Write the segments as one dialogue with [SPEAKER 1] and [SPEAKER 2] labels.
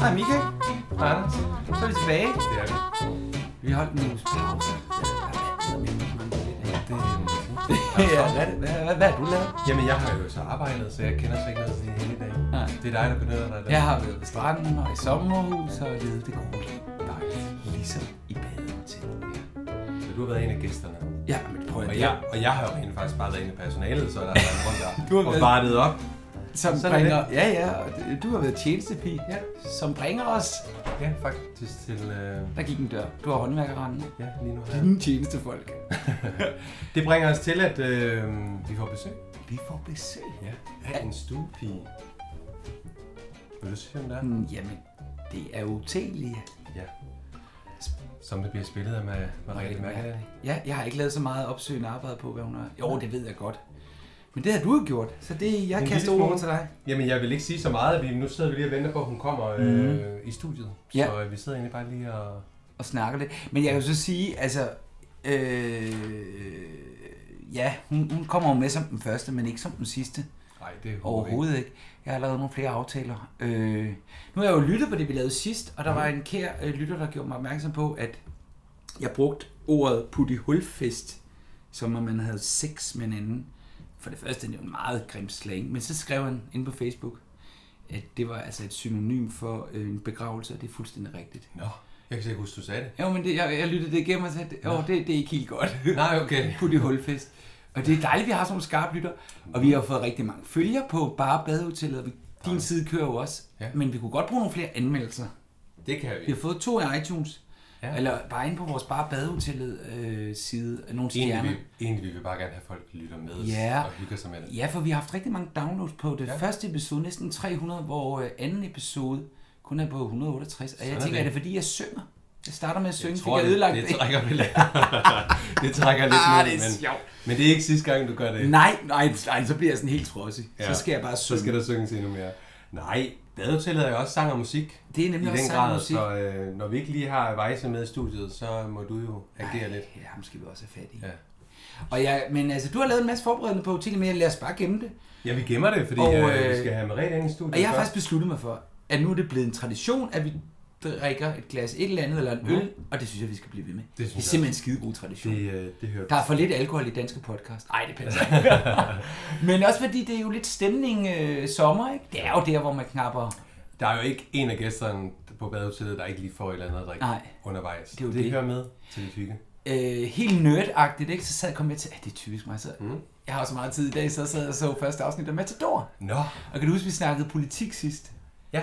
[SPEAKER 1] Hej Michael. Hej Anders. Så er vi tilbage.
[SPEAKER 2] Det er vi.
[SPEAKER 1] Vi har holdt en uges pause.
[SPEAKER 2] Ja.
[SPEAKER 1] Ja, hvad, er det- hvad, hvad, hvad har du lavet?
[SPEAKER 2] Jamen, jeg har jo så arbejdet, så jeg kender sig ikke noget til det hele dag.
[SPEAKER 1] Nej.
[SPEAKER 2] Det er dig, der benytter dig. af det.
[SPEAKER 1] Jeg har været på stranden og i sommerhus og levet det gode liv. Dejligt. Ligesom i badehotellet.
[SPEAKER 2] Så du har været en af gæsterne.
[SPEAKER 1] Ja, men prøv at
[SPEAKER 2] Og jeg, og jeg har jo rent faktisk bare været en af personalet, så der har været rundt der
[SPEAKER 1] Du har
[SPEAKER 2] og
[SPEAKER 1] været-
[SPEAKER 2] bartet op.
[SPEAKER 1] Som
[SPEAKER 2] Sådan er
[SPEAKER 1] bringer, ja, ja, og det- du har været tjenestepige,
[SPEAKER 2] Ja.
[SPEAKER 1] som bringer os.
[SPEAKER 2] Ja, faktisk til... Øh,
[SPEAKER 1] Der gik en dør. Du har håndværkerrenden.
[SPEAKER 2] ja, lige nu her.
[SPEAKER 1] Dine tjenestefolk.
[SPEAKER 2] Mm. Det bringer os til, at øh, vi får besøg
[SPEAKER 1] Vi får besøg.
[SPEAKER 2] ja. af en stuepige. Vil du se, hvem det er?
[SPEAKER 1] Mm, Jamen, det er Otelia.
[SPEAKER 2] Ja. Som det bliver spillet af med, med Rikke Mærkadal.
[SPEAKER 1] Ja, jeg har ikke lavet så meget opsøgende arbejde på, hvad hun har. Jo, det ved jeg godt. Men det har du jo gjort, så det jeg
[SPEAKER 2] En
[SPEAKER 1] kaster
[SPEAKER 2] lille
[SPEAKER 1] over
[SPEAKER 2] smule.
[SPEAKER 1] til dig.
[SPEAKER 2] Jamen, jeg vil ikke sige så meget. Vi, nu sidder vi lige og venter på, at hun kommer øh, i studiet.
[SPEAKER 1] Mhm. Ja.
[SPEAKER 2] Så øh, vi sidder egentlig bare lige og...
[SPEAKER 1] Og snakker lidt. Men jeg kan jo så sige, altså... Øh, ja, hun, hun kommer jo med som den første, men ikke som den sidste.
[SPEAKER 2] Nej, det er
[SPEAKER 1] Overhovedet ikke. Jeg har lavet nogle flere aftaler. Øh, nu har jeg jo lyttet på det, vi lavede sidst, og der var en kær øh, lytter, der gjorde mig opmærksom på, at jeg brugte ordet putte i hulfest, som om man havde sex med en anden. For det første, det er jo en meget grim slang, men så skrev han inde på Facebook, at det var altså et synonym for øh, en begravelse, og det er fuldstændig rigtigt.
[SPEAKER 2] Nå, jeg kan slet ikke huske, du sagde det.
[SPEAKER 1] Jo, men det, jeg, jeg lyttede det igennem og sagde, at det, det er ikke helt godt.
[SPEAKER 2] Nej, okay.
[SPEAKER 1] Put i hulfest. Og det er dejligt, vi har sådan nogle skarpe lytter. Og vi har fået rigtig mange følger på bare badehotellet. og vi- Din side kører jo også.
[SPEAKER 2] Ja.
[SPEAKER 1] Men vi kunne godt bruge nogle flere anmeldelser.
[SPEAKER 2] Det kan
[SPEAKER 1] Vi
[SPEAKER 2] vi.
[SPEAKER 1] har fået to i iTunes.
[SPEAKER 2] Ja.
[SPEAKER 1] Eller bare inde på vores bare badehotellet øh, side. Nogle
[SPEAKER 2] Egentlig,
[SPEAKER 1] stjerner.
[SPEAKER 2] vi, egentlig vil vi bare gerne have folk lytter med
[SPEAKER 1] Ja.
[SPEAKER 2] og hygger sig med det.
[SPEAKER 1] Ja, for vi har haft rigtig mange downloads på det
[SPEAKER 2] Ja.
[SPEAKER 1] ja. første episode. Næsten 300, hvor øh, anden episode kun er på 168. Og jeg
[SPEAKER 2] Sådan er
[SPEAKER 1] tænker,
[SPEAKER 2] det.
[SPEAKER 1] er det fordi, jeg synger? Jeg starter med at synge,
[SPEAKER 2] Jeg
[SPEAKER 1] jeg
[SPEAKER 2] tror,
[SPEAKER 1] tror, jeg
[SPEAKER 2] det,
[SPEAKER 1] ødelagt
[SPEAKER 2] det trækker vi lidt. det trækker lidt
[SPEAKER 1] Ah,
[SPEAKER 2] ned,
[SPEAKER 1] det er
[SPEAKER 2] men,
[SPEAKER 1] sjovt.
[SPEAKER 2] men det er ikke sidste gang, du gør det.
[SPEAKER 1] Nej, nej, nej, så bliver jeg sådan helt trodsig.
[SPEAKER 2] Ja.
[SPEAKER 1] Ja. Så skal jeg bare
[SPEAKER 2] Så
[SPEAKER 1] synge.
[SPEAKER 2] skal der synges endnu mere. Nej, badehotellet er jo også sang og musik.
[SPEAKER 1] Det er nemlig
[SPEAKER 2] I
[SPEAKER 1] også
[SPEAKER 2] den
[SPEAKER 1] sang og
[SPEAKER 2] grad,
[SPEAKER 1] musik.
[SPEAKER 2] Så øh, når vi ikke lige har Vejse med i studiet, så må du jo agere
[SPEAKER 1] Ej,
[SPEAKER 2] lidt.
[SPEAKER 1] Ja, ham skal vi også have fat i.
[SPEAKER 2] Ja.
[SPEAKER 1] Ja. Og jeg, men altså, du har lavet en masse forberedende på til med, lad os bare gemme det.
[SPEAKER 2] ja, vi gemmer det, fordi
[SPEAKER 1] Og,
[SPEAKER 2] øh, vi
[SPEAKER 1] øh,
[SPEAKER 2] skal have Marie ind i studiet.
[SPEAKER 1] Og jeg har
[SPEAKER 2] først.
[SPEAKER 1] faktisk besluttet mig for, at nu er det blevet en tradition, at vi drikker et glas et eller andet, eller en øl, og det synes jeg, vi skal blive ved med. Det,
[SPEAKER 2] Mhm. synes
[SPEAKER 1] det er
[SPEAKER 2] jeg
[SPEAKER 1] simpelthen en skide god tradition.
[SPEAKER 2] Det, øh, det hører
[SPEAKER 1] Der er for lidt alkohol i danske podcast. Nej, det passer ikke. Men også fordi det er jo lidt stemning øh, sommer, ikke? Det er jo der, hvor man knapper.
[SPEAKER 2] Der er jo ikke en af gæsterne på badehotellet, der ikke lige får et eller andet at drikke
[SPEAKER 1] Nej.
[SPEAKER 2] undervejs. Det,
[SPEAKER 1] er jo
[SPEAKER 2] det
[SPEAKER 1] det.
[SPEAKER 2] hører med til det hygge.
[SPEAKER 1] øh, helt nørdagtigt, ikke? Så sad, kom jeg til, at det er typisk mig, så
[SPEAKER 2] Mhm.
[SPEAKER 1] mm. jeg har også meget tid i dag, så sad jeg og så første afsnit af Matador.
[SPEAKER 2] Nå.
[SPEAKER 1] Og kan du huske, vi snakkede politik sidst?
[SPEAKER 2] Ja.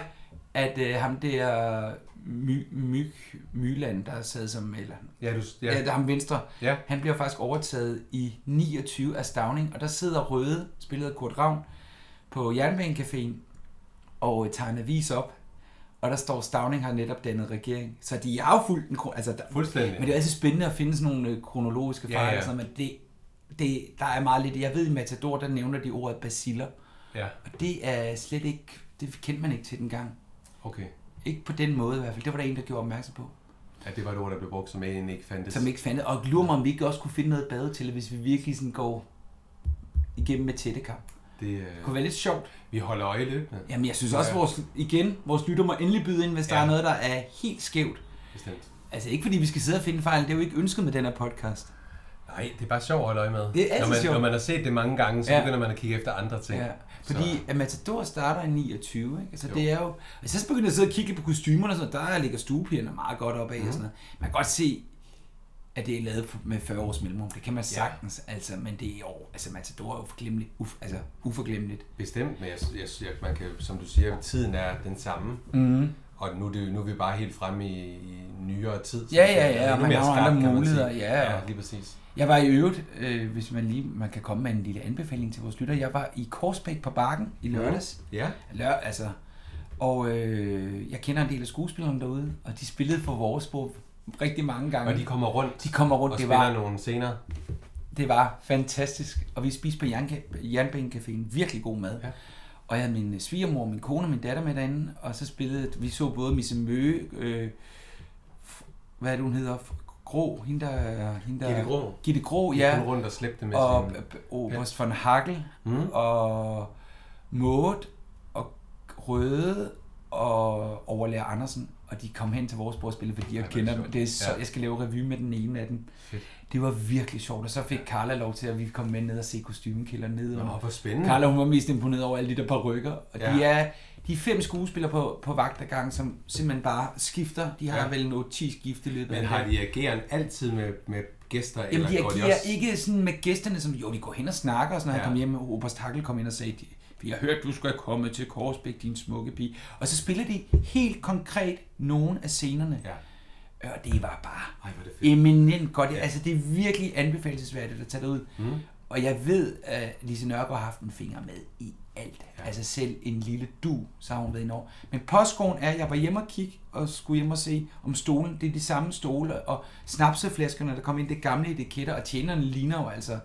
[SPEAKER 1] At øh, ham der My, My, Myland, der sad som, eller
[SPEAKER 2] Ja, du, ja.
[SPEAKER 1] ja.
[SPEAKER 2] Ja,
[SPEAKER 1] der, ham venstre,
[SPEAKER 2] ja.
[SPEAKER 1] han bliver faktisk overtaget i 29 af Stavning, og der sidder Røde, spillet af Kurt Ravn, på Jernbanecaféen og øh, tager en avis op, og der står, Stavning har netop dannet regering. Så de er jo fuldt en... kro- Altså, der,
[SPEAKER 2] Fuldstændig.
[SPEAKER 1] men det er jo altid spændende at finde sådan nogle øh, kronologiske
[SPEAKER 2] Ja,
[SPEAKER 1] fejl, ja,
[SPEAKER 2] ja.
[SPEAKER 1] ja. Sådan, noget, men det, det, der er meget lidt... Jeg ved, i Matador, der nævner de ordet basiller,
[SPEAKER 2] ja.
[SPEAKER 1] og det er slet ikke... Det kendte man ikke til dengang.
[SPEAKER 2] Okay.
[SPEAKER 1] Ikke på den måde i hvert fald. Det var der en, der gjorde opmærksom på.
[SPEAKER 2] Ja, det var et ord, der blev brugt, som egentlig ikke fandtes.
[SPEAKER 1] Som ikke fandt Og lurer mig, om vi ikke også kunne finde noget bade til, hvis vi virkelig sådan går igennem med tættekamp. Det
[SPEAKER 2] Det, øh,
[SPEAKER 1] kunne være lidt sjovt.
[SPEAKER 2] vi holder øje løbende.
[SPEAKER 1] Jamen, jeg synes også,
[SPEAKER 2] Ja.
[SPEAKER 1] vores, igen, vores lytter må endelig byde ind, hvis der
[SPEAKER 2] Ja.
[SPEAKER 1] er noget, der er helt skævt.
[SPEAKER 2] Bestemt.
[SPEAKER 1] Altså ikke fordi vi skal sidde og finde fejl, det er jo ikke ønsket med den her podcast.
[SPEAKER 2] Nej, det er bare sjovt at holde øje med.
[SPEAKER 1] Det er altid
[SPEAKER 2] når man,
[SPEAKER 1] sjovt.
[SPEAKER 2] Når man har set det mange gange, så
[SPEAKER 1] Ja.
[SPEAKER 2] begynder man at kigge efter andre ting.
[SPEAKER 1] Ja. Fordi at Matador starter i 29, ikke? Altså, det er jo... Altså, så begynder jeg at sidde og kigge på kostymerne og sådan noget. Der ligger stuepigerne meget godt op af
[SPEAKER 2] Mhm.
[SPEAKER 1] mm. og sådan noget. Man kan godt se, at det er lavet for- med 40 års mellemrum. Det kan man sagtens, altså, men det er jo... Altså, Matador er uforglemmeligt, uf, altså, uforglemmeligt.
[SPEAKER 2] Bestemt, men jeg, jeg, jeg, man kan, som du siger, tiden er den samme.
[SPEAKER 1] Mhm.
[SPEAKER 2] Mm. Og nu er, det, jo- nu er vi bare helt fremme i, i nyere tid. så
[SPEAKER 1] Ja,
[SPEAKER 2] det
[SPEAKER 1] ja,
[SPEAKER 2] er
[SPEAKER 1] ja,
[SPEAKER 2] endnu
[SPEAKER 1] og man
[SPEAKER 2] mere
[SPEAKER 1] har jo
[SPEAKER 2] skarpt,
[SPEAKER 1] andre
[SPEAKER 2] kan man
[SPEAKER 1] muligheder,
[SPEAKER 2] sige.
[SPEAKER 1] ja, og-
[SPEAKER 2] ja, lige præcis.
[SPEAKER 1] Jeg var i øvrigt, øh, hvis man lige man kan komme med en lille anbefaling til vores lytter, jeg var i Korsbæk på Bakken i
[SPEAKER 2] Mhm.
[SPEAKER 1] lørdags.
[SPEAKER 2] Ja.
[SPEAKER 1] Lør, altså. Og øh, jeg kender en del af skuespillerne derude, og de spillede for vores bog rigtig mange gange.
[SPEAKER 2] Og de kommer rundt
[SPEAKER 1] de kommer rundt,
[SPEAKER 2] og
[SPEAKER 1] det
[SPEAKER 2] spiller
[SPEAKER 1] var,
[SPEAKER 2] nogle scener.
[SPEAKER 1] det var fantastisk. Og vi spiste på Jernca- Jernbanecaféen virkelig god mad.
[SPEAKER 2] Ja.
[SPEAKER 1] Og jeg havde min svigermor, min kone og min datter med derinde, og så spillede, vi så både Misse Møge, øh, f- hvad er det, hun hedder? F- Grå, hende der... Hende der
[SPEAKER 2] Gitte Grå.
[SPEAKER 1] Gitte Grå,
[SPEAKER 2] De
[SPEAKER 1] ja
[SPEAKER 2] kommer rundt og slæbte det med
[SPEAKER 1] og
[SPEAKER 2] sin...
[SPEAKER 1] b- Oberst von Hagel, mm. og Maud, og Røde, og overlærer Andersen. Og de kom hen til vores bord og spillede, fordi jeg
[SPEAKER 2] hvor er det
[SPEAKER 1] kender dem.
[SPEAKER 2] sjovt.
[SPEAKER 1] Det er så,
[SPEAKER 2] Ja.
[SPEAKER 1] Jeg skal lave revy med den ene af dem.
[SPEAKER 2] Fedt.
[SPEAKER 1] Det var virkelig sjovt, og så fik Carla lov til, at vi kom med ned og se kostymekilder ned.
[SPEAKER 2] Nå,
[SPEAKER 1] Og
[SPEAKER 2] hvor spændende.
[SPEAKER 1] Carla, hun var mest imponeret over alle de der parrykker. Og ja. de,
[SPEAKER 2] Ja.
[SPEAKER 1] er, de er fem skuespillere på, på vagt ad gang, som simpelthen bare skifter. De har
[SPEAKER 2] Ja.
[SPEAKER 1] ja. vel en 8-10 skifte i løbet af
[SPEAKER 2] Men
[SPEAKER 1] en
[SPEAKER 2] har
[SPEAKER 1] dag.
[SPEAKER 2] de ageren altid med, med gæster,
[SPEAKER 1] Jamen, de
[SPEAKER 2] eller går de
[SPEAKER 1] agerer
[SPEAKER 2] også...
[SPEAKER 1] ikke sådan med gæsterne, som jo, de går hen og snakker, og sådan, når ja.
[SPEAKER 2] Ja.
[SPEAKER 1] han kom hjem, og Oberst Hackel kom ind og sagde, vi har hørt, du skal komme til Korsbæk, din smukke pige. Og så spiller de helt konkret nogle af scenerne.
[SPEAKER 2] Ja.
[SPEAKER 1] Ja. Og det var bare
[SPEAKER 2] Ej, hvor er det fedt.
[SPEAKER 1] eminent godt. Ja. Altså, det er virkelig anbefalesværdigt at tage det ud. Mm. Og jeg ved, at Lise Nørgaard har haft en finger med i alt. Ja. Altså selv en lille du, så har hun været enorm. Men påskoen er, at jeg var hjemme og kigge, og skulle hjem og se om stolen. Det er de samme stole, og snapseflaskerne, der kom ind, det er gamle etiketter, og tjenerne ligner jo altså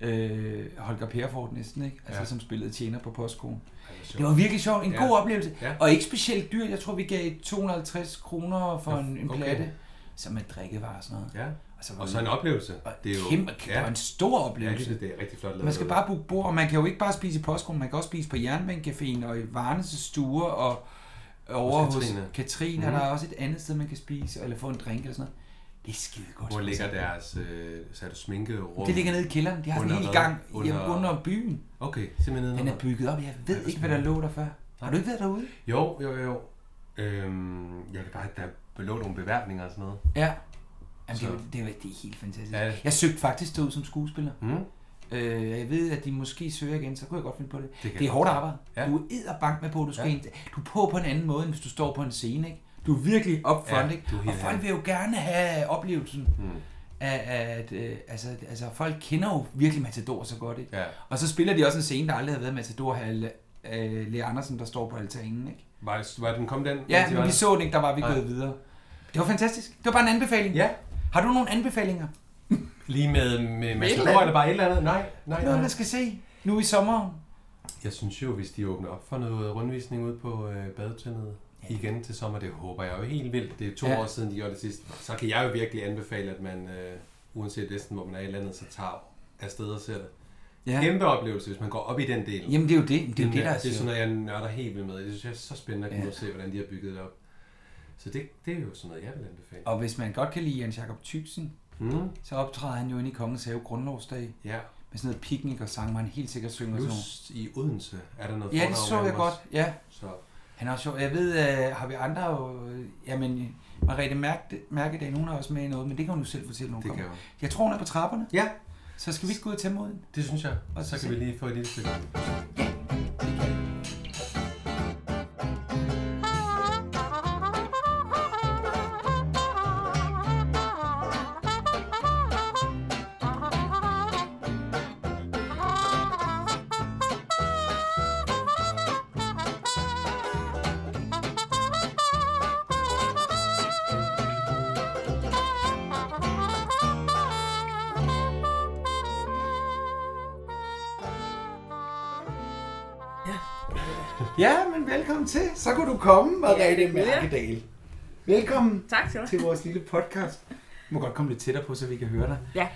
[SPEAKER 1] øh, Holger Perfort næsten, ikke? Altså,
[SPEAKER 2] Ja.
[SPEAKER 1] ja. som spillede tjener på påskoen.
[SPEAKER 2] Ej, hvor
[SPEAKER 1] Det
[SPEAKER 2] sjovt.
[SPEAKER 1] var virkelig sjovt. En
[SPEAKER 2] Ja.
[SPEAKER 1] ja. god oplevelse.
[SPEAKER 2] Ja.
[SPEAKER 1] Ja. Og ikke specielt dyrt. Jeg tror, vi gav 250 kroner for en, en
[SPEAKER 2] okay.
[SPEAKER 1] platte. Som er drikkevarer og sådan noget.
[SPEAKER 2] Ja.
[SPEAKER 1] Og så var
[SPEAKER 2] Og
[SPEAKER 1] vi-
[SPEAKER 2] så en oplevelse.
[SPEAKER 1] og
[SPEAKER 2] Det er jo
[SPEAKER 1] Altså, kæmpe,
[SPEAKER 2] ja.
[SPEAKER 1] ja. og en stor
[SPEAKER 2] Ja, jeg
[SPEAKER 1] oplevelse.
[SPEAKER 2] synes, det er rigtig flot lavet.
[SPEAKER 1] man skal bare booke bord, og man kan jo ikke bare spise i postgruppen, man kan også spise på Jernbanecaféen og i Varnes stuer og over hos Katrine,
[SPEAKER 2] Katrine. Mhm.
[SPEAKER 1] hos Katrine mm. og der er også et andet sted, man kan spise eller få en drink eller sådan noget. Det er skide godt.
[SPEAKER 2] Hvor ligger deres øh, så er det sminkerum?
[SPEAKER 1] Det ligger nede i kælderen. De har
[SPEAKER 2] Under
[SPEAKER 1] en hel
[SPEAKER 2] hvad?
[SPEAKER 1] gang
[SPEAKER 2] Under-
[SPEAKER 1] under... under byen.
[SPEAKER 2] Okay, simpelthen
[SPEAKER 1] Den
[SPEAKER 2] nede
[SPEAKER 1] er bygget op. Jeg ved ikke, hvad der lå der før. Har du ikke været derude?
[SPEAKER 2] Jo, jo, jo. Øhm, jeg kan bare, der lå nogle beværtninger og sådan noget.
[SPEAKER 1] Ja. Jamen, det,
[SPEAKER 2] Så-
[SPEAKER 1] er, jo- det, er, jo- det er helt fantastisk.
[SPEAKER 2] Ja.
[SPEAKER 1] Ja. Jeg søgte faktisk derud som skuespiller.
[SPEAKER 2] Mm?
[SPEAKER 1] Øh, jeg ved, at de måske søger igen, så kunne jeg godt finde på det.
[SPEAKER 2] kan
[SPEAKER 1] Det, det
[SPEAKER 2] jeg
[SPEAKER 1] er hårdt arbejde.
[SPEAKER 2] Ja.
[SPEAKER 1] Ja. Du er bank med på, at du skal
[SPEAKER 2] Ja.
[SPEAKER 1] ja. ind. Du er på på en anden måde, end hvis du står på en scene. Ikke? Du er virkelig up front,
[SPEAKER 2] Ja,
[SPEAKER 1] ikke?
[SPEAKER 2] du er helt
[SPEAKER 1] og folk
[SPEAKER 2] ærlig.
[SPEAKER 1] vil jo gerne have oplevelsen
[SPEAKER 2] Mm.
[SPEAKER 1] af, at øh, altså, altså, folk kender jo virkelig Matador så godt. Ikke?
[SPEAKER 2] Ja.
[SPEAKER 1] Og så spiller de også en scene, der aldrig har været Matador her, øh, Lea Andersen, der står på altanen. Ikke?
[SPEAKER 2] Var, det, var den kom den?
[SPEAKER 1] Ja,
[SPEAKER 2] mens I var
[SPEAKER 1] men vi
[SPEAKER 2] der?
[SPEAKER 1] så den ikke, der var vi
[SPEAKER 2] Nej.
[SPEAKER 1] gået videre. Det var fantastisk. Det var bare en anbefaling.
[SPEAKER 2] Ja,
[SPEAKER 1] Har du nogle anbefalinger?
[SPEAKER 2] lige med, med, med
[SPEAKER 1] et
[SPEAKER 2] så
[SPEAKER 1] eller andet.
[SPEAKER 2] er det bare et eller andet. Nej, nej,
[SPEAKER 1] Noget,
[SPEAKER 2] nej.
[SPEAKER 1] man skal se nu i sommeren?
[SPEAKER 2] Jeg synes jo, hvis de åbner op for noget rundvisning ude på øh, badetændet igen til sommer, det håber jeg jo helt vildt. Det er to ja.
[SPEAKER 1] Ja.
[SPEAKER 2] år siden, de gjorde det sidst. Så kan jeg jo virkelig anbefale, at man, øh, uanset næsten hvor man er i landet, så tager afsted og ser det. Ja. Kæmpe oplevelse, hvis man går op i den del.
[SPEAKER 1] Jamen, det er jo det. Det er jo det, der
[SPEAKER 2] det
[SPEAKER 1] er
[SPEAKER 2] er
[SPEAKER 1] sjovt.
[SPEAKER 2] sådan noget, jeg nørder helt vildt med. Det synes jeg er så spændende at kunne
[SPEAKER 1] Ja.
[SPEAKER 2] ja. se, hvordan de har bygget det op. Så det, det er jo sådan noget, jeg vil anbefale.
[SPEAKER 1] Og hvis man godt kan lide Jens Jakob Tyksen,
[SPEAKER 2] Mm.
[SPEAKER 1] så optræder han jo inde i Kongens Have grundlovsdag
[SPEAKER 2] Ja,
[SPEAKER 1] med sådan noget picnic og sang, hvor han helt sikkert synger sådan nogle.
[SPEAKER 2] plus i Odense er der noget
[SPEAKER 1] Ja,
[SPEAKER 2] foredrag
[SPEAKER 1] det så
[SPEAKER 2] om
[SPEAKER 1] jeg
[SPEAKER 2] os.
[SPEAKER 1] godt. Ja,
[SPEAKER 2] Så
[SPEAKER 1] han er også sjov. Jeg ved, øh, har vi andre jo... øh, Jamen, Margrethe Mærke- Mærkedal, hun er også med i noget, men det kan hun jo selv fortælle, når hun
[SPEAKER 2] det kan
[SPEAKER 1] kommer.
[SPEAKER 2] jeg jo.
[SPEAKER 1] Jeg tror, hun er på trapperne,
[SPEAKER 2] Ja,
[SPEAKER 1] så skal vi ikke gå ud og tage mod hende.
[SPEAKER 2] det synes jeg. Og så
[SPEAKER 1] så
[SPEAKER 2] kan
[SPEAKER 1] se.
[SPEAKER 2] vi lige få et lille stykke.
[SPEAKER 1] Ja, men velkommen til. Så kunne du komme, Margrethe Mærkedal. Velkommen
[SPEAKER 3] Tak skal du have.
[SPEAKER 1] til vores lille podcast. Du må godt komme lidt tættere på, så vi kan høre dig.
[SPEAKER 3] Ja.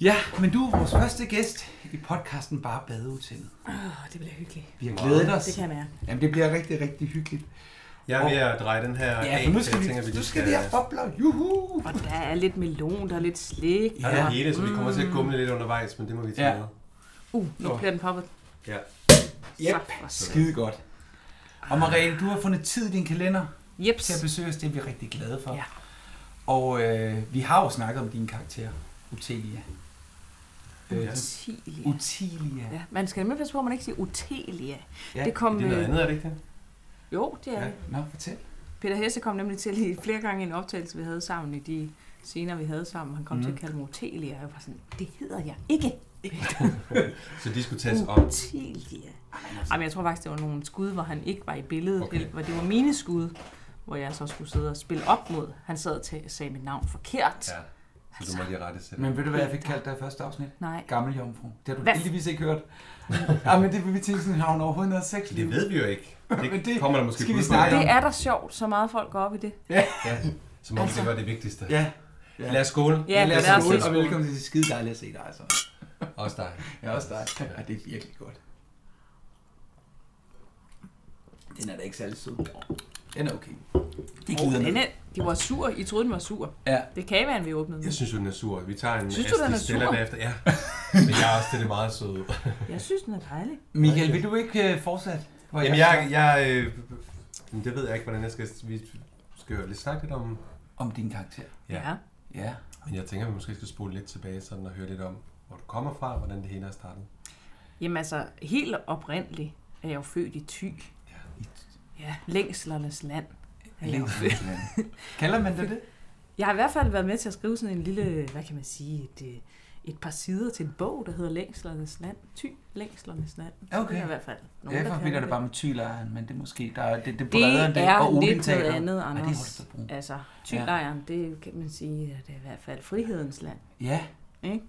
[SPEAKER 1] Ja, men du er vores første gæst i podcasten Bare Badehotellet.
[SPEAKER 3] Åh, det bliver hyggeligt.
[SPEAKER 1] Vi har glædet os.
[SPEAKER 3] Det kan jeg mærke.
[SPEAKER 1] Jamen, det bliver rigtig, rigtig hyggeligt.
[SPEAKER 2] Jeg er ved at dreje den her
[SPEAKER 1] Ja,
[SPEAKER 2] af,
[SPEAKER 1] for nu
[SPEAKER 2] så
[SPEAKER 1] skal
[SPEAKER 2] jeg
[SPEAKER 1] vi,
[SPEAKER 2] tænker,
[SPEAKER 1] nu skal vi have bobler. Juhu!
[SPEAKER 3] Og der er lidt melon, der er lidt slik.
[SPEAKER 2] Der er det hele, så vi kommer til at gumle lidt undervejs, men det må vi tage
[SPEAKER 1] Ja.
[SPEAKER 2] med.
[SPEAKER 3] Uh, nu bliver den poppet.
[SPEAKER 2] Ja.
[SPEAKER 3] Yep.
[SPEAKER 1] Skide godt. Og Marianne, du har fundet tid i din kalender
[SPEAKER 3] Jeps.
[SPEAKER 1] til at besøge os. Det er vi rigtig glade for.
[SPEAKER 3] Ja.
[SPEAKER 1] Og øh, vi har jo snakket om din karakter, Utelia. Øh,
[SPEAKER 3] Utilia.
[SPEAKER 1] Utilia.
[SPEAKER 3] Ja, man skal nemlig passe på, at man ikke siger Utelia.
[SPEAKER 1] Ja,
[SPEAKER 3] det kom,
[SPEAKER 2] Det er noget
[SPEAKER 1] Mm.
[SPEAKER 3] øh,
[SPEAKER 2] andet, er det ikke det?
[SPEAKER 3] Jo, det er
[SPEAKER 2] Ja.
[SPEAKER 3] det.
[SPEAKER 1] Nå, fortæl.
[SPEAKER 3] Peter Hesse kom nemlig til lige flere gange i en optagelse, vi havde sammen i de scener, vi havde sammen. Han kom mm. til at kalde mig Utelia, og jeg var sådan, det hedder jeg ikke.
[SPEAKER 2] Så de skulle tages
[SPEAKER 1] Mm.
[SPEAKER 2] op.
[SPEAKER 3] Utilia. Jamen, jeg tror faktisk, det var nogle skud, hvor han ikke var i billedet,
[SPEAKER 2] Okay.
[SPEAKER 3] okay. hvor det var mine skud, hvor jeg så skulle sidde og spille op mod. Han sad til sagde mit navn forkert.
[SPEAKER 2] Ja. Så du må lige rette sætte.
[SPEAKER 1] Men ved du, hvad jeg fik kaldt dig i første afsnit?
[SPEAKER 3] Nej.
[SPEAKER 1] Gammel jomfru. Det har du
[SPEAKER 3] Hvad?
[SPEAKER 1] heldigvis ikke hørt. ja, men det vil vi til sådan havn overhovedet noget sex.
[SPEAKER 2] Det ved vi jo ikke.
[SPEAKER 1] Men
[SPEAKER 2] Det,
[SPEAKER 1] det
[SPEAKER 2] kommer der måske
[SPEAKER 1] skal vi
[SPEAKER 2] bud på.
[SPEAKER 1] snakke
[SPEAKER 3] Det er da sjovt, så meget folk går op i det.
[SPEAKER 2] Ja, som om altså. det var det vigtigste. Ja.
[SPEAKER 1] Ja. ja.
[SPEAKER 2] Lad os skåle.
[SPEAKER 3] Ja,
[SPEAKER 1] lad os
[SPEAKER 3] lad os
[SPEAKER 1] skåle,
[SPEAKER 3] se.
[SPEAKER 1] og velkommen til. Det er skide dejligt at se dig, altså.
[SPEAKER 2] Også dig.
[SPEAKER 1] Ja, også dig. Ja, det er virkelig godt. Den er da ikke særlig sød. Den er okay. Det
[SPEAKER 3] Oh,
[SPEAKER 1] gider
[SPEAKER 3] den
[SPEAKER 1] oh,
[SPEAKER 3] er, de var sur. I troede, den var sur.
[SPEAKER 1] Ja.
[SPEAKER 3] Det kan være, vi åbnede den.
[SPEAKER 2] Jeg synes jo, den er sur. Vi tager en
[SPEAKER 3] Synes du, den er
[SPEAKER 2] Stella
[SPEAKER 3] sur?
[SPEAKER 2] bagefter. Ja. Men jeg er også til det meget søde.
[SPEAKER 3] Jeg synes, den er dejlig.
[SPEAKER 1] Michael, vil du ikke uh, fortsætte? Hvor
[SPEAKER 2] Jamen, jeg, jeg, øh, jamen, det ved jeg ikke, hvordan jeg skal... Vi skal jo lidt snakke lidt om...
[SPEAKER 1] Om din karakter.
[SPEAKER 2] Ja.
[SPEAKER 1] Ja.
[SPEAKER 2] Men jeg tænker, at vi måske skal spole lidt tilbage, sådan og høre lidt om, hvor du kommer fra, og hvordan det hele er startet.
[SPEAKER 3] Jamen altså, helt oprindeligt er jeg jo født i Thy. Ja, længslernes land. er jeg jo født.
[SPEAKER 1] Kalder man det det?
[SPEAKER 3] Jeg har i hvert fald været med til at skrive sådan en lille, hvad kan man sige, et, øh, et par sider til en bog, der hedder Længslernes Land. Ty, Længslernes Land. Så
[SPEAKER 1] Okay.
[SPEAKER 3] Det er i hvert fald
[SPEAKER 1] Ja, jeg forbinder
[SPEAKER 3] kalder
[SPEAKER 1] det bare med tylejren, men det er måske, der er, det, det er bredere end
[SPEAKER 3] Det
[SPEAKER 1] det.
[SPEAKER 3] er
[SPEAKER 1] og
[SPEAKER 3] lidt noget
[SPEAKER 1] Odin-teateret.
[SPEAKER 3] andet,
[SPEAKER 1] Ej, det er
[SPEAKER 3] Anders.
[SPEAKER 1] Holstebro.
[SPEAKER 3] altså, Tylejren, det kan man sige, at det er i hvert fald frihedens land.
[SPEAKER 1] Ja.
[SPEAKER 3] Ikke?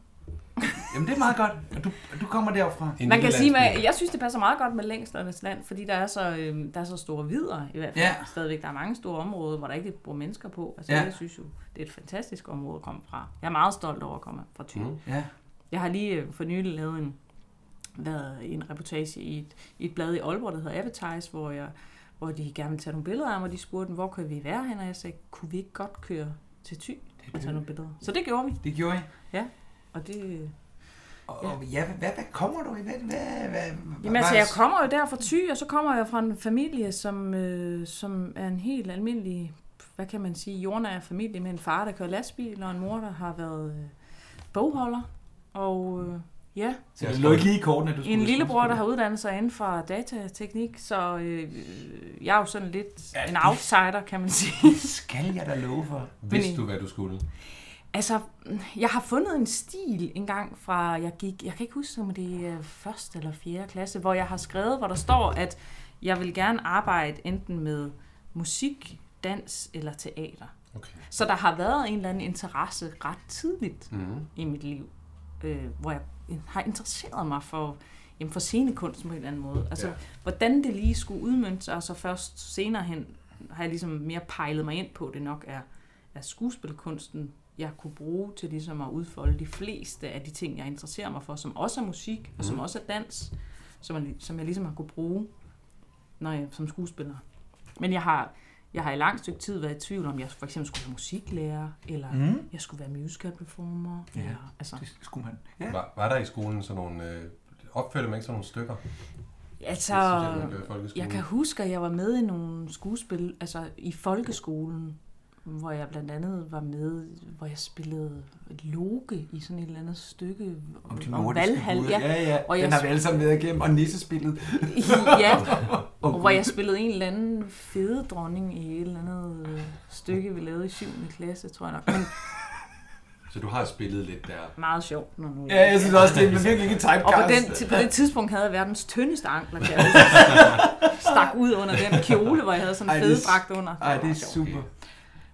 [SPEAKER 1] Jamen, det er meget godt. Og du, du kommer derfra.
[SPEAKER 2] En
[SPEAKER 3] Man kan
[SPEAKER 2] lille
[SPEAKER 3] sige, at
[SPEAKER 2] landsby.
[SPEAKER 3] jeg synes, det passer meget godt med Længslernes Land, fordi der er så, øh, der er så store vidder i hvert fald.
[SPEAKER 1] Ja.
[SPEAKER 3] Stadigvæk, der er mange store områder, hvor der ikke bor mennesker på. Altså,
[SPEAKER 1] Ja.
[SPEAKER 3] jeg synes jo, det er et fantastisk område at komme fra. Jeg er meget stolt over at komme fra Thy.
[SPEAKER 2] Mm.
[SPEAKER 1] Ja.
[SPEAKER 3] Jeg har lige øh, for nylig lavet en, været i en reportage i et, i et blad i Aalborg, der hedder Advertise, hvor, jeg, hvor de gerne ville tage nogle billeder af mig, og de spurgte, hvor kan vi være hen? Og jeg sagde, kunne vi ikke godt køre til Thy og tage nogle billeder? Så det gjorde vi,
[SPEAKER 1] Det gjorde jeg.
[SPEAKER 3] og det...
[SPEAKER 1] Og, og ja, hvad, hvad kommer du i? Hvad, hvad, hvad,
[SPEAKER 3] Jamen altså, jeg kommer jo der fra Thy, og så kommer jeg fra en familie, som, øh, som er en helt almindelig, hvad kan man sige, jordnær familie med en far, der kører lastbil, og en mor, der har været øh, bogholder. Og øh, ja,
[SPEAKER 1] Så det lå ikke lige i kortene, at du
[SPEAKER 3] En
[SPEAKER 1] skulle
[SPEAKER 3] lillebror, der har uddannet sig inden for datateknik, så øh, jeg er jo sådan lidt
[SPEAKER 1] Ja,
[SPEAKER 3] ja, en
[SPEAKER 1] det-
[SPEAKER 3] outsider, kan man sige.
[SPEAKER 1] Skal jeg da love for?
[SPEAKER 2] Vidste du, hvad du skulle?
[SPEAKER 3] Altså, jeg har fundet en stil engang fra, jeg gik, jeg kan ikke huske, om det er første eller fjerde klasse, hvor jeg har skrevet, hvor der står, at jeg vil gerne arbejde enten med musik, dans eller teater.
[SPEAKER 2] Okay.
[SPEAKER 3] Så der har været en eller anden interesse ret tidligt
[SPEAKER 2] Mm.
[SPEAKER 3] i mit liv, øh, hvor jeg har interesseret mig for, jamen for scenekunsten på en eller anden måde. Altså,
[SPEAKER 2] Ja.
[SPEAKER 3] ja. hvordan det lige skulle udmønte sig, og så først senere hen har jeg ligesom mere pejlet mig ind på, at det nok er, er skuespilkunsten, jeg kunne bruge til ligesom at udfolde de fleste af de ting, jeg interesserer mig for, som også er musik, og som også er dans, som, jeg, som jeg ligesom har kunne bruge når jeg, som skuespiller. Men jeg har, jeg har i lang stykke tid været i tvivl om, jeg for eksempel skulle være musiklærer, eller mm. jeg skulle være musical performer. Ja. Eller, altså,
[SPEAKER 1] Det skulle man. Ja.
[SPEAKER 2] Var, var der i skolen sådan nogle... Øh, opførte man ikke sådan nogle stykker?
[SPEAKER 3] altså
[SPEAKER 2] Det synes jeg, man gør i folkeskolen.
[SPEAKER 3] jeg kan huske, at jeg var med i nogle skuespil, altså i folkeskolen, hvor jeg blandt andet var med, hvor jeg spillede Loke i sådan et eller andet stykke.
[SPEAKER 1] Om de nordiske guder.
[SPEAKER 3] ja.
[SPEAKER 1] ja, ja.
[SPEAKER 3] Og
[SPEAKER 1] Den
[SPEAKER 3] jeg-
[SPEAKER 1] har vi alle sammen været igennem. Og nissespillet.
[SPEAKER 3] ja. Og hvor jeg spillede en eller anden fede dronning i et eller andet øh, stykke, vi lavede i 7. klasse, tror jeg nok. Men
[SPEAKER 2] Så du har spillet lidt der.
[SPEAKER 3] meget sjovt, når nu...
[SPEAKER 1] Ja, jeg synes også, det er virkelig ikke typecast.
[SPEAKER 3] Og på, den, på det tidspunkt havde jeg verdens tyndeste ankler, kan jeg huske. Stak ud under den kjole, hvor jeg havde sådan
[SPEAKER 1] Ej,
[SPEAKER 3] en
[SPEAKER 1] det er-
[SPEAKER 3] fededragt under.
[SPEAKER 1] Ej, det
[SPEAKER 3] var
[SPEAKER 1] er
[SPEAKER 3] sjovt.
[SPEAKER 1] super.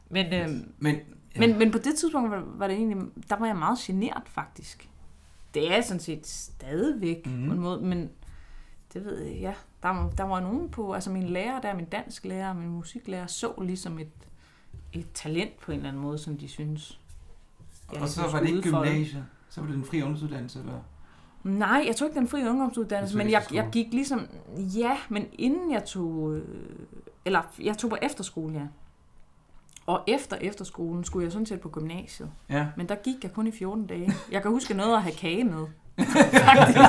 [SPEAKER 3] Men, øhm,
[SPEAKER 1] Men
[SPEAKER 3] men, men på det tidspunkt var, var det egentlig, der var jeg meget genert faktisk. Det er jeg sådan set stadigvæk
[SPEAKER 1] Mhm.
[SPEAKER 3] mm-hmm. på en måde, men det ved jeg, ja. Der, var- der var nogen på, altså min lærer der, min dansk lærer, min musiklærer, så ligesom et, et talent på en eller anden måde, som de synes.
[SPEAKER 1] og så var det ikke gymnasiet. Så var det en fri ungdomsuddannelse, eller?
[SPEAKER 3] Nej, jeg tog ikke den frie ungdomsuddannelse,
[SPEAKER 2] Du tog
[SPEAKER 3] men
[SPEAKER 2] ikke
[SPEAKER 3] jeg,
[SPEAKER 2] til skole?
[SPEAKER 3] jeg gik ligesom... Ja, men inden jeg tog... øh, Eller jeg tog på efterskole, ja. Og efter efterskolen skulle jeg sådan set på gymnasiet.
[SPEAKER 1] Ja.
[SPEAKER 3] Men der gik jeg kun i 14 dage. Jeg kan huske noget at have kage med. faktisk.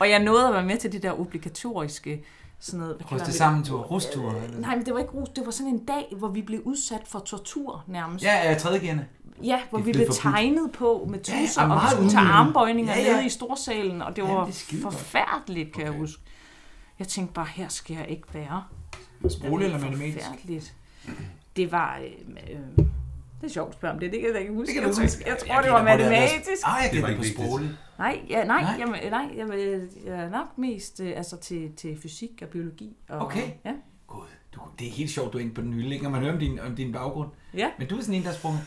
[SPEAKER 3] og jeg nåede at være med til det der obligatoriske sådan noget. hvad
[SPEAKER 1] Kryds
[SPEAKER 3] kalder
[SPEAKER 1] det
[SPEAKER 3] vi
[SPEAKER 1] sammen til rustur. eller-
[SPEAKER 3] Nej, men det var ikke rus. Det var sådan en dag, hvor vi blev udsat for tortur nærmest.
[SPEAKER 1] Ja, ja, tredje gerne.
[SPEAKER 3] Ja, hvor
[SPEAKER 1] Det
[SPEAKER 3] vi
[SPEAKER 1] blev
[SPEAKER 3] blev
[SPEAKER 1] forbudt.
[SPEAKER 3] tegnet på med tusser,
[SPEAKER 1] og
[SPEAKER 3] ja, og vi
[SPEAKER 1] meget
[SPEAKER 3] skulle tage
[SPEAKER 1] udnyttende.
[SPEAKER 3] armbøjninger
[SPEAKER 1] Ja,
[SPEAKER 3] ja,
[SPEAKER 1] ja.
[SPEAKER 3] ja. nede i storsalen, og det
[SPEAKER 1] Ja,
[SPEAKER 3] var
[SPEAKER 1] det er skidegodt.
[SPEAKER 3] forfærdeligt, kan okay.
[SPEAKER 2] Okay.
[SPEAKER 3] jeg huske. Jeg tænkte bare, her skal jeg ikke være.
[SPEAKER 1] Sproglig
[SPEAKER 3] Det var
[SPEAKER 1] eller matematisk?
[SPEAKER 3] Forfærdeligt. Det var... Øh, øh, det er sjovt at spørge om det, det kan jeg da ikke huske.
[SPEAKER 1] Det kan du
[SPEAKER 3] jeg,
[SPEAKER 1] ikke huske.
[SPEAKER 3] tror, jeg tror,
[SPEAKER 1] Jeg
[SPEAKER 3] det
[SPEAKER 1] gætter
[SPEAKER 3] var
[SPEAKER 1] på, har været-
[SPEAKER 3] matematisk.
[SPEAKER 1] Ah, jeg
[SPEAKER 2] Det var
[SPEAKER 1] gætter
[SPEAKER 2] ikke
[SPEAKER 1] på
[SPEAKER 2] vigtigt.
[SPEAKER 1] sproglig.
[SPEAKER 3] Nej, ja, nej,
[SPEAKER 1] Nej.
[SPEAKER 3] nej. Jamen, øh, nej jeg, jeg er nok mest øh, altså, til, til fysik og biologi. Og,
[SPEAKER 1] Okay.
[SPEAKER 3] Ja.
[SPEAKER 1] God, du, det er helt sjovt, du er inde på den nye link, og man hører om din, om din baggrund.
[SPEAKER 3] ja.
[SPEAKER 1] Men du er sådan en, der er sprunget.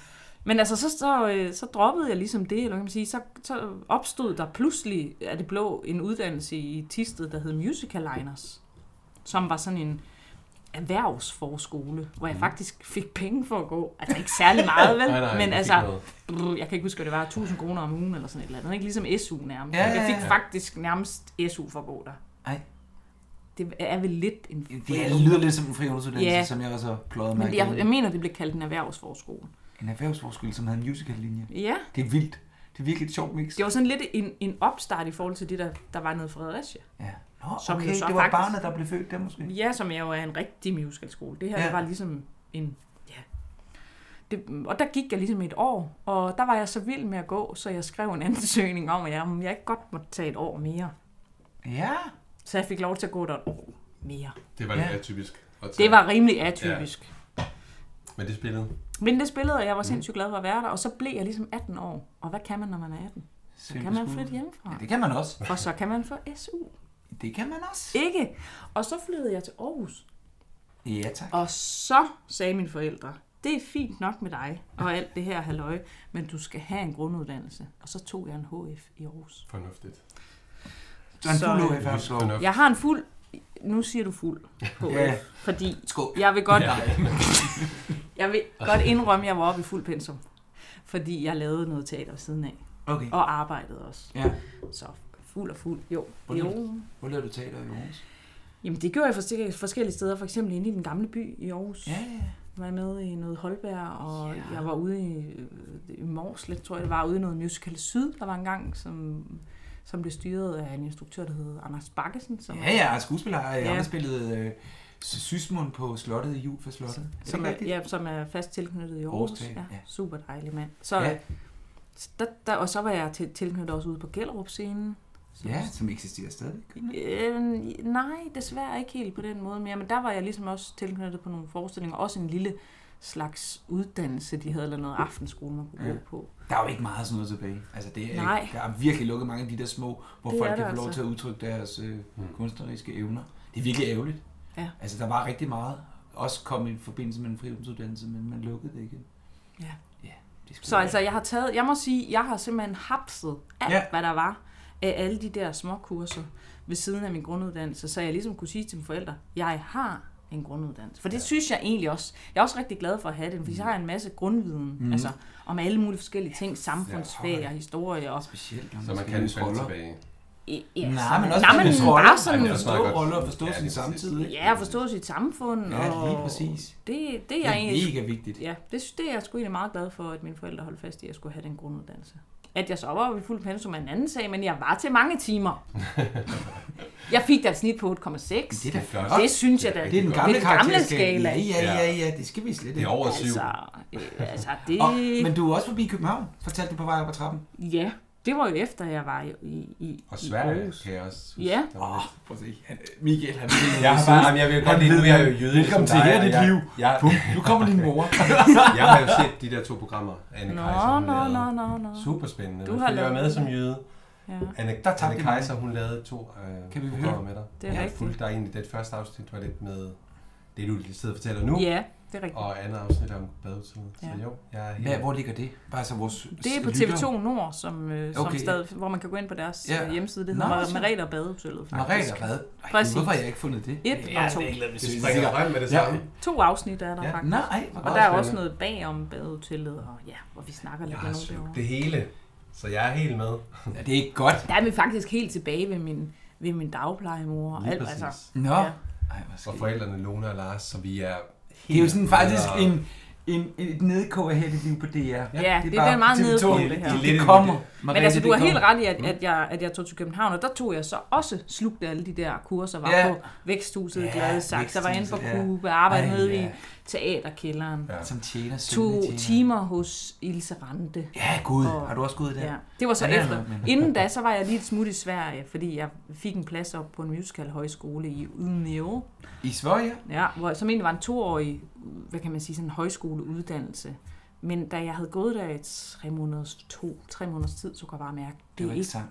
[SPEAKER 3] Men altså, så, så, øh, så droppede jeg ligesom det, eller hvad kan man sige, så, så opstod der pludselig af det blå en uddannelse i Tisted, der hed Musical Liners, som var sådan en erhvervsforskole, hvor jeg
[SPEAKER 1] Mhm.
[SPEAKER 3] faktisk fik penge for at gå. Altså ikke særlig meget, vel?
[SPEAKER 2] Nej, nej,
[SPEAKER 3] men
[SPEAKER 2] vi
[SPEAKER 3] altså,
[SPEAKER 2] fik noget.
[SPEAKER 3] brr, jeg kan ikke huske, hvad det var, 1000 kroner om ugen eller sådan et eller andet. Ikke? Ligesom SU nærmest.
[SPEAKER 1] Ja,
[SPEAKER 3] jeg
[SPEAKER 1] ja,
[SPEAKER 3] fik
[SPEAKER 1] ja.
[SPEAKER 3] faktisk nærmest SU for at gå der.
[SPEAKER 1] Ej.
[SPEAKER 3] Det er vel lidt en
[SPEAKER 1] Det er- lyder lidt som en friholdelsuddannelse,
[SPEAKER 3] Ja.
[SPEAKER 1] yeah. som jeg også har pløjet mig
[SPEAKER 3] Men jeg, jeg
[SPEAKER 1] igennem.
[SPEAKER 3] mener, det blev kaldt en erhvervsforskole.
[SPEAKER 1] En erhvervsforskole, som havde en musical-linje.
[SPEAKER 3] Ja.
[SPEAKER 1] Det er vildt. Det er virkelig et sjovt mix.
[SPEAKER 3] Det var sådan lidt en, en opstart i forhold til det, der, der var nede i Fredericia.
[SPEAKER 1] Ja. Nå,
[SPEAKER 3] Som
[SPEAKER 1] okay,
[SPEAKER 3] jo så
[SPEAKER 1] det var
[SPEAKER 3] faktisk-
[SPEAKER 1] barnet, der blev født der måske.
[SPEAKER 3] Ja, som jeg jo er en rigtig musicalskole. Det her
[SPEAKER 1] Ja.
[SPEAKER 3] ja. var ligesom en... Ja. Det, og der gik jeg ligesom et år, og der var jeg så vild med at gå, så jeg skrev en ansøgning om, at jeg, om jeg ikke godt måtte tage et år mere.
[SPEAKER 1] Ja.
[SPEAKER 3] Så jeg fik lov til at gå der et år mere.
[SPEAKER 2] Det var lidt
[SPEAKER 1] Ja.
[SPEAKER 2] atypisk. at tage.
[SPEAKER 3] Det var rimelig atypisk. Ja.
[SPEAKER 2] Men det spillede.
[SPEAKER 3] Men det spillede, og jeg var
[SPEAKER 1] Mm.
[SPEAKER 3] sindssygt glad for at være der, og så blev jeg ligesom 18 år. Og hvad kan man, når man er 18?
[SPEAKER 1] Så
[SPEAKER 3] Kan man flytte hjemmefra?
[SPEAKER 1] Ja, det kan man også.
[SPEAKER 3] Og så kan man få SU.
[SPEAKER 1] Det kan man også.
[SPEAKER 3] Ikke? Og så flyttede jeg til Aarhus.
[SPEAKER 1] Ja, tak.
[SPEAKER 3] Og så sagde mine forældre, det er fint nok med dig og alt det her halløj, men du skal have en grunduddannelse. Og så tog jeg en HF i Aarhus.
[SPEAKER 2] Fornuftigt.
[SPEAKER 1] Så en
[SPEAKER 3] så-
[SPEAKER 1] fuld HF-afslov.
[SPEAKER 2] Fornuftigt.
[SPEAKER 3] Jeg har en fuld... Nu siger du fuld HF,
[SPEAKER 1] Ja.
[SPEAKER 3] fordi
[SPEAKER 1] Skål.
[SPEAKER 3] jeg vil godt, jeg vil godt indrømme, at jeg var oppe i fuld pensum. Fordi jeg lavede noget teater ved siden af,
[SPEAKER 1] Okay.
[SPEAKER 3] og arbejdede også.
[SPEAKER 1] Ja.
[SPEAKER 3] Så fuld og fuld, jo.
[SPEAKER 1] Hvordan-
[SPEAKER 3] jo.
[SPEAKER 1] Hvor lavede du teater i Aarhus?
[SPEAKER 3] Jamen det gjorde jeg forskellige- forskellige steder, for eksempel inde i den gamle by i Aarhus.
[SPEAKER 1] Ja, ja.
[SPEAKER 3] var med i noget Holberg, og yeah. jeg var ude i, øh, i Morslet, tror jeg det var, ude i noget musical syd, der var en gang, som, som blev styret af en instruktør, der hed Anders Bakkesen, som,
[SPEAKER 1] Ja, ja, og skuespiller. Jeg
[SPEAKER 3] Ja.
[SPEAKER 1] har spillet øh, Sysmund på slottet i jul for slottet. Er det
[SPEAKER 3] som,
[SPEAKER 1] ikke
[SPEAKER 3] er,
[SPEAKER 1] rigtigt?
[SPEAKER 3] ja, som er fast tilknyttet i
[SPEAKER 1] Aarhus
[SPEAKER 3] Aarhus.
[SPEAKER 1] Teater,
[SPEAKER 3] Ja,
[SPEAKER 1] ja.
[SPEAKER 3] super dejlig mand. Så,
[SPEAKER 1] Ja.
[SPEAKER 3] ja. der, der, og så var jeg til, tilknyttet også ude på Gellerup-scenen. som-
[SPEAKER 1] ja, som eksisterer stadig. gør den ikke?
[SPEAKER 3] Øh, nej, desværre ikke helt på den måde mere, men der var jeg ligesom også tilknyttet på nogle forestillinger, også en lille slags uddannelse, de havde, eller noget aftenskole, man kunne
[SPEAKER 1] Ja.
[SPEAKER 3] ja. gå på.
[SPEAKER 1] Der er jo ikke meget sådan noget tilbage. Altså, det er,
[SPEAKER 3] Nej.
[SPEAKER 1] Ikke, der er virkelig lukket mange af de der små, hvor
[SPEAKER 3] Det
[SPEAKER 1] folk
[SPEAKER 3] er
[SPEAKER 1] kan
[SPEAKER 3] der
[SPEAKER 1] få lov
[SPEAKER 3] altså.
[SPEAKER 1] til at udtrykke deres øh,
[SPEAKER 2] Mm.
[SPEAKER 1] kunstneriske evner. Det er virkelig ærgerligt.
[SPEAKER 3] Ja.
[SPEAKER 1] Altså, der var rigtig meget. Også kom i forbindelse med en frihedsuddannelse, men man lukkede det igen.
[SPEAKER 3] Ja.
[SPEAKER 1] ja det skulle
[SPEAKER 3] Så altså, jeg har taget, jeg må sige, jeg har simpelthen hapset alt,
[SPEAKER 1] Ja.
[SPEAKER 3] ja. hvad der var af alle de der små kurser ved siden af min grunduddannelse, så jeg ligesom kunne sige til mine forældre, jeg har en grunduddannelse. For det synes jeg egentlig også. Jeg er også rigtig glad for at have den, fordi så
[SPEAKER 1] Mm.
[SPEAKER 3] har jeg en masse grundviden, mm. altså om alle mulige forskellige ting, samfundsfag og historie og...
[SPEAKER 1] specielt, når
[SPEAKER 2] Så man
[SPEAKER 1] skal
[SPEAKER 2] kan
[SPEAKER 1] løse
[SPEAKER 2] falde tilbage.
[SPEAKER 3] Ja,
[SPEAKER 1] Nej, men også
[SPEAKER 3] Nej, men
[SPEAKER 1] løse roller.
[SPEAKER 3] bare sådan...
[SPEAKER 2] Ej, men også-
[SPEAKER 1] forstå roller og forstå
[SPEAKER 2] Ja,
[SPEAKER 1] sin
[SPEAKER 2] lige præcis.
[SPEAKER 1] samtid. Ikke?
[SPEAKER 3] Ja, at forstå sit samfund.
[SPEAKER 1] Ja,
[SPEAKER 3] og
[SPEAKER 1] lige præcis.
[SPEAKER 3] Det, det er
[SPEAKER 1] Det
[SPEAKER 3] jeg
[SPEAKER 1] er
[SPEAKER 3] egentlig...
[SPEAKER 1] mega vigtigt.
[SPEAKER 3] Ja, det, det er jeg sgu egentlig meget glad for, at mine forældre holdt fast i, at jeg skulle have den grunduddannelse. At jeg så var ved fuld pensum er en anden sag, men jeg var til mange timer. jeg fik da et snit på 8,6.
[SPEAKER 1] Det er da
[SPEAKER 2] Det er
[SPEAKER 1] flot.
[SPEAKER 2] flot.
[SPEAKER 3] Det synes jeg da.
[SPEAKER 1] Det er den gamle,
[SPEAKER 3] det er den gamle
[SPEAKER 1] karakterskala.
[SPEAKER 3] skala.
[SPEAKER 1] Ja, ja, ja, ja, det skal vi slet
[SPEAKER 2] Det
[SPEAKER 1] ikke.
[SPEAKER 2] er over syv.
[SPEAKER 3] Altså, øh, altså det...
[SPEAKER 1] Og, men du er også forbi København, fortalte du på vej op ad trappen.
[SPEAKER 3] Ja, det var jo efter, jeg var i, i, i
[SPEAKER 2] Og
[SPEAKER 3] i
[SPEAKER 2] Sverige
[SPEAKER 3] Aarhus.
[SPEAKER 2] kan jeg også
[SPEAKER 3] Ja.
[SPEAKER 2] Der var-
[SPEAKER 1] Prøv at se, han, Michael, han ved,
[SPEAKER 2] Jeg har bare, jamen, jeg vil godt lide, nu er jeg jo jøde.
[SPEAKER 1] Velkommen til
[SPEAKER 2] ligesom dig,
[SPEAKER 1] her er
[SPEAKER 2] og
[SPEAKER 1] dit
[SPEAKER 2] jeg-
[SPEAKER 1] liv.
[SPEAKER 2] Jeg,
[SPEAKER 1] Bum, nu kommer din mor.
[SPEAKER 2] jeg har jo set de der to programmer, Anne
[SPEAKER 3] Nå,
[SPEAKER 2] Kaiser, hun
[SPEAKER 3] nå,
[SPEAKER 2] lavede.
[SPEAKER 3] nå, nå, nå.
[SPEAKER 2] Super spændende.
[SPEAKER 3] Du
[SPEAKER 2] Du
[SPEAKER 3] har
[SPEAKER 2] har jeg
[SPEAKER 3] lavet-
[SPEAKER 2] med som jøde.
[SPEAKER 3] Ja.
[SPEAKER 2] Anne,
[SPEAKER 1] Der tabte
[SPEAKER 2] Anne
[SPEAKER 1] jeg
[SPEAKER 2] Kaiser, hun lavede to øh,
[SPEAKER 1] Kan vi
[SPEAKER 2] programmer
[SPEAKER 1] høre?
[SPEAKER 2] med dig.
[SPEAKER 3] Det er
[SPEAKER 2] Jeg
[SPEAKER 3] rigtigt.
[SPEAKER 2] fulgte dig egentlig. Det første afsnit var lidt med det, du sidder og fortæller nu.
[SPEAKER 3] ja, det er rigtigt.
[SPEAKER 2] Og andet afsnit er om badehotellet. Så
[SPEAKER 3] Ja.
[SPEAKER 2] jo, jeg er helt...
[SPEAKER 1] Hvad, hvor ligger det? Bare så vores
[SPEAKER 3] Det er på
[SPEAKER 1] lyttere.
[SPEAKER 3] TV2 Nord, som, øh, som
[SPEAKER 1] Okay.
[SPEAKER 3] stadig, hvor man kan gå ind på deres
[SPEAKER 1] Ja.
[SPEAKER 3] ja. hjemmeside. Det
[SPEAKER 1] Nå,
[SPEAKER 3] hedder
[SPEAKER 1] så-
[SPEAKER 3] Marita og Badehotellet,
[SPEAKER 1] Margrethe
[SPEAKER 3] faktisk.
[SPEAKER 1] og hvad? Ej,
[SPEAKER 3] Præcis.
[SPEAKER 1] hvorfor har jeg ikke fundet det?
[SPEAKER 3] Et og to.
[SPEAKER 2] Det springer frem med det
[SPEAKER 1] Ja.
[SPEAKER 2] samme.
[SPEAKER 3] To afsnit er der
[SPEAKER 2] Ja.
[SPEAKER 3] faktisk.
[SPEAKER 1] Nej, hvor
[SPEAKER 3] Og
[SPEAKER 1] godt.
[SPEAKER 3] der er
[SPEAKER 2] spændende.
[SPEAKER 3] også noget bag om badehotellet, og ja, hvor vi snakker lidt
[SPEAKER 2] Jeg
[SPEAKER 3] om
[SPEAKER 2] har
[SPEAKER 3] nogle
[SPEAKER 2] slugt
[SPEAKER 3] derovre.
[SPEAKER 2] det hele, så jeg er helt med.
[SPEAKER 1] Ja, det er ikke godt.
[SPEAKER 3] Der er vi faktisk helt tilbage ved min, ved min dagplejemor og
[SPEAKER 2] Lige
[SPEAKER 3] alt,
[SPEAKER 2] præcis.
[SPEAKER 3] altså.
[SPEAKER 1] Nå.
[SPEAKER 3] Ja.
[SPEAKER 1] Ej, hvor
[SPEAKER 2] Og
[SPEAKER 1] skægt.
[SPEAKER 2] forældrene Lone og Lars, så vi er...
[SPEAKER 1] Det er jo sådan faktisk en, en, et nedkog af hele liv på DR. Ja,
[SPEAKER 3] det er den er meget nedkog, det her.
[SPEAKER 1] Det, det Mm. kommer.
[SPEAKER 3] Men altså, du har helt ret i, at, at, jeg, at jeg tog til København, og der tog jeg så også slugte alle de der kurser, var
[SPEAKER 1] Ja.
[SPEAKER 3] på Væksthuset
[SPEAKER 1] Ja,
[SPEAKER 3] i Gladsaxe, jeg var inde på
[SPEAKER 1] Væksthuset, ja.
[SPEAKER 3] Kube, arbejdede
[SPEAKER 1] Ej,
[SPEAKER 3] nede
[SPEAKER 1] ja.
[SPEAKER 3] i teaterkælderen.
[SPEAKER 2] Ja.
[SPEAKER 1] Som tjener
[SPEAKER 3] To
[SPEAKER 1] søvnige tjener.
[SPEAKER 3] timer hos Ilse Rante.
[SPEAKER 1] Ja, gud.
[SPEAKER 3] Og-
[SPEAKER 1] Har du også gået der?
[SPEAKER 3] Ja. Det var så
[SPEAKER 1] Ja, det er
[SPEAKER 3] efter.
[SPEAKER 1] noget, men-
[SPEAKER 3] Inden da, så var jeg lige et smut i Sverige, fordi jeg fik en plads op på en musicalhøjskole i Umeå.
[SPEAKER 1] I Sverige?
[SPEAKER 3] Ja, hvor, som egentlig var en toårig, hvad kan man sige, sådan en højskoleuddannelse. Men da jeg havde gået der i tre måneders, to, tre måneders tid, så kunne jeg bare mærke,
[SPEAKER 1] Det
[SPEAKER 3] det, det
[SPEAKER 1] var
[SPEAKER 3] er
[SPEAKER 1] ikke
[SPEAKER 3] ikke...
[SPEAKER 1] sang.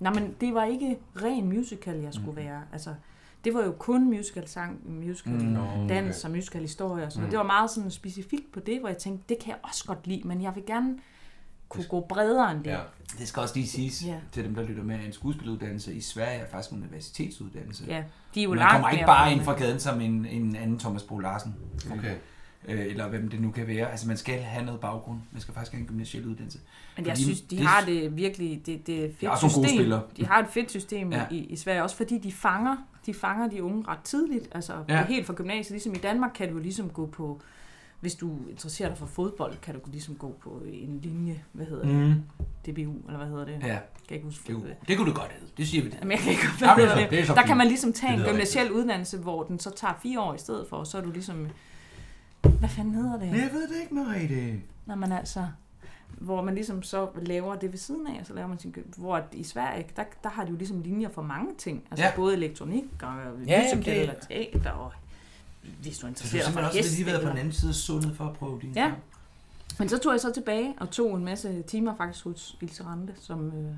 [SPEAKER 3] Nej, men det var ikke ren musical, jeg skulle mm. være. Altså, det var jo kun musical sang, musical mm.
[SPEAKER 2] Nå,
[SPEAKER 3] dans og musical historie og sådan mm. Det var meget sådan specifikt på det, hvor jeg tænkte, det kan jeg også godt lide, men jeg vil gerne kunne gå bredere end det.
[SPEAKER 2] Ja.
[SPEAKER 3] Ja.
[SPEAKER 1] Det skal også lige siges
[SPEAKER 3] Ja.
[SPEAKER 1] til dem, der lytter med, at en skuespiluddannelse i Sverige er faktisk en universitetsuddannelse.
[SPEAKER 3] ja. De er jo
[SPEAKER 1] Man
[SPEAKER 3] langt
[SPEAKER 1] kommer ikke
[SPEAKER 3] mere
[SPEAKER 1] bare
[SPEAKER 3] fremme.
[SPEAKER 1] ind fra gaden som en, en anden Thomas Bo Larsen,
[SPEAKER 2] Okay.
[SPEAKER 1] øh, eller hvem det nu kan være. Altså, man skal have noget baggrund. Man skal faktisk have en gymnasiel uddannelse.
[SPEAKER 3] Men jeg
[SPEAKER 1] Fordi
[SPEAKER 3] synes, de har det virkelig, det, det er et fedt
[SPEAKER 1] er også nogle gode
[SPEAKER 3] system.
[SPEAKER 1] spillere.
[SPEAKER 3] De har et fedt system
[SPEAKER 1] Ja.
[SPEAKER 3] ja. i, i Sverige, også fordi de fanger, de fanger de unge ret tidligt, altså
[SPEAKER 1] Ja.
[SPEAKER 3] ja. helt fra gymnasiet. Ligesom i Danmark kan du jo ligesom gå på, hvis du interesserer dig for fodbold, kan du ligesom gå på en linje, hvad hedder det,
[SPEAKER 1] Mm.
[SPEAKER 3] DBU, eller hvad hedder det?
[SPEAKER 1] Ja,
[SPEAKER 3] Jeg kan ikke huske,
[SPEAKER 1] det,
[SPEAKER 3] hvad det
[SPEAKER 1] kunne- det kunne du godt hedde. Det siger vi da.
[SPEAKER 3] Jamen, jeg kan ikke
[SPEAKER 1] Ja,
[SPEAKER 3] hvad
[SPEAKER 1] men
[SPEAKER 3] hedder
[SPEAKER 1] altså, det er så
[SPEAKER 3] det. Der
[SPEAKER 1] fint.
[SPEAKER 3] kan man ligesom tage
[SPEAKER 2] Det
[SPEAKER 3] en
[SPEAKER 2] lyder
[SPEAKER 3] gymnasiel uddannelse, hvor den så tager fire år i stedet for, og så er du ligesom, hvad fanden hedder det?
[SPEAKER 1] Jeg ved det ikke, Merete.
[SPEAKER 3] Når man altså, hvor man ligesom så laver det ved siden af, og så laver man sin kø- Hvor at i Sverige, der, der har de jo ligesom linjer for mange ting. Altså
[SPEAKER 1] Ja.
[SPEAKER 3] ja. både elektronik og
[SPEAKER 1] ja,
[SPEAKER 3] musical
[SPEAKER 1] det er-
[SPEAKER 3] og teater og hvis du
[SPEAKER 1] Så du har
[SPEAKER 3] interesserer dig
[SPEAKER 1] simpelthen
[SPEAKER 3] for
[SPEAKER 1] også
[SPEAKER 3] hest.
[SPEAKER 1] lige været på den
[SPEAKER 3] eller-
[SPEAKER 1] anden side af sundet for at prøve din
[SPEAKER 3] Ja.
[SPEAKER 1] kamp.
[SPEAKER 3] Men så tog jeg så tilbage og tog en masse timer faktisk hos Ilse Rante, som, øh,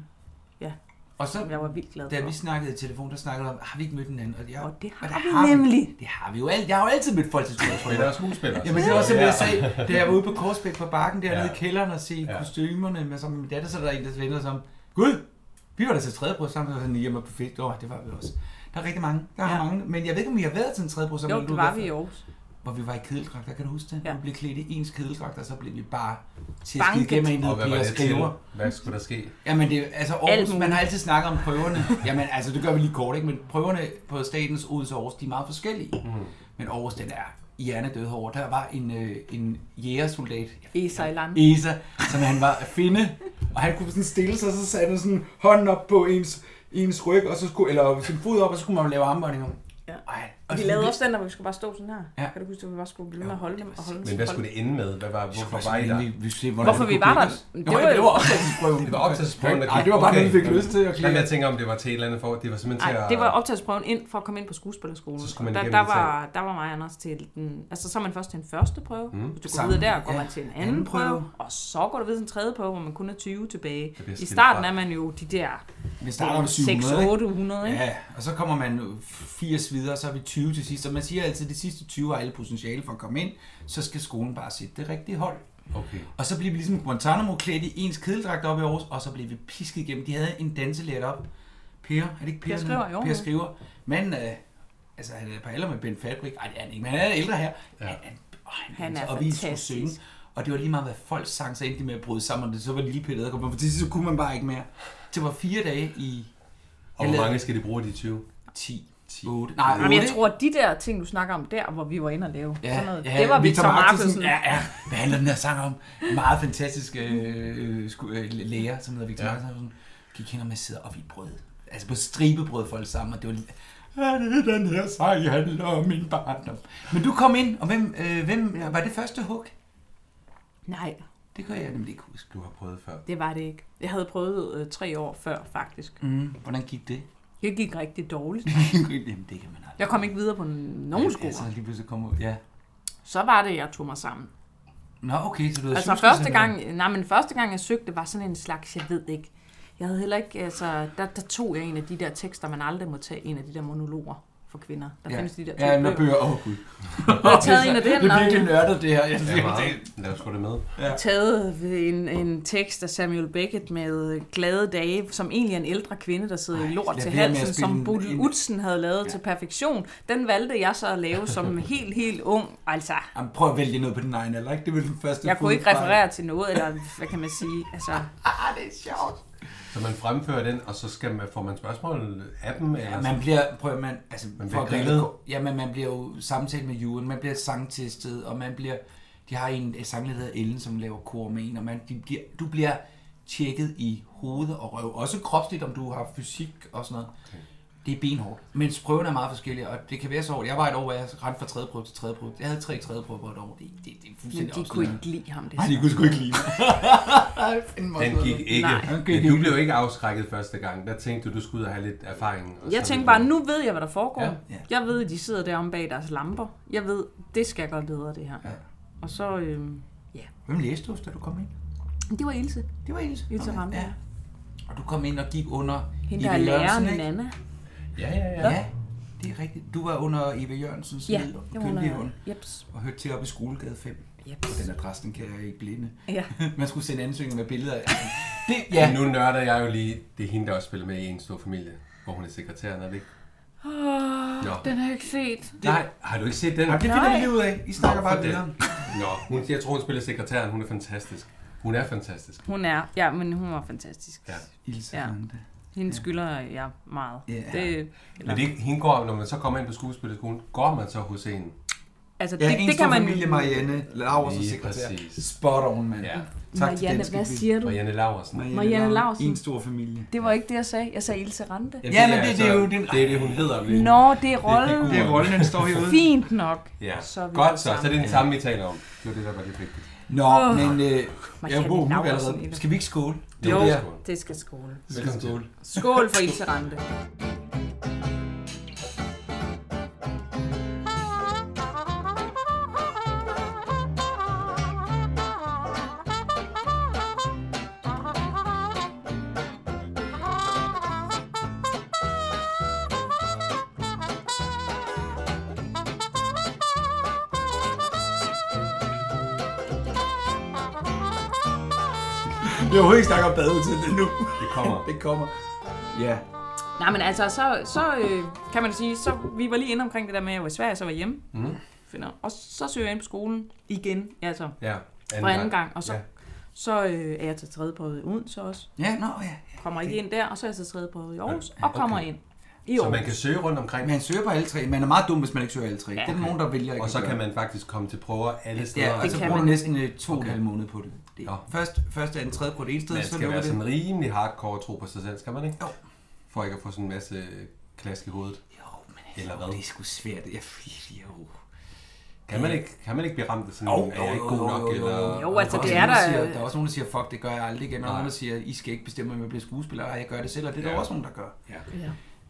[SPEAKER 1] Og så,
[SPEAKER 3] som jeg var vildt glad
[SPEAKER 1] da
[SPEAKER 3] for.
[SPEAKER 1] vi snakkede i telefon, der snakkede vi om, har vi ikke mødt hinanden? Og, jeg,
[SPEAKER 3] Og det
[SPEAKER 1] og
[SPEAKER 3] har, vi nemlig.
[SPEAKER 1] Det har vi jo alt. Jeg har jo altid mødt folk til
[SPEAKER 2] Men der
[SPEAKER 1] skuespillere.
[SPEAKER 2] er skuespillere.
[SPEAKER 1] Jamen det var også, som jeg sagde, da jeg var ude på Korsbæk på bakken dernede
[SPEAKER 2] Ja.
[SPEAKER 1] i kælderen og se
[SPEAKER 2] Ja.
[SPEAKER 1] kostymerne, men som min datter, så er der en, der vender sig om, Gud, vi var da til tredje brød sammen, og sådan, jamen på fedt, åh, det var vi også. Der er rigtig mange, der er
[SPEAKER 3] Ja.
[SPEAKER 1] mange, men jeg ved ikke, om vi har været til en tredje brød sammen.
[SPEAKER 3] Jo,
[SPEAKER 1] men
[SPEAKER 3] det
[SPEAKER 1] du
[SPEAKER 3] var
[SPEAKER 1] ved-
[SPEAKER 3] vi i Aarhus.
[SPEAKER 1] Hvor vi var i kedeldragter, kan du huske det?
[SPEAKER 3] Ja.
[SPEAKER 1] Ja. Vi blev klædt i ens kedeldragter, og så blev vi bare tæsket
[SPEAKER 3] Banket.
[SPEAKER 1] igennem en,
[SPEAKER 2] Og
[SPEAKER 1] der
[SPEAKER 2] hvad
[SPEAKER 1] bliver
[SPEAKER 2] var det til?
[SPEAKER 1] skriver.
[SPEAKER 2] Hvad skulle der ske?
[SPEAKER 1] Jamen, det, er- altså Aarhus,
[SPEAKER 3] muligt.
[SPEAKER 1] man har altid snakket om prøverne. Jamen, altså, det gør vi lige kort, ikke? Men prøverne på Statens Odense og Aarhus, de er meget forskellige. Mm. Men Aarhus, den er hjernedød hård. Der var en, øh, en jægersoldat,
[SPEAKER 3] Esa i land.
[SPEAKER 1] Esa, som han var at finde, og han kunne sådan stille sig, så satte han sådan hånden op på ens, ens ryg, og så skulle, eller sin fod op, og så skulle man lave armbåndinger.
[SPEAKER 3] Ja.
[SPEAKER 1] Ej,
[SPEAKER 3] Vi lavede også den, der hvor vi skulle bare stå sådan her.
[SPEAKER 1] Ja.
[SPEAKER 3] Ja. Kan du huske, at vi bare skulle blive ved med at holde dem og holde dem?
[SPEAKER 2] Men hvad skulle det ende med? Hvad var, hvorfor var I
[SPEAKER 1] Vi,
[SPEAKER 2] der?
[SPEAKER 1] vi, vi, vi,
[SPEAKER 3] Hvorfor vi var der?
[SPEAKER 1] Det
[SPEAKER 3] Det
[SPEAKER 1] var,
[SPEAKER 3] var
[SPEAKER 1] det
[SPEAKER 3] jo-
[SPEAKER 1] var optagelsesprøven.
[SPEAKER 2] Det var optagelsesprøven, der
[SPEAKER 1] Nej, det var bare noget, vi fik lyst til at
[SPEAKER 2] Jamen, altså,
[SPEAKER 1] klare.
[SPEAKER 2] jeg tænker, om det var til et eller andet for, det var simpelthen til
[SPEAKER 3] Nej,
[SPEAKER 2] at...
[SPEAKER 3] det var optagelsesprøven ind for at komme ind på skuespillerskolen.
[SPEAKER 2] Så skulle man
[SPEAKER 3] der,
[SPEAKER 2] igennem
[SPEAKER 3] der,
[SPEAKER 2] det
[SPEAKER 3] var, der var mig og Anders til den... Altså, så er man først til en første prøve. Mm. Hvis du går
[SPEAKER 1] Sammen,
[SPEAKER 3] videre der, går
[SPEAKER 1] ja.
[SPEAKER 3] ja. man til en anden,
[SPEAKER 1] Anden prøve.
[SPEAKER 3] prøve, Og så går du videre til en tredje prøve, hvor man kun er 20 tilbage.
[SPEAKER 2] bliver
[SPEAKER 3] I
[SPEAKER 2] skilt
[SPEAKER 3] starten
[SPEAKER 2] fra.
[SPEAKER 3] er man jo de der
[SPEAKER 1] Vi starter med 700, ikke?
[SPEAKER 3] 600-800, ikke?
[SPEAKER 1] Ja, og så kommer man 80 videre, så er vi 20 til sidst. Og man siger altid, at de sidste 20 har alle potentiale for at komme ind. Så skal skolen bare sætte det rigtige hold.
[SPEAKER 2] Okay.
[SPEAKER 1] Og så blev vi ligesom Guantanamo klædt i ens kedeldragt op i Aarhus, og så blev vi pisket igennem. De havde en danselærer op. Per, er det ikke Per?
[SPEAKER 3] Per Skriver, jo.
[SPEAKER 1] Per skriver. Manden er, altså han er på alder med Ben Fabrik. Ej, det er han ikke, men han er ældre her. Ja. Han, han, åh, han,
[SPEAKER 3] Han
[SPEAKER 1] danser,
[SPEAKER 3] er
[SPEAKER 1] og vi skulle
[SPEAKER 3] fantastisk.
[SPEAKER 1] synge. Og det var lige meget, hvad folk sang, så endte de med at bryde sammen om det. Så var lille Peter, der kom, for til sidst så kunne man bare ikke mere. Det var fire dage
[SPEAKER 2] Og
[SPEAKER 1] i Jeg
[SPEAKER 2] hvor
[SPEAKER 1] lavede-
[SPEAKER 2] mange skal de bruge af de 20?
[SPEAKER 1] 10,
[SPEAKER 2] 10.
[SPEAKER 1] 8, nej, 8.
[SPEAKER 3] Jamen, jeg tror, at de der ting, du snakker om der, hvor vi var inde og lave, ja, sådan noget, det var Victor,
[SPEAKER 1] Victor
[SPEAKER 3] Markusen.
[SPEAKER 1] Ja, ja. Hvad handler den her sang om? En meget fantastisk øh, øh, sku- øh, læger, som hedder Victor ja. Markusen, gik hen og med sidder op i et brød. Altså på stribebrød folk sammen, og det var lige... Ja, det er den her sang, handler om min barndom. Men du kom ind, og hvem, øh, hvem var det første hug?
[SPEAKER 3] Nej,
[SPEAKER 1] Det kan jeg nemlig ikke huske.
[SPEAKER 2] Du har prøvet før.
[SPEAKER 3] det var det ikke. Jeg havde prøvet øh, tre år før, faktisk.
[SPEAKER 1] Mm, hvordan gik det?
[SPEAKER 3] Det gik rigtig dårligt.
[SPEAKER 1] Jamen, det kan man aldrig.
[SPEAKER 3] Jeg kom ikke videre på nogen skoler.
[SPEAKER 1] Ja, altså. så lige pludselig kom ud. Ja.
[SPEAKER 3] Så var det, jeg tog mig sammen.
[SPEAKER 1] Nå, okay, så du havde
[SPEAKER 3] Altså
[SPEAKER 1] sjusket
[SPEAKER 3] første
[SPEAKER 1] simpelthen.
[SPEAKER 3] gang, nej, men første gang jeg søgte, var sådan en slags, jeg ved ikke. Jeg havde heller ikke, altså, der, der tog jeg en af de der tekster, man aldrig må tage, en af de der monologer for kvinder. Der ja. findes de der to
[SPEAKER 1] ja,
[SPEAKER 3] ja,
[SPEAKER 1] når
[SPEAKER 3] bøger.
[SPEAKER 1] bøger. Åh, oh, gud.
[SPEAKER 3] Jeg har taget en af dem,
[SPEAKER 1] Det er
[SPEAKER 3] og
[SPEAKER 1] virkelig nørdet, det her. Jeg
[SPEAKER 2] Ja,
[SPEAKER 1] synes, det,
[SPEAKER 2] meget. Lad os få det med.
[SPEAKER 3] taget øh, en, en tekst af Samuel Beckett med øh, Glade Dage, som egentlig er en ældre kvinde, der sidder
[SPEAKER 1] Ej,
[SPEAKER 3] i lort
[SPEAKER 1] lad
[SPEAKER 3] til
[SPEAKER 1] være med at
[SPEAKER 3] halsen,
[SPEAKER 1] spille
[SPEAKER 3] som
[SPEAKER 1] en-
[SPEAKER 3] Bodil
[SPEAKER 1] en-
[SPEAKER 3] Utsen havde lavet ja. til perfektion. Den valgte jeg så at lave som helt, helt ung. Altså,
[SPEAKER 1] Jamen, prøv at vælge noget på din egen alder, ikke? Det var den første
[SPEAKER 3] jeg kunne ikke
[SPEAKER 1] fodfejl.
[SPEAKER 3] referere til noget, eller hvad kan man sige? Altså,
[SPEAKER 1] Ah, det er sjovt.
[SPEAKER 2] Så man fremfører den, og så skal man, får man spørgsmål af dem? Eller
[SPEAKER 1] Ja,
[SPEAKER 2] man,
[SPEAKER 1] man bliver, prøv at- Altså- man, altså, man
[SPEAKER 2] bliver
[SPEAKER 1] for at være
[SPEAKER 2] grillet.
[SPEAKER 1] lidt- ja, men man bliver jo samtalt med juryen, man bliver sangtestet, og man bliver, De har en øh, sanger, der hedder Ellen, som laver kor med en, og man, de bliver, du bliver tjekket i hoved og røv. Også kropsligt, om du har fysik og sådan noget. Okay. Det er benhårdt. Men prøven er meget forskellige, og det kan være så hårdt. Jeg var et år, hvor jeg rendte fra tredje prøve til tredje prøve. Jeg havde tre tredje prøver på et år. Det, det, det er
[SPEAKER 3] Men
[SPEAKER 1] fuldstændig
[SPEAKER 3] de kunne ikke lide ham. Det
[SPEAKER 1] Nej, de kunne sgu ikke lide mig. Ej, fandme
[SPEAKER 2] Den
[SPEAKER 1] også
[SPEAKER 2] gik
[SPEAKER 1] noget.
[SPEAKER 2] ikke.
[SPEAKER 3] Nej.
[SPEAKER 1] Den gik
[SPEAKER 2] Men du
[SPEAKER 1] ikke.
[SPEAKER 2] blev ikke afskrækket første gang. Der tænkte du, du skulle ud og have lidt erfaring. Og
[SPEAKER 3] Jeg
[SPEAKER 2] så-
[SPEAKER 3] tænkte bare, nu ved jeg, hvad der foregår.
[SPEAKER 2] Ja,
[SPEAKER 3] Ja,
[SPEAKER 1] ja.
[SPEAKER 3] ja. Jeg ved, at de sidder deromme bag deres lamper. Jeg ved, det skal godt bedre, det her.
[SPEAKER 1] Ja.
[SPEAKER 3] Ja. Og så, øhm,
[SPEAKER 1] Hvem læste du, da du kom ind?
[SPEAKER 3] det var Ilse.
[SPEAKER 1] Det var Ilse.
[SPEAKER 3] Ilse
[SPEAKER 1] Nå,
[SPEAKER 3] Rande.
[SPEAKER 1] Ja. Og du kom ind og gik under
[SPEAKER 3] Hende, der er
[SPEAKER 1] Jørgensen,
[SPEAKER 3] læreren,
[SPEAKER 1] ikke?
[SPEAKER 3] Nana.
[SPEAKER 2] Ja, ja, ja.
[SPEAKER 1] Ja, det er rigtigt. Du var under Eva Jørgensens
[SPEAKER 3] Ja,
[SPEAKER 1] led og
[SPEAKER 3] det var
[SPEAKER 1] køndige hund.
[SPEAKER 3] hun. øh, Jeps.
[SPEAKER 1] Og hørte til op i Skolegade 5.
[SPEAKER 3] Jeps.
[SPEAKER 1] Den adresse, den kan jeg ikke blinde.
[SPEAKER 3] Ja.
[SPEAKER 1] Man skulle sende ansøgninger med billeder af. Det,
[SPEAKER 2] Ja.
[SPEAKER 1] ja.
[SPEAKER 2] Nu nørder jeg jo lige, det er hende, der også spiller med i en stor familie, hvor hun er sekretæren, er det ikke?
[SPEAKER 3] Oh,
[SPEAKER 2] Nå.
[SPEAKER 3] den har jeg ikke set.
[SPEAKER 2] Nej, har du ikke set den?
[SPEAKER 1] Jamen, det finder vi lige ud af. I snakker bare
[SPEAKER 2] for
[SPEAKER 1] videre.
[SPEAKER 2] det. Nå, hun, jeg tror, hun spiller sekretæren. Hun er fantastisk. Hun er fantastisk.
[SPEAKER 3] Hun er, ja, men hun var fantastisk.
[SPEAKER 2] Ja.
[SPEAKER 3] Ja.
[SPEAKER 1] Ilse
[SPEAKER 3] Ja.
[SPEAKER 1] Rande.
[SPEAKER 3] Hende skylder jeg meget.
[SPEAKER 1] Ja.
[SPEAKER 3] Det,
[SPEAKER 2] Men det, er ikke- hende går, når man så kommer ind på skuespillerskolen, går man så hos en.
[SPEAKER 3] altså,
[SPEAKER 1] Ja,
[SPEAKER 3] det,
[SPEAKER 1] en
[SPEAKER 3] det
[SPEAKER 1] stor
[SPEAKER 3] kan man
[SPEAKER 1] familie, Marianne Laura som
[SPEAKER 2] Lige
[SPEAKER 1] sekretær.
[SPEAKER 2] præcis.
[SPEAKER 1] Spot on, mand.
[SPEAKER 2] Ja.
[SPEAKER 1] Tak til
[SPEAKER 3] Marianne,
[SPEAKER 1] Danske
[SPEAKER 3] hvad
[SPEAKER 1] Film.
[SPEAKER 3] siger du?
[SPEAKER 2] Marianne Laursen.
[SPEAKER 3] Marianne
[SPEAKER 1] Laursen.
[SPEAKER 3] Laursen.
[SPEAKER 1] En stor familie.
[SPEAKER 3] Det var ikke det, jeg sagde. Jeg sagde Ilse Rante.
[SPEAKER 1] Ja, men det- det er jo
[SPEAKER 2] det,
[SPEAKER 1] den-
[SPEAKER 2] altså- det, er det, hun hedder. Vel?
[SPEAKER 3] Nå, det er rollen.
[SPEAKER 2] figuren.
[SPEAKER 1] Det er rollen, den står herude.
[SPEAKER 3] Fint nok.
[SPEAKER 2] Ja,
[SPEAKER 3] Så er vi
[SPEAKER 2] godt
[SPEAKER 3] alle
[SPEAKER 2] så. Så er
[SPEAKER 3] sammen.
[SPEAKER 2] det den samme, vi taler om. Det var det, der var lidt vigtigt.
[SPEAKER 1] Nå,
[SPEAKER 3] Åh.
[SPEAKER 1] men øh, jeg er
[SPEAKER 3] Marianne
[SPEAKER 1] god humør
[SPEAKER 3] Laursen i
[SPEAKER 1] allerede.
[SPEAKER 3] det.
[SPEAKER 1] Skal vi ikke skåle?
[SPEAKER 2] Det
[SPEAKER 3] Jo,
[SPEAKER 2] er det, skål.
[SPEAKER 3] det skal skåle.
[SPEAKER 2] Velkommen til.
[SPEAKER 3] Skål for Ilse Rante.
[SPEAKER 1] Jeg har overhovedet ikke snakket om badet til det nu.
[SPEAKER 2] Det kommer.
[SPEAKER 1] Det kommer. Ja.
[SPEAKER 3] Nej, men altså, så, så øh, kan man sige, så vi var lige inde omkring det der med, at jeg var i Sverige, så var jeg hjemme.
[SPEAKER 1] Mm.
[SPEAKER 2] Mhm.
[SPEAKER 3] Finder. Og så søger jeg ind på skolen igen, altså
[SPEAKER 2] Ja,
[SPEAKER 3] for anden gang. Og så,
[SPEAKER 2] Ja.
[SPEAKER 3] ja. så øh, er jeg til tredje prøve i Odense også.
[SPEAKER 1] Ja, nå ja.
[SPEAKER 3] Kommer ikke ind der, og så er jeg til tredje prøve i Aarhus,
[SPEAKER 2] Ja,
[SPEAKER 3] og kommer
[SPEAKER 2] okay.
[SPEAKER 3] ind i
[SPEAKER 2] Så man
[SPEAKER 3] Aarhus.
[SPEAKER 2] kan søge rundt omkring,
[SPEAKER 1] Men han søger på alle tre. Man er meget dum, hvis man ikke søger alle tre. Ja. Det er der nogen, der vælger ikke
[SPEAKER 2] og så
[SPEAKER 1] at
[SPEAKER 2] kan
[SPEAKER 1] gøre.
[SPEAKER 2] man faktisk komme til prøver alle steder. Altså,
[SPEAKER 1] Ja, og
[SPEAKER 3] Det
[SPEAKER 1] så
[SPEAKER 3] kan
[SPEAKER 1] bruger du
[SPEAKER 3] man.
[SPEAKER 1] næsten øh, to og en halv måned på det. det.
[SPEAKER 2] Nå.
[SPEAKER 1] Først, først er den tredje på det ene sted,
[SPEAKER 2] Man
[SPEAKER 1] så
[SPEAKER 2] skal
[SPEAKER 1] lukker
[SPEAKER 2] være
[SPEAKER 1] det.
[SPEAKER 2] sådan rimelig hardcore og tro på sig selv, skal man ikke?
[SPEAKER 1] Jo.
[SPEAKER 2] For ikke at få sådan en masse klask i hovedet.
[SPEAKER 1] Jo, men altså,
[SPEAKER 2] Eller hvad?
[SPEAKER 1] det er sgu svært. Jeg, jo.
[SPEAKER 2] Kan man ikke, kan man ikke blive ramt af sådan
[SPEAKER 1] Jo,
[SPEAKER 2] en, er jeg ikke god nok? Eller,
[SPEAKER 3] Jo, altså,
[SPEAKER 1] Og
[SPEAKER 3] det
[SPEAKER 1] der
[SPEAKER 3] er
[SPEAKER 1] også nogen,
[SPEAKER 3] der-
[SPEAKER 1] Siger, der er også nogen, der siger, fuck, det gør jeg aldrig igen. Og
[SPEAKER 2] Nej.
[SPEAKER 1] nogen, der siger, I skal ikke bestemme, om jeg bliver skuespiller. Og jeg gør det selv, og det er der
[SPEAKER 2] Ja.
[SPEAKER 1] også nogen, der gør.
[SPEAKER 2] Ja.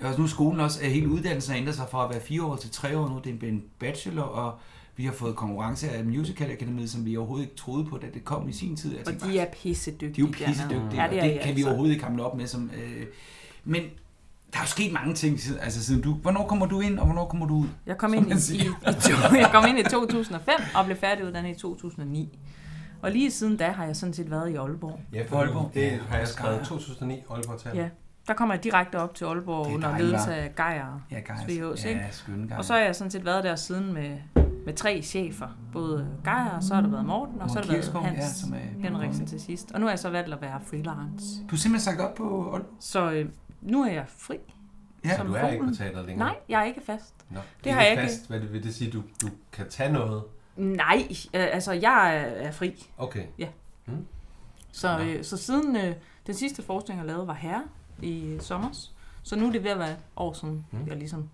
[SPEAKER 3] Ja.
[SPEAKER 1] Og nu er skolen også, at hele uddannelsen har ændret sig fra at være fire år til tre år nu. Det er blevet en bachelor, og vi har fået konkurrence af Musical Academy, som vi overhovedet ikke troede på, da det kom i sin tid. Jeg
[SPEAKER 3] Og
[SPEAKER 1] tænkte,
[SPEAKER 3] de er pissedygtige.
[SPEAKER 1] De er jo
[SPEAKER 3] dernede.
[SPEAKER 1] pissedygtige,
[SPEAKER 3] Ja, det, er,
[SPEAKER 1] og det
[SPEAKER 3] de
[SPEAKER 1] kan vi
[SPEAKER 3] altså.
[SPEAKER 1] overhovedet ikke hamle op med. Som, øh, men der er jo sket mange ting, siden- altså siden du... Hvornår kommer du ind, og hvornår kommer du ud?
[SPEAKER 3] Jeg kom,
[SPEAKER 1] Som
[SPEAKER 3] ind i,
[SPEAKER 1] man
[SPEAKER 3] i,
[SPEAKER 1] siger.
[SPEAKER 3] i to, jeg kom ind i 2005 og blev færdiguddannet i 2009. Og lige siden da har jeg sådan set været i Aalborg.
[SPEAKER 2] Ja, for
[SPEAKER 1] Aalborg.
[SPEAKER 2] Det har jeg skrevet 2009 Aalborg Teater.
[SPEAKER 3] Ja, der kommer jeg direkte op til Aalborg
[SPEAKER 1] Det er
[SPEAKER 3] under
[SPEAKER 1] dejligt,
[SPEAKER 3] ledelse
[SPEAKER 1] hva'?
[SPEAKER 3] af Geier.
[SPEAKER 1] Ja, guys.
[SPEAKER 3] Svihås, ikke?
[SPEAKER 1] Ja, skønne guys.
[SPEAKER 3] Og så har jeg sådan set været der siden med, med tre chefer. Både Geier, og så har det været Morten, og så har det været
[SPEAKER 1] Kirkskov,
[SPEAKER 3] Hans
[SPEAKER 1] ja, som er-
[SPEAKER 3] Henriksen til sidst. Og nu har jeg så valgt at være freelance.
[SPEAKER 1] Du er simpelthen sagt op på Aalborg?
[SPEAKER 3] Så øh, nu er jeg fri.
[SPEAKER 1] Ja,
[SPEAKER 2] Så du er ikke på teateret længere?
[SPEAKER 3] Nej, jeg er ikke fast.
[SPEAKER 2] Nå,
[SPEAKER 3] Det har jeg
[SPEAKER 2] ikke.
[SPEAKER 3] ikke.
[SPEAKER 2] Fast. Hvad det, vil det sige, du, du kan tage noget?
[SPEAKER 3] Nej, øh, altså jeg er, er fri.
[SPEAKER 2] Okay.
[SPEAKER 3] Så,
[SPEAKER 2] Nå.
[SPEAKER 3] øh, så siden øh, den sidste forskning, jeg lavede, var herre i øh, sommers. Så nu er det ved at være et år siden, mm. jeg ligesom...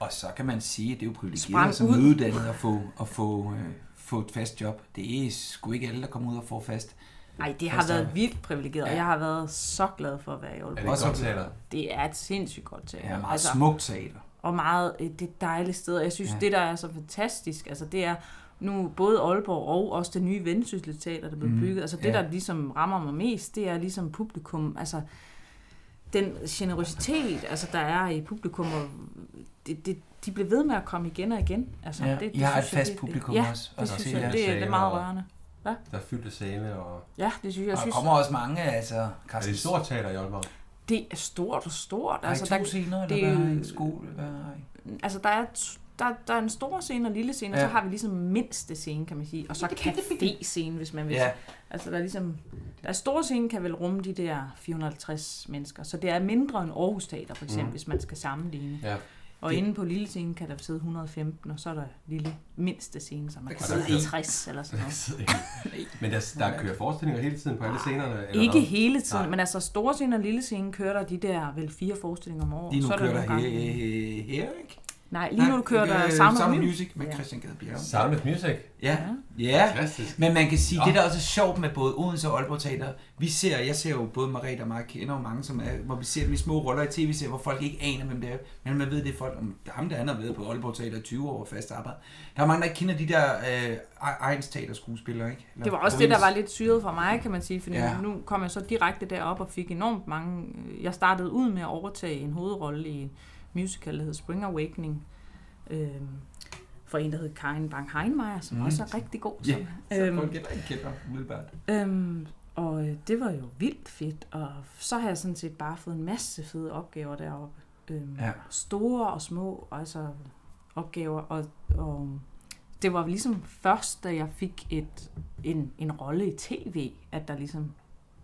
[SPEAKER 1] Og så kan man sige, at det er jo privilegeret
[SPEAKER 3] Sprang
[SPEAKER 1] som
[SPEAKER 3] ud.
[SPEAKER 1] nyuddannet at få, at få, øh, få et fast job. Det er sgu ikke alle, der kommer ud og får fast.
[SPEAKER 3] Ej, det har
[SPEAKER 1] Fast
[SPEAKER 3] været
[SPEAKER 1] arbejde.
[SPEAKER 3] vildt privilegeret,
[SPEAKER 1] Ja.
[SPEAKER 3] og jeg har været så glad for at være i
[SPEAKER 2] Er
[SPEAKER 3] Aalborg.
[SPEAKER 2] det
[SPEAKER 1] Og
[SPEAKER 2] ikke
[SPEAKER 1] så-
[SPEAKER 2] godt teater?
[SPEAKER 3] Det er et sindssygt godt teater.
[SPEAKER 1] Ja, meget altså, smukt teater.
[SPEAKER 3] og meget øh, det er et dejligt sted. Og jeg synes,
[SPEAKER 1] Ja.
[SPEAKER 3] ja. det der er så fantastisk, altså det er nu både Aalborg og også det nye Vendsyssel Teater, der blev mm. bygget. Altså det,
[SPEAKER 1] Mhm. ja.
[SPEAKER 3] ja. der ligesom rammer mig mest, det er ligesom publikum. Altså den generositet, altså der er i publikum, og det, det, de bliver ved med at komme igen og igen. Altså,
[SPEAKER 1] Ja,
[SPEAKER 3] det, det
[SPEAKER 1] I har
[SPEAKER 3] synes
[SPEAKER 1] et
[SPEAKER 3] jeg
[SPEAKER 1] fast
[SPEAKER 3] virkelig-
[SPEAKER 1] publikum
[SPEAKER 3] ja,
[SPEAKER 1] også, og
[SPEAKER 3] Det
[SPEAKER 1] der
[SPEAKER 3] synes
[SPEAKER 1] sidder
[SPEAKER 3] jeg, det, er- det er meget
[SPEAKER 2] sale og-
[SPEAKER 3] rørende.
[SPEAKER 2] Der er fyldte sale, og
[SPEAKER 3] Ja, det synes jeg.
[SPEAKER 1] Og
[SPEAKER 3] Jeg
[SPEAKER 1] der
[SPEAKER 3] synes,
[SPEAKER 1] kommer også mange, altså...
[SPEAKER 2] er det et stort teater i Aalborg?
[SPEAKER 3] det er stort og stort.
[SPEAKER 1] Altså, der er I to scener, eller
[SPEAKER 3] det
[SPEAKER 1] hvad
[SPEAKER 3] er
[SPEAKER 1] har
[SPEAKER 3] jo-
[SPEAKER 1] I? En skole, hvad har I?
[SPEAKER 3] Altså, der er, t- der, der er en stor scene og en lille scene, ja.
[SPEAKER 1] Ja.
[SPEAKER 3] og så har vi ligesom mindste scene, kan man sige. Og så café-scene, hvis man vil.
[SPEAKER 1] Ja.
[SPEAKER 3] Altså, der er ligesom... Der er store scene, kan vel rumme de der 450 mennesker. Så det er mindre end Aarhus Teater, for eksempel, mm. hvis man skal sammenligne.
[SPEAKER 2] Ja.
[SPEAKER 3] Og inde på lille scene kan der sidde 115, og så er der lille mindste scene, som man kan
[SPEAKER 2] Og der
[SPEAKER 3] sidde
[SPEAKER 2] kan-
[SPEAKER 3] 50 eller sådan noget.
[SPEAKER 2] Men der, der kører forestillinger hele tiden på alle scenerne? Eller
[SPEAKER 3] Ikke
[SPEAKER 2] hvad?
[SPEAKER 3] hele tiden,
[SPEAKER 2] Nej.
[SPEAKER 3] men altså store scene og lille scene kører der de der vel fire forestillinger om året.
[SPEAKER 1] Lige nu
[SPEAKER 3] så er
[SPEAKER 1] kører
[SPEAKER 3] nogle
[SPEAKER 1] der
[SPEAKER 3] gange-
[SPEAKER 1] her, her, ikke?
[SPEAKER 3] Nej, lige nu
[SPEAKER 1] Nej,
[SPEAKER 3] du kører der
[SPEAKER 1] øh,
[SPEAKER 3] Sound of
[SPEAKER 1] Sound of
[SPEAKER 3] Music.
[SPEAKER 1] Music med
[SPEAKER 3] Ja.
[SPEAKER 1] Christian Gade Bjerrum.
[SPEAKER 2] Sound of Music.
[SPEAKER 1] Ja. ja.
[SPEAKER 2] Fantastisk.
[SPEAKER 1] Men man kan sige, det der også er sjovt med både Odense og Aalborg Teater, vi ser, jeg ser jo både Marie og mig, kender jo mange, som er, hvor vi ser dem i små roller i tv, ser, hvor folk ikke aner, hvem det er, men man ved, det er folk, om ham der han har været på Aalborg Teater i 20 år og fast arbejde. Der er mange, der ikke kender de der øh, Ejens Teaterskuespillere, ikke? Eller
[SPEAKER 3] Det var også det, der
[SPEAKER 1] Odense.
[SPEAKER 3] var lidt syret for mig, kan man sige, fordi
[SPEAKER 1] Ja.
[SPEAKER 3] ja. nu kom jeg så direkte derop og fik enormt mange... øh, Jeg startede ud med at overtage en hovedrolle i en musical, der hed Spring Awakening, øh, for en, der hed Karin Bang Heinmeier, som mm. også er rigtig god.
[SPEAKER 1] Ja,
[SPEAKER 3] som-
[SPEAKER 1] så
[SPEAKER 3] Øhm,
[SPEAKER 1] folk heller ikke kender, umiddelbart.
[SPEAKER 3] Øhm, og øh, det var jo vildt fedt, og så har jeg sådan set bare fået en masse fede opgaver deroppe. Øhm,
[SPEAKER 1] Ja.
[SPEAKER 3] Store og små altså opgaver, og, og det var ligesom først, da jeg fik et, en, en rolle i tv, at der ligesom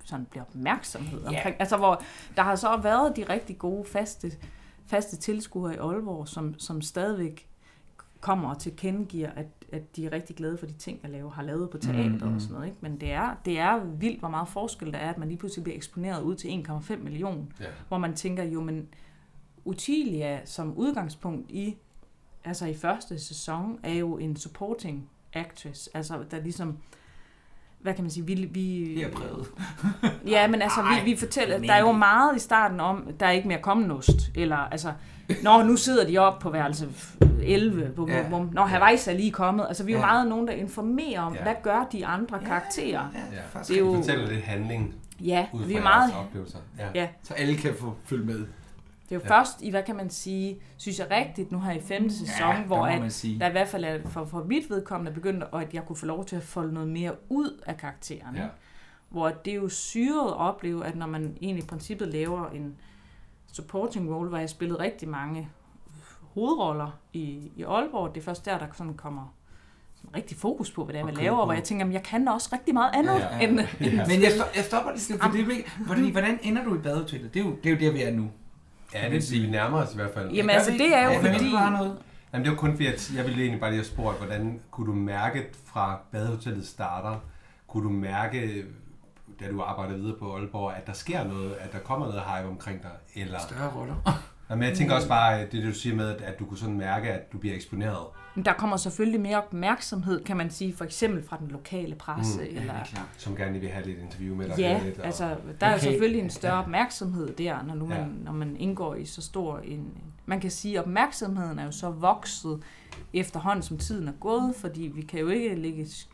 [SPEAKER 3] sådan bliver opmærksomhed omkring. Altså, hvor der har så været de rigtig gode faste, faste tilskuere i Aalborg, som, som stadigvæk kommer og tilkendegiver, at, at de er rigtig glade for de ting, jeg laver, har lavet på teateret mm, og sådan noget. Ikke? Men det er, det er vildt, hvor meget forskel der er, at man lige pludselig bliver eksponeret ud til 1,5 million,
[SPEAKER 2] Ja.
[SPEAKER 3] hvor man tænker jo, men Utilia som udgangspunkt i, altså i første sæson, er jo en supporting actress, altså der ligesom, hvad kan man sige, vi, vi,
[SPEAKER 1] Det er præget.
[SPEAKER 3] Ja, men altså, vi, vi fortæller, der er jo meget i starten om, der er ikke mere kommenost, eller altså, nå, nu sidder de op på værelse 11, bum,
[SPEAKER 1] Ja.
[SPEAKER 3] bum, bum. Nå, Havajs er lige kommet. Altså, vi er jo
[SPEAKER 1] Ja.
[SPEAKER 3] meget nogen, der informerer om,
[SPEAKER 2] Ja.
[SPEAKER 3] hvad gør de andre karakterer?
[SPEAKER 2] Ja.
[SPEAKER 1] Faktisk
[SPEAKER 3] Det er
[SPEAKER 2] Vi
[SPEAKER 3] jo,
[SPEAKER 2] fortæller lidt handling
[SPEAKER 3] ja,
[SPEAKER 2] ud fra
[SPEAKER 3] vi er
[SPEAKER 2] jeres
[SPEAKER 3] meget,
[SPEAKER 2] oplevelser. Ja.
[SPEAKER 3] ja.
[SPEAKER 1] Så alle kan få følge med.
[SPEAKER 3] Det er jo først i, hvad kan man sige, synes jeg rigtigt, nu her i femte sæson,
[SPEAKER 1] der
[SPEAKER 3] hvor
[SPEAKER 1] må
[SPEAKER 3] at,
[SPEAKER 1] man sige.
[SPEAKER 3] der i hvert fald er for, for mit vedkommende begyndt, og at jeg kunne få lov til at folde noget mere ud af karaktererne.
[SPEAKER 2] Ja.
[SPEAKER 3] Hvor det er jo syret at opleve, at når man egentlig i princippet laver en supporting role, hvor jeg spillede rigtig mange hovedroller i, i Aalborg, det er først der, der sådan kommer sådan rigtig fokus på, hvad det er, man
[SPEAKER 1] Okay,
[SPEAKER 3] laver, og hvor
[SPEAKER 1] ja.
[SPEAKER 3] jeg tænker, jamen, jeg kan også rigtig meget andet
[SPEAKER 2] Ja,
[SPEAKER 3] ja,
[SPEAKER 2] ja,
[SPEAKER 3] ja,
[SPEAKER 2] ja.
[SPEAKER 3] ja. end...
[SPEAKER 2] Ja.
[SPEAKER 1] Men jeg, stop, jeg stopper lige, for det er ikke, hvordan, hvordan ender du i badehotellet? Det er jo, det er jo der, vi er nu.
[SPEAKER 2] ja, det vi nærmer os i hvert fald.
[SPEAKER 3] Jamen altså, det er jo
[SPEAKER 2] Ja,
[SPEAKER 3] fordi...
[SPEAKER 1] Du har noget?
[SPEAKER 2] Jamen, det var kun fordi, at jeg ville egentlig bare lige have spurgt, hvordan kunne du mærke fra badehotellet starter, kunne du mærke, da du arbejder videre på Aalborg, at der sker noget, at der kommer noget hype omkring dig? Eller...
[SPEAKER 1] Større roller.
[SPEAKER 2] Jamen, jeg tænker også bare, at det det, du siger med, at- at du kunne sådan mærke, at du bliver eksponeret.
[SPEAKER 3] Men Der kommer selvfølgelig mere opmærksomhed, kan man sige, for eksempel fra den lokale presse. Mm, eller,
[SPEAKER 2] som gerne lige vil have lidt interview med dig.
[SPEAKER 3] ja,
[SPEAKER 2] lidt, og...
[SPEAKER 3] altså der er jo
[SPEAKER 1] Okay.
[SPEAKER 3] selvfølgelig en større opmærksomhed der, når, nu man,
[SPEAKER 2] Ja.
[SPEAKER 3] når man indgår i så stor en... Man kan sige, at opmærksomheden er jo så vokset efterhånden, som tiden er gået, fordi vi kan jo ikke lægge, sk-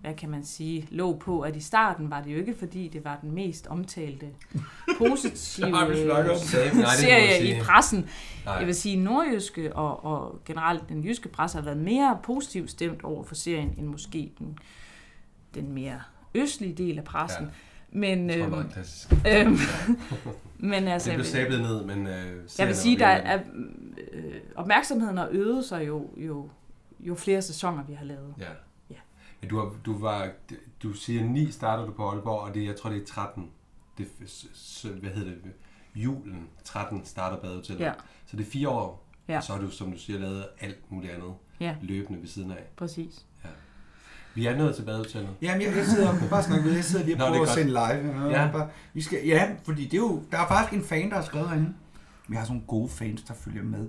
[SPEAKER 3] hvad kan man sige, låg på, at i starten var det jo ikke, fordi det var den mest omtalte positive
[SPEAKER 1] har vi snakket om.
[SPEAKER 2] Safe, nej, det må jeg
[SPEAKER 3] serie
[SPEAKER 2] sige.
[SPEAKER 3] øh, i pressen.
[SPEAKER 2] Nej.
[SPEAKER 3] Jeg vil sige, at nordjyske og, og generelt den jyske presse har været mere positivt stemt over for serien, end måske den, den mere østlige del af pressen.
[SPEAKER 2] Ja.
[SPEAKER 3] Ja. Men,
[SPEAKER 2] Det var
[SPEAKER 3] øhm,
[SPEAKER 2] meget klassisk.
[SPEAKER 3] øhm, men altså,
[SPEAKER 2] Det
[SPEAKER 3] jeg
[SPEAKER 2] blev
[SPEAKER 3] vil,
[SPEAKER 2] sablet ned, men... Øh,
[SPEAKER 3] jeg
[SPEAKER 2] serien
[SPEAKER 3] vil sige,
[SPEAKER 2] var
[SPEAKER 3] der
[SPEAKER 2] blevet-
[SPEAKER 3] er, øh, opmærksomheden har øget sig jo, jo, jo flere sæsoner, vi har lavet.
[SPEAKER 2] Ja.
[SPEAKER 3] Ja.
[SPEAKER 2] ja. Du, har, du, var, du siger 9 starter du på Aalborg, og det, jeg tror, det er 13. Det, er f- s- s- hvad hedder det? Julen 13 starter badehotellet.
[SPEAKER 3] Ja.
[SPEAKER 2] Så det er fire år,
[SPEAKER 3] Ja.
[SPEAKER 2] og så har du, som du siger, lavet alt muligt andet
[SPEAKER 3] Ja,
[SPEAKER 2] løbende ved siden af.
[SPEAKER 3] præcis.
[SPEAKER 2] Vi er nået til badehotellet.
[SPEAKER 1] Jamen, jeg, jeg sidder og bare snakker med, jeg sidder lige og
[SPEAKER 2] Nå, det er
[SPEAKER 1] prøver at
[SPEAKER 2] godt.
[SPEAKER 1] sende live.
[SPEAKER 2] Ja.
[SPEAKER 1] Ja. Bare, vi skal, ja, fordi det er jo, der er faktisk en fan, der har skrevet herinde. Vi har sådan nogle gode fans, der følger med.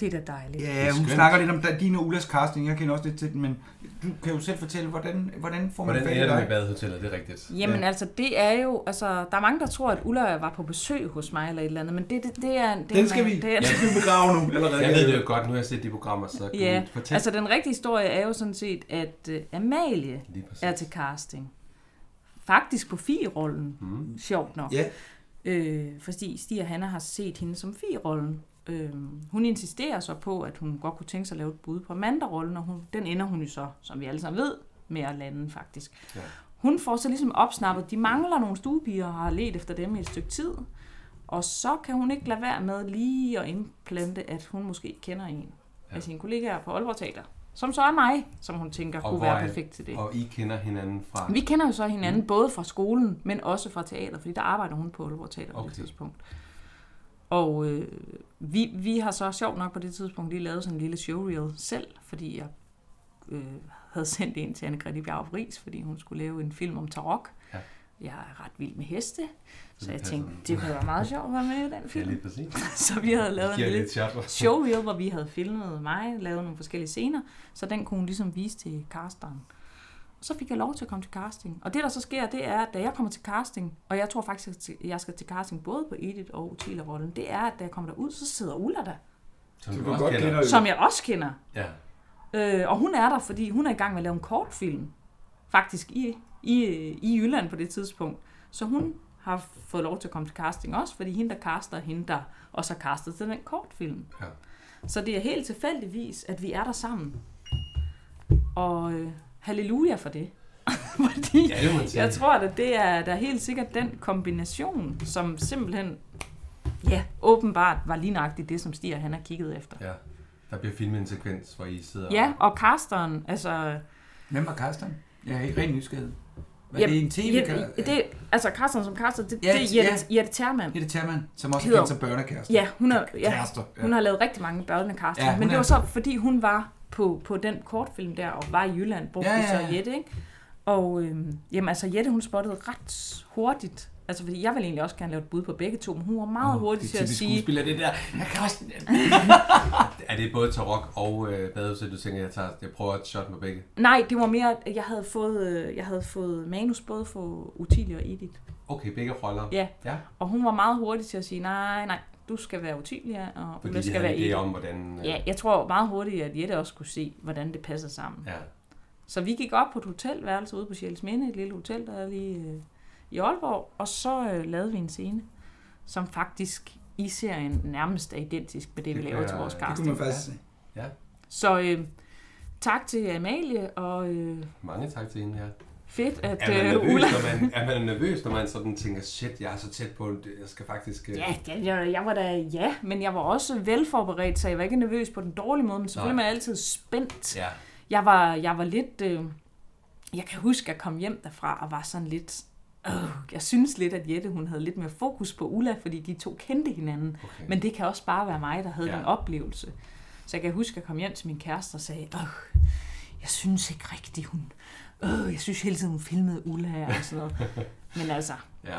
[SPEAKER 3] Det er da dejligt.
[SPEAKER 1] Ja, hun
[SPEAKER 2] skønt.
[SPEAKER 1] snakker lidt om da- din og Ulas casting, jeg kender også lidt til den, men du kan jo selv fortælle, hvordan, hvordan får man
[SPEAKER 2] Hvordan
[SPEAKER 1] fat i
[SPEAKER 2] ender det med
[SPEAKER 1] dig?
[SPEAKER 2] badehotellet? Det er rigtigt.
[SPEAKER 3] Jamen
[SPEAKER 1] Ja.
[SPEAKER 3] ja. altså, det er jo... Altså, der er mange, der tror, at Ulla var på besøg hos mig eller et eller andet, men det, det, det er... Det er
[SPEAKER 1] Den
[SPEAKER 3] en-
[SPEAKER 1] skal vi,
[SPEAKER 3] Det er,
[SPEAKER 1] den skal vi begrave nu. Allerede.
[SPEAKER 2] Jeg ved det jo godt, nu har jeg set de programmer, så kan
[SPEAKER 3] Ja,
[SPEAKER 2] du fortælle
[SPEAKER 3] altså den rigtige historie er jo sådan set, at uh, Amalie
[SPEAKER 2] lige præcis.
[SPEAKER 3] er til casting. Faktisk på Fie-rollen, mm. sjovt nok.
[SPEAKER 1] Ja.
[SPEAKER 3] Øh, fordi Stig og Hanna har set hende som Fie-rollen. Øh, hun insisterer så på, at hun godt kunne tænke sig at lave et bud på Amanda-rollen, og hun, den ender hun jo så, som vi alle sammen ved, med at lande faktisk.
[SPEAKER 2] Ja.
[SPEAKER 3] Ja. Hun får så ligesom opsnappet, de mangler nogle stuepiger og har let efter dem i et stykke tid. Og så kan hun ikke lade være med lige at implante, at hun måske kender en ja. af sine kollegaer på Aalborg Teater, som så er mig, som hun tænker
[SPEAKER 2] Og
[SPEAKER 3] kunne
[SPEAKER 2] hvor
[SPEAKER 3] være
[SPEAKER 2] er-
[SPEAKER 3] perfekt til det.
[SPEAKER 2] Og I kender hinanden fra...
[SPEAKER 3] Vi kender jo så hinanden mm. både fra skolen, men også fra teater, fordi der arbejder hun på Aalborg Teater okay. på
[SPEAKER 2] Okay.
[SPEAKER 3] det tidspunkt. Og øh, vi, vi har så sjovt nok på det tidspunkt lige lavet sådan en lille showreel selv, fordi jeg øh, havde sendt en til Anne-Grethe Bjarup Ries, fordi hun skulle lave en film om tarok.
[SPEAKER 2] Ja.
[SPEAKER 3] Jeg er ret vild med heste, så jeg
[SPEAKER 2] passer.
[SPEAKER 3] tænkte, det kunne være meget sjovt at være med i den
[SPEAKER 2] Ja,
[SPEAKER 3] film.
[SPEAKER 2] lige præcis.
[SPEAKER 3] Så vi havde lavet en
[SPEAKER 2] Giver
[SPEAKER 3] lille
[SPEAKER 2] lidt chat.
[SPEAKER 3] showreel, hvor vi havde filmet mig, lavet nogle forskellige scener, så den kunne hun ligesom vise til casteren. Så fik jeg lov til at komme til casting. Og det, der så sker, det er, at da jeg kommer til casting, og jeg tror faktisk, at jeg skal til casting både på Edith og Utila-rollen, det er, at da jeg kommer derud, så sidder Ulla der,
[SPEAKER 2] Som
[SPEAKER 4] Du
[SPEAKER 2] du
[SPEAKER 4] kan
[SPEAKER 2] også
[SPEAKER 4] godt kende
[SPEAKER 2] kender.
[SPEAKER 4] hende.
[SPEAKER 3] som jeg også kender.
[SPEAKER 2] Ja.
[SPEAKER 3] Øh, og hun er der, fordi hun er i gang med at lave en kortfilm, faktisk i, i, øh, i Jylland på det tidspunkt. Så hun har fået lov til at komme til casting også, fordi hende, der caster, er hende, der også har castet til den kortfilm.
[SPEAKER 2] Ja.
[SPEAKER 3] Så det er helt tilfældigvis, at vi er der sammen. Og øh, halleluja for det. fordi
[SPEAKER 2] Ja, det må man sige.
[SPEAKER 3] jeg tror, at det er, der er helt sikkert den kombination, som simpelthen ja, åbenbart var lige nøjagtigt det, som Stier han har kigget efter.
[SPEAKER 2] Ja. Der bliver filmet en sekvens, hvor I sidder...
[SPEAKER 3] Ja, og casteren, altså
[SPEAKER 1] Hvem var Carsten? Jeg er ikke rigtig nysgerrig. Var
[SPEAKER 3] Ja,
[SPEAKER 1] det en tv
[SPEAKER 3] Ja, det, altså Carsten som Carsten, det,
[SPEAKER 1] Ja,
[SPEAKER 3] det er Jette, Jette Termann.
[SPEAKER 1] Jette Termann, som også er
[SPEAKER 3] Hedder-
[SPEAKER 1] kendt som børnekæreste.
[SPEAKER 3] Ja, hun, er, ja,
[SPEAKER 1] Kærester, ja.
[SPEAKER 3] hun har lavet rigtig mange børnene Carsten,
[SPEAKER 1] Ja, hun
[SPEAKER 3] men det
[SPEAKER 1] er-
[SPEAKER 3] var så, fordi hun var på, på den kortfilm der, og var i Jylland, brugte
[SPEAKER 1] Ja,
[SPEAKER 3] ja,
[SPEAKER 1] ja,
[SPEAKER 3] ja,
[SPEAKER 1] ja.
[SPEAKER 3] så Jette, ikke? Og øhm, jamen, altså, Jette, hun spottede ret hurtigt, altså fordi jeg ville egentlig også gerne lave et bud på begge to, men hun var meget oh, hurtig til at sige,
[SPEAKER 1] skuespiller, det der. Ja, Carsten.
[SPEAKER 2] Er det både Tarok og øh, Badehus, du tænker, jeg, tager, jeg prøver et shot med begge?
[SPEAKER 3] nej, det var mere, at jeg havde fået, øh, jeg havde fået manus både for Utilie og Edith,
[SPEAKER 2] Okay, begge roller.
[SPEAKER 3] ja,
[SPEAKER 2] ja.
[SPEAKER 3] og hun var meget hurtig til at sige, nej, nej, du skal være Utilia, og
[SPEAKER 2] Fordi
[SPEAKER 3] Ulla
[SPEAKER 2] de
[SPEAKER 3] skal
[SPEAKER 2] havde
[SPEAKER 3] være
[SPEAKER 2] en idé
[SPEAKER 3] Edith.
[SPEAKER 2] om, hvordan... øh,
[SPEAKER 3] Ja, jeg tror meget hurtigt, at Jette også kunne se, hvordan det passer sammen. Ja.
[SPEAKER 2] ja.
[SPEAKER 3] Så vi gik op på et hotelværelse ude på Sjælsminde, et lille hotel, der er lige øh, i Aalborg, og så øh, lavede vi en scene, som faktisk i serien nærmest er identisk med det, vi
[SPEAKER 2] Det
[SPEAKER 3] laver
[SPEAKER 2] kan
[SPEAKER 3] til
[SPEAKER 2] jeg-
[SPEAKER 3] vores
[SPEAKER 2] det kunne
[SPEAKER 1] Det kunne
[SPEAKER 3] casting.
[SPEAKER 1] man faktisk se.
[SPEAKER 3] Så øh, tak til Amalie, og øh,
[SPEAKER 2] Mange tak til hende her.
[SPEAKER 3] fedt, at
[SPEAKER 2] Er man,
[SPEAKER 3] øh,
[SPEAKER 2] nervøs,
[SPEAKER 3] Ulla...
[SPEAKER 2] når man, er man nervøs, når man sådan tænker, shit, jeg er så tæt på, det, jeg skal faktisk... øh,
[SPEAKER 3] Ja, ja, jeg, jeg var da ja, men jeg var også velforberedt, så jeg var ikke nervøs på den dårlige måde, men selvfølgelig
[SPEAKER 2] Nej.
[SPEAKER 3] er man altid spændt.
[SPEAKER 2] ja.
[SPEAKER 3] Jeg var, jeg var lidt... Øh, jeg kan huske, at jeg kom hjem derfra og var sådan lidt... Øh, jeg synes lidt, at Jette hun havde lidt mere fokus på Ulla, fordi de to kendte hinanden.
[SPEAKER 2] Okay.
[SPEAKER 3] Men det kan også bare være mig, der havde
[SPEAKER 2] Ja.
[SPEAKER 3] ja. den oplevelse. Så jeg kan huske, at jeg kom hjem til min kæreste og sagde... Øh, jeg synes ikke rigtigt, hun... Øh, jeg synes hele tiden, hun filmede Ulla og sådan noget. Men altså,
[SPEAKER 2] ja.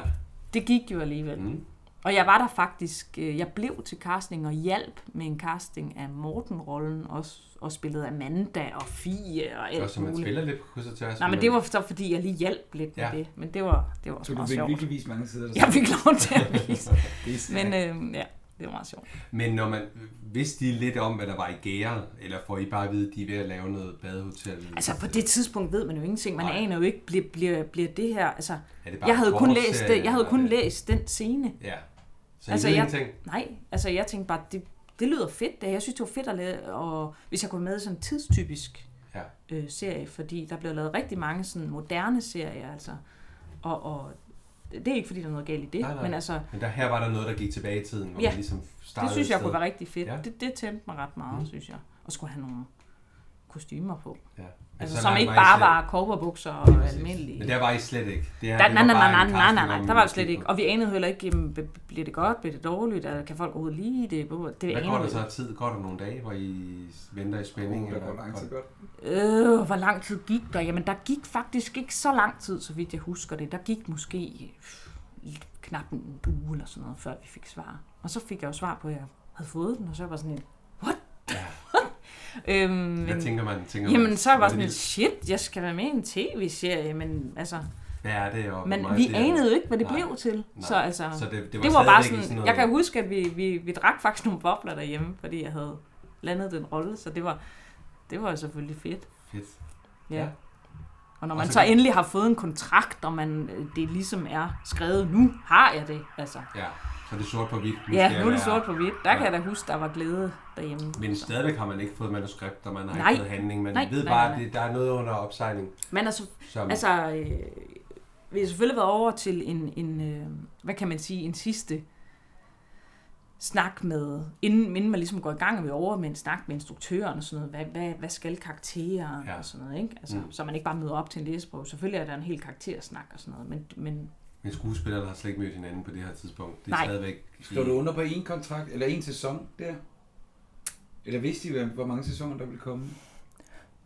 [SPEAKER 3] det gik jo alligevel.
[SPEAKER 2] Mm.
[SPEAKER 3] Og jeg var der faktisk, øh, jeg blev til casting og hjalp med en casting af Morten-rollen også, og spillede Amanda og Fie og
[SPEAKER 2] Og
[SPEAKER 3] alt
[SPEAKER 2] så man
[SPEAKER 3] muligt.
[SPEAKER 2] spiller lidt på kryds og tværs.
[SPEAKER 3] Nej, men det var så, fordi jeg lige hjalp lidt med
[SPEAKER 2] Ja.
[SPEAKER 3] det. Men det var, det var
[SPEAKER 1] Så
[SPEAKER 3] også
[SPEAKER 1] du
[SPEAKER 3] meget
[SPEAKER 1] fik
[SPEAKER 3] sjovt.
[SPEAKER 1] virkelig vist mange sider. der sagde,
[SPEAKER 3] Jeg fik lov til at vise.
[SPEAKER 1] "Det er stærkt."
[SPEAKER 3] Men øh, ja, det var meget sjovt.
[SPEAKER 2] Men når man vidste de lidt om, hvad der var i gære, eller får I bare at vide, at de er ved at lave noget badehotel?
[SPEAKER 3] Altså på det tidspunkt ved man jo ingenting. Man
[SPEAKER 2] Nej.
[SPEAKER 3] aner jo ikke, bliver, bliver, bliver det her... Altså,
[SPEAKER 2] er det
[SPEAKER 3] jeg havde kun
[SPEAKER 2] vores,
[SPEAKER 3] læst,
[SPEAKER 2] øh,
[SPEAKER 3] det, jeg havde kun
[SPEAKER 2] øh,
[SPEAKER 3] læst den scene.
[SPEAKER 2] Ja. Så altså,
[SPEAKER 3] Altså,
[SPEAKER 2] I ved
[SPEAKER 3] jeg-
[SPEAKER 2] ingenting?
[SPEAKER 3] Nej, altså jeg tænkte bare, det, det lyder fedt. Det. Jeg synes, det var fedt at lave, og hvis jeg kunne være med i sådan en tidstypisk
[SPEAKER 2] Ja.
[SPEAKER 3] øh, serie, fordi der blev lavet rigtig mange sådan moderne serier, altså. Og, og det er ikke, fordi der er noget galt i det,
[SPEAKER 2] Nej, nej.
[SPEAKER 3] men altså,
[SPEAKER 2] Men der, her var der noget, der gik tilbage i tiden, hvor
[SPEAKER 3] Ja.
[SPEAKER 2] man ligesom startede
[SPEAKER 3] det synes jeg
[SPEAKER 2] et sted.
[SPEAKER 3] kunne være rigtig fedt.
[SPEAKER 2] Ja. Mhm.
[SPEAKER 3] Ja. Det, det tændte mig ret meget, mm. synes jeg. Og skulle have nogle kostymer på.
[SPEAKER 2] Ja. Men
[SPEAKER 3] Altså,
[SPEAKER 2] så
[SPEAKER 3] som
[SPEAKER 2] langt
[SPEAKER 3] ikke
[SPEAKER 2] I
[SPEAKER 3] bare
[SPEAKER 2] slet-
[SPEAKER 3] var kobberbukser og
[SPEAKER 2] Præcis.
[SPEAKER 3] almindelige.
[SPEAKER 2] Men der var I slet ikke. Det her,
[SPEAKER 3] Der,
[SPEAKER 2] det
[SPEAKER 3] nej,
[SPEAKER 2] var
[SPEAKER 3] nej,
[SPEAKER 2] bare
[SPEAKER 3] nej,
[SPEAKER 2] en
[SPEAKER 3] nej, nej, nej,
[SPEAKER 2] casting, hvor
[SPEAKER 3] nej,
[SPEAKER 2] man
[SPEAKER 3] der var det
[SPEAKER 2] kiggede
[SPEAKER 3] slet
[SPEAKER 2] på.
[SPEAKER 3] ikke. Og vi anede heller ikke, jamen, bl- bliver det godt, bliver det dårligt, eller kan folk overhovedet lide det? Hvor- Det
[SPEAKER 2] Hvad
[SPEAKER 3] anede
[SPEAKER 2] går der
[SPEAKER 3] vi
[SPEAKER 2] så af tid? Går der nogle dage, hvor I venter i spænding?
[SPEAKER 1] Uh, der går lang tid godt.
[SPEAKER 3] Øh, hvor lang tid gik der? Jamen, der gik faktisk ikke så lang tid, så vidt jeg husker det. Der gik måske øh, knap en uge eller sådan noget, før vi fik svar. Og så fik jeg jo svar på, at jeg havde fået den, og så var jeg sådan lidt, what? øhm,
[SPEAKER 2] Hvad
[SPEAKER 3] men,
[SPEAKER 2] tænker man? Tænker man,
[SPEAKER 3] jamen, så var jeg
[SPEAKER 2] hvad
[SPEAKER 3] bare sådan
[SPEAKER 2] er
[SPEAKER 3] lidt, shit, jeg skal være med i en tv-serie, men altså,
[SPEAKER 2] det- Hvad er det? Og hvor
[SPEAKER 3] men
[SPEAKER 2] meget
[SPEAKER 3] vi
[SPEAKER 2] det er?
[SPEAKER 3] anede jo ikke, hvad det
[SPEAKER 2] Nej.
[SPEAKER 3] blev til.
[SPEAKER 2] Nej.
[SPEAKER 3] Så altså,
[SPEAKER 2] Så det, det var,
[SPEAKER 3] det var bare
[SPEAKER 2] stadigvæk i
[SPEAKER 3] sådan,
[SPEAKER 2] noget...
[SPEAKER 3] jeg kan huske, at vi, vi, vi drak faktisk nogle bobler derhjemme, fordi jeg havde landet den rolle, så det var, det var jo selvfølgelig fedt.
[SPEAKER 2] Fedt.
[SPEAKER 3] Ja.
[SPEAKER 2] Ja.
[SPEAKER 3] ja. Og når
[SPEAKER 2] Og
[SPEAKER 3] man
[SPEAKER 2] så
[SPEAKER 3] så
[SPEAKER 2] kan-
[SPEAKER 3] endelig har fået en kontrakt, og man, øh, det ligesom er skrevet, nu har jeg det, altså.
[SPEAKER 2] Ja, så er det sort på hvidt. skal
[SPEAKER 3] Ja,
[SPEAKER 2] jeg
[SPEAKER 3] nu er det
[SPEAKER 2] være-
[SPEAKER 3] sort på hvidt. Der
[SPEAKER 2] Ja.
[SPEAKER 3] kan jeg da huske, der var glæde derhjemme.
[SPEAKER 2] Men stadigvæk har man ikke fået manuskript, og man har
[SPEAKER 3] Nej.
[SPEAKER 2] ikke fået handling. Man
[SPEAKER 3] Nej,
[SPEAKER 2] ved
[SPEAKER 3] nej,
[SPEAKER 2] bare,
[SPEAKER 3] nej,
[SPEAKER 2] at
[SPEAKER 3] nej.
[SPEAKER 2] det- der er noget under opsejling.
[SPEAKER 3] Men altså,
[SPEAKER 2] Som, altså,
[SPEAKER 3] altså øh, vi har selvfølgelig været over til en, en øh, hvad kan man sige, en sidste snak med, inden, inden man ligesom går i gang, er vi over med en snak med instruktøren og sådan noget. Hvad, hvad, hvad skal karaktererne
[SPEAKER 2] Ja.
[SPEAKER 3] ja. og sådan noget, ikke? Altså,
[SPEAKER 2] Mm.
[SPEAKER 3] mm. Så man ikke bare møder op til en læseprøve. Selvfølgelig er der en hel karaktersnak og sådan noget, men, men
[SPEAKER 2] Men skuespillerne har slet ikke mødt hinanden på det her tidspunkt. Det er
[SPEAKER 3] Nej.
[SPEAKER 2] stadigvæk...
[SPEAKER 1] Stod du under på en kontrakt, eller en sæson der? Eller vidste I, hvor mange sæsoner der ville komme?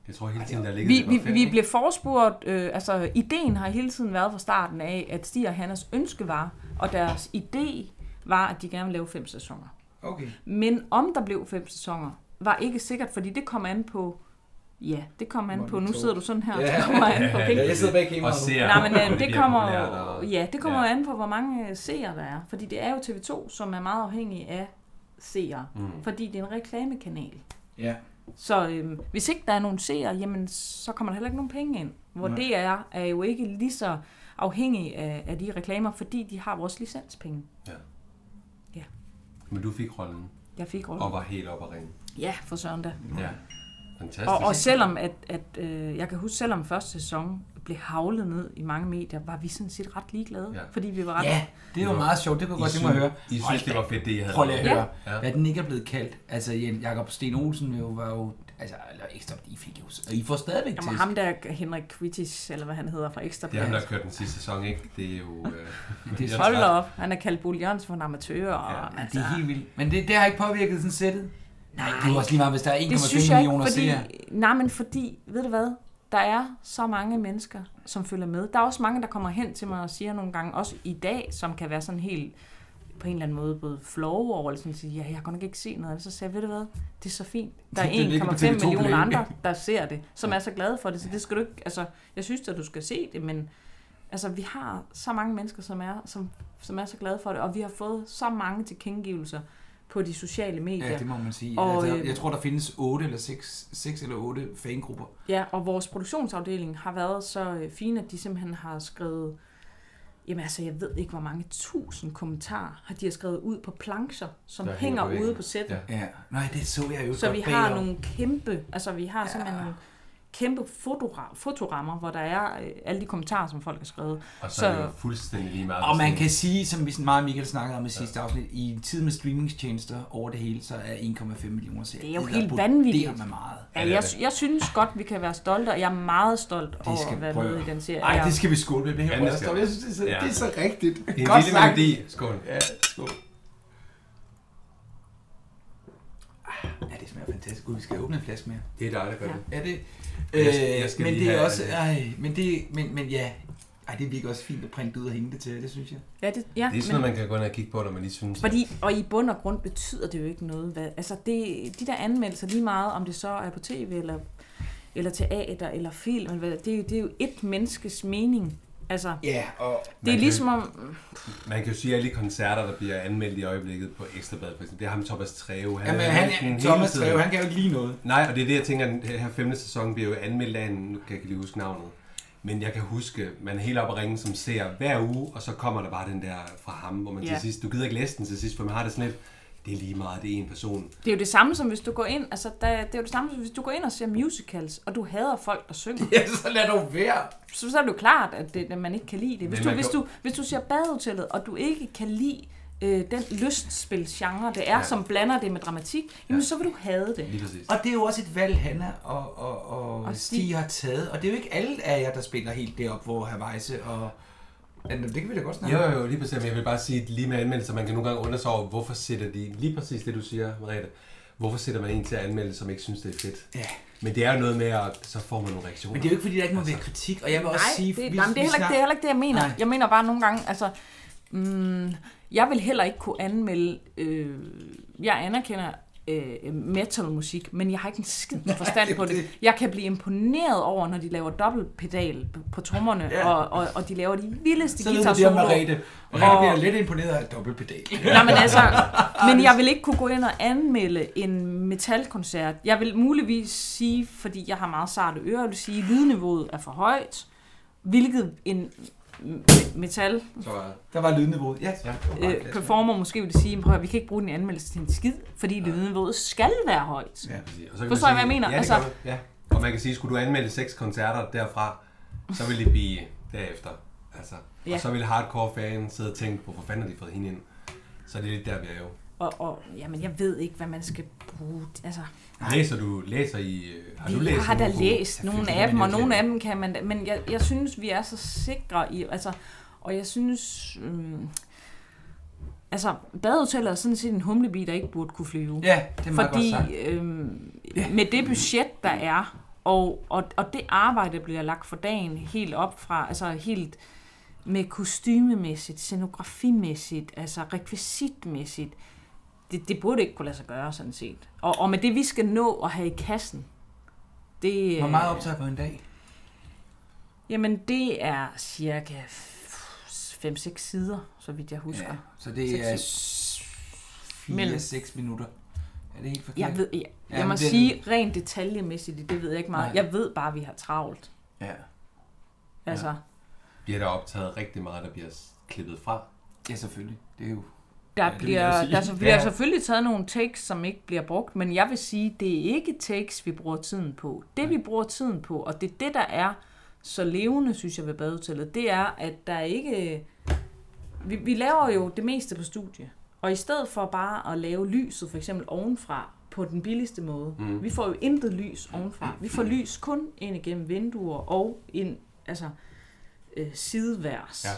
[SPEAKER 2] Jeg tror hele tiden, der ligger
[SPEAKER 3] Vi, vi, vi blev forespurgt, øh, altså ideen har hele tiden været fra starten af, at Stig og Hannas ønske var, og deres idé var, at de gerne ville lave fem sæsoner.
[SPEAKER 1] Okay.
[SPEAKER 3] Men om der blev fem sæsoner, var ikke sikkert, fordi det kom an på, ja, det kom an på, nu
[SPEAKER 1] Monitor.
[SPEAKER 3] sidder du sådan her,
[SPEAKER 1] Ja.
[SPEAKER 3] det kommer an på penge.
[SPEAKER 1] Jeg sidder bag kameraet
[SPEAKER 2] og
[SPEAKER 1] nu.
[SPEAKER 2] ser,
[SPEAKER 3] Nej, men
[SPEAKER 2] om
[SPEAKER 3] øh, det
[SPEAKER 2] bliver
[SPEAKER 3] kommer,
[SPEAKER 2] populært, og-
[SPEAKER 3] ja, det kommer
[SPEAKER 2] Ja.
[SPEAKER 3] ja. an på, hvor mange øh, seere der er. Fordi det er jo TV2, som er meget afhængig af seere. Mm. Fordi det er en reklamekanal.
[SPEAKER 1] Ja.
[SPEAKER 3] Så øhm, hvis ikke der er nogen seere, jamen så kommer der heller ikke nogen penge ind. Hvor
[SPEAKER 1] Nej.
[SPEAKER 3] Nej. DR er jo ikke lige så afhængig af, af de reklamer, fordi de har vores licenspenge.
[SPEAKER 2] Men du fik rollen
[SPEAKER 3] Jeg fik
[SPEAKER 2] og
[SPEAKER 3] rollen.
[SPEAKER 2] var helt oppe at ringe.
[SPEAKER 3] Ja, for søren da.
[SPEAKER 2] Ja. Fantastisk.
[SPEAKER 3] Mm. Og, og selvom, at, at øh, jeg kan huske, selvom første sæson blev havlet ned i mange medier, var vi sådan set ret ligeglade.
[SPEAKER 2] Ja.
[SPEAKER 3] Ja. Fordi vi var ret...
[SPEAKER 1] Ja, Ah, det var meget sjovt. Det kunne jeg godt tænke mig at høre.
[SPEAKER 2] I synes, det var fedt, det I havde
[SPEAKER 1] Prøv lige at
[SPEAKER 3] Ja.
[SPEAKER 1] høre,
[SPEAKER 2] Ja.
[SPEAKER 1] hvad den ikke er blevet kaldt. Altså, Jen- Jakob Sten Olsen jo var jo... Altså, eller ekstra, I fik jo... Og I får stadigvæk til.
[SPEAKER 3] Jamen, ham der Henrik Quitis, eller hvad han hedder fra Ekstra
[SPEAKER 2] Det er ham,
[SPEAKER 3] Bladet.
[SPEAKER 2] der kørte den sidste sæson, ikke? Det er jo... Øh,
[SPEAKER 1] Det er
[SPEAKER 3] Hold da op, han er kaldt Bo Jørgensen for en amatør. Og, altså- ja,
[SPEAKER 1] Det er helt vildt. Men det, det har ikke påvirket sådan sættet. Nej, det er jo
[SPEAKER 3] Nej.
[SPEAKER 1] også lige meget, hvis der er
[SPEAKER 3] det synes
[SPEAKER 1] 1,5
[SPEAKER 3] jeg ikke,
[SPEAKER 1] millioner
[SPEAKER 3] fordi,
[SPEAKER 1] seere.
[SPEAKER 3] nej, men fordi, ved du hvad, der er så mange mennesker, som følger med. Der er også mange, der kommer hen til mig og siger nogle gange, også i dag, som kan være sådan helt på en eller anden måde både flove over, eller sådan sige, ja, jeg kan nok ikke se noget. af det." Så siger jeg, ved du hvad, det er så fint. Der er
[SPEAKER 1] Det ligger på
[SPEAKER 3] 1,5
[SPEAKER 1] TV2
[SPEAKER 3] millioner
[SPEAKER 1] Play.
[SPEAKER 3] andre, der ser det, som er så glade for det, så det skal du ikke, altså, jeg synes at du skal se det, men altså, vi har så mange mennesker, som er, som, som er så glade for det, og vi har fået så mange tilkendegivelser på de sociale medier.
[SPEAKER 1] Ja, det må man sige.
[SPEAKER 3] Og,
[SPEAKER 1] altså,
[SPEAKER 3] øh,
[SPEAKER 1] jeg tror, der findes 8 eller 6, 6 eller 8 fangrupper.
[SPEAKER 3] Ja, og vores produktionsafdeling har været så øh, fine, at de simpelthen har skrevet, jamen altså, jeg ved ikke, hvor mange tusind kommentarer, har de har skrevet ud på plancher, som
[SPEAKER 2] Der
[SPEAKER 3] der
[SPEAKER 2] hænger
[SPEAKER 3] hænger
[SPEAKER 2] på væggen.
[SPEAKER 3] ude på sættet.
[SPEAKER 2] Ja.
[SPEAKER 3] Ja.
[SPEAKER 1] Ja, nej, det så jeg jo
[SPEAKER 3] Så
[SPEAKER 1] godt
[SPEAKER 3] vi har
[SPEAKER 1] bagom.
[SPEAKER 3] nogle kæmpe, altså vi har simpelthen nogle kæmpe fotora- fotorammer, hvor der er øh, alle de kommentarer, som folk har skrevet.
[SPEAKER 2] Og så er det
[SPEAKER 3] Så-
[SPEAKER 2] jo fuldstændig lige meget.
[SPEAKER 1] Og man
[SPEAKER 2] sådan-
[SPEAKER 1] kan sige, som vi sådan meget og Michael snakkede om i sidste afsnit, i en tid med streamingstjenester over det hele, så er 1,5 millioner serier.
[SPEAKER 3] Det er jo helt vanvittigt.
[SPEAKER 1] Det er meget.
[SPEAKER 3] Ja,
[SPEAKER 2] det er
[SPEAKER 3] jeg,
[SPEAKER 2] det.
[SPEAKER 3] jeg synes godt, vi kan være stolte, og jeg er meget stolt over
[SPEAKER 1] skal
[SPEAKER 3] at være
[SPEAKER 1] prøve.
[SPEAKER 3] med i den serie.
[SPEAKER 1] Nej,
[SPEAKER 3] Jeg-
[SPEAKER 1] det skal vi skåle med. Det her
[SPEAKER 2] Ja, det skal
[SPEAKER 1] bryster.
[SPEAKER 2] vi.
[SPEAKER 1] jeg synes, det er, så,
[SPEAKER 2] Ja.
[SPEAKER 1] det er så rigtigt.
[SPEAKER 2] En
[SPEAKER 1] Godt
[SPEAKER 2] lille
[SPEAKER 1] sagt.
[SPEAKER 2] melodi. Skål.
[SPEAKER 1] Ja, skål. Ah, Ja, det smager fantastisk. Gud, vi skal åbne en flaske mere.
[SPEAKER 2] Det er dig, der gør
[SPEAKER 3] Ja.
[SPEAKER 2] det.
[SPEAKER 1] Ja, det... Øh,
[SPEAKER 2] Jeg skal- jeg skal
[SPEAKER 1] men
[SPEAKER 2] lige
[SPEAKER 1] det er
[SPEAKER 2] have-
[SPEAKER 1] også... Ej, men det... Men, men ja... Ej, det virker også fint at printe ud og hænge det til, det synes jeg.
[SPEAKER 3] ja, det, ja,
[SPEAKER 2] Det er sådan noget,
[SPEAKER 3] men-
[SPEAKER 2] man kan gå ind og kigge på, når man lige synes...
[SPEAKER 3] Fordi, og i bund og grund betyder det jo ikke noget. Hvad, altså, det, de der anmeldelser lige meget, om det så er på tv, eller, eller teater, eller film, eller hvad, det, er jo- det er jo et menneskes mening. Altså,
[SPEAKER 1] Ja, og...
[SPEAKER 3] det er
[SPEAKER 2] kan-
[SPEAKER 3] ligesom om...
[SPEAKER 2] Man kan jo sige, at alle de koncerter, der bliver anmeldt i øjeblikket på Ekstrabladet, for eksempel, det er ham Thomas Treve.
[SPEAKER 1] Jamen,
[SPEAKER 2] er
[SPEAKER 1] han,
[SPEAKER 2] sådan hele
[SPEAKER 1] han, Thomas
[SPEAKER 2] tiden-
[SPEAKER 1] Treve, han kan jo ikke lide noget.
[SPEAKER 2] Nej, og det er det, jeg tænker, den her femte sæson bliver jo anmeldt af en, nu kan jeg ikke lige huske navnet, men jeg kan huske, man er helt op at ringe som ser hver uge, og så kommer der bare den der fra ham, hvor man til
[SPEAKER 3] Ja.
[SPEAKER 2] sidst, du gider ikke læse den til sidst, for man har det sådan lidt, det er lige meget, det er en person.
[SPEAKER 3] Det er jo det samme som hvis du går ind, altså der, det er jo det samme som hvis du går ind og ser musicals, og du hader folk, der synger.
[SPEAKER 1] Ja, så lad dog være.
[SPEAKER 3] Så, så er det jo klart, at, det, at man ikke kan lide det. Hvis
[SPEAKER 2] Men
[SPEAKER 3] du,
[SPEAKER 2] man
[SPEAKER 3] hvis,
[SPEAKER 2] kan-
[SPEAKER 3] du, hvis du ser badehotellet, og du ikke kan lide øh, den lystspilsgenre, det er,
[SPEAKER 2] Ja.
[SPEAKER 3] ja. som blander det med dramatik, jamen
[SPEAKER 2] Ja.
[SPEAKER 3] ja. så vil du hade det.
[SPEAKER 2] Lige præcis.
[SPEAKER 1] Og det er jo også et valg, Hanna og, og, og, og
[SPEAKER 3] Og
[SPEAKER 1] Stig.
[SPEAKER 3] Stig.
[SPEAKER 1] har taget. Og det er jo ikke alle af jer, der spiller helt derop, hvor Havajse og... Ja, Det kan vi da godt snakke
[SPEAKER 2] Jo,
[SPEAKER 1] om.
[SPEAKER 2] jo, jo, lige præcis. Men jeg vil bare sige, at lige med anmeldelser, man kan nogle gange undre sig over, hvorfor sætter de, lige præcis det du siger, Mariette, hvorfor sætter man en til at anmelde, som ikke synes, det er fedt?
[SPEAKER 1] Ja.
[SPEAKER 2] Men det er jo noget med, at så får man nogle reaktioner.
[SPEAKER 1] Men det er jo ikke, fordi der ikke må være kritik. Og jeg vil også
[SPEAKER 3] Nej,
[SPEAKER 1] sige...
[SPEAKER 3] det, nej, men det, er heller, ikke- det er heller ikke det, jeg mener.
[SPEAKER 1] Nej.
[SPEAKER 3] Nej. Jeg mener bare nogle gange, altså... Mm, jeg vil heller ikke kunne anmelde... Øh, jeg anerkender øh, metalmusik, men jeg har ikke en skid forstand på det. Jeg kan blive imponeret over, når de laver dobbeltpedal på- på trommerne,
[SPEAKER 1] Ja.
[SPEAKER 3] ja. og, og, og de laver de vildeste
[SPEAKER 1] Så ved du det om
[SPEAKER 3] guitar-soloer.
[SPEAKER 1] Merete. Og jeg bliver lidt imponeret af et dobbeltpedal.
[SPEAKER 3] Nej, men altså, men jeg vil ikke kunne gå ind og anmelde en metalkoncert. Jeg vil muligvis sige, fordi jeg har meget sarte ører, jeg vil sige, at lydniveauet er for højt, hvilket en m- metal
[SPEAKER 2] Så var det.
[SPEAKER 1] øh, Der var lydniveauet. Ja,
[SPEAKER 2] Ja.
[SPEAKER 3] øh, performer måske vil sige, prøv at høre, vi kan ikke bruge den i anmeldelse til en skid, fordi lydniveauet skal være højt.
[SPEAKER 1] Ja.
[SPEAKER 2] Og så kan man
[SPEAKER 3] Forstår I, hvad jeg
[SPEAKER 2] sige-
[SPEAKER 3] mener?
[SPEAKER 2] Ja, det
[SPEAKER 3] Altså-
[SPEAKER 2] gør man. ja. Og man kan sige, skulle du anmelde seks koncerter derfra, så ville det blive derefter. Altså. Ja.
[SPEAKER 3] Ja.
[SPEAKER 2] Og så ville hardcore fans sidde og tænke, hvorfor fanden har de fået hende ind? Så det er lidt der, vi er jo.
[SPEAKER 3] Og, og jamen, jeg ved ikke, hvad man skal bruge. Altså,
[SPEAKER 2] Læser du, læser I, øh, har du læst
[SPEAKER 3] jeg har da
[SPEAKER 2] nogle gode-
[SPEAKER 3] læst nogle
[SPEAKER 2] Selvfølgelig
[SPEAKER 3] af dem,
[SPEAKER 2] har
[SPEAKER 3] og
[SPEAKER 2] jeg
[SPEAKER 3] nogle
[SPEAKER 2] læst
[SPEAKER 3] af dem kan man da, men jeg, jeg synes, vi er så sikre i, altså, Og jeg synes... Øhm, altså, badehoteller er sådan set en humlebi, der ikke burde kunne flyve.
[SPEAKER 1] Ja, det er meget
[SPEAKER 3] Fordi
[SPEAKER 1] godt sagt.
[SPEAKER 3] øhm, med det budget, der er, og, og, og det arbejde, der bliver lagt for dagen helt op fra, altså helt med kostymemæssigt, scenografimæssigt, altså rekvisitmæssigt, det, det burde ikke kunne lade sig gøre, sådan set. Og, og med det, vi skal nå at have i kassen, det...
[SPEAKER 1] Hvor meget
[SPEAKER 3] øh,
[SPEAKER 1] optager på en dag?
[SPEAKER 3] Jamen, det er cirka 5-6 sider, så vidt jeg husker.
[SPEAKER 1] Ja,
[SPEAKER 3] Ja.
[SPEAKER 1] så det
[SPEAKER 3] Seks,
[SPEAKER 1] er
[SPEAKER 3] Mellem.
[SPEAKER 1] 4-6 minutter. Er det helt forkert?
[SPEAKER 3] Jeg ved, jeg,
[SPEAKER 1] Ja,
[SPEAKER 3] jeg må
[SPEAKER 1] men det-
[SPEAKER 3] sige rent detaljemæssigt, det ved jeg ikke meget.
[SPEAKER 1] Nej.
[SPEAKER 3] Jeg ved bare, at vi har travlt.
[SPEAKER 1] Ja.
[SPEAKER 3] Altså,
[SPEAKER 2] Bliver der optaget rigtig meget, der bliver s- klippet fra?
[SPEAKER 1] ja, selvfølgelig. Det er jo...
[SPEAKER 3] Der,
[SPEAKER 1] Ja, det
[SPEAKER 3] ja,
[SPEAKER 1] vil jeg
[SPEAKER 3] bliver,
[SPEAKER 1] sige.
[SPEAKER 3] der så bliver
[SPEAKER 1] Ja.
[SPEAKER 3] ja. selvfølgelig taget nogle takes, som ikke bliver brugt, men jeg vil sige, det er ikke takes, vi bruger tiden på. Det, vi bruger tiden på, og det er det, der er så levende, synes jeg, ved badehotellet, det er, at der ikke... Vi, vi laver jo det meste på studie, og i stedet for bare at lave lyset for eksempel ovenfra på den billigste måde, mm. vi får jo intet lys ovenfra. Vi får lys kun ind igennem vinduer og ind, altså øh, sideværs.
[SPEAKER 2] Ja.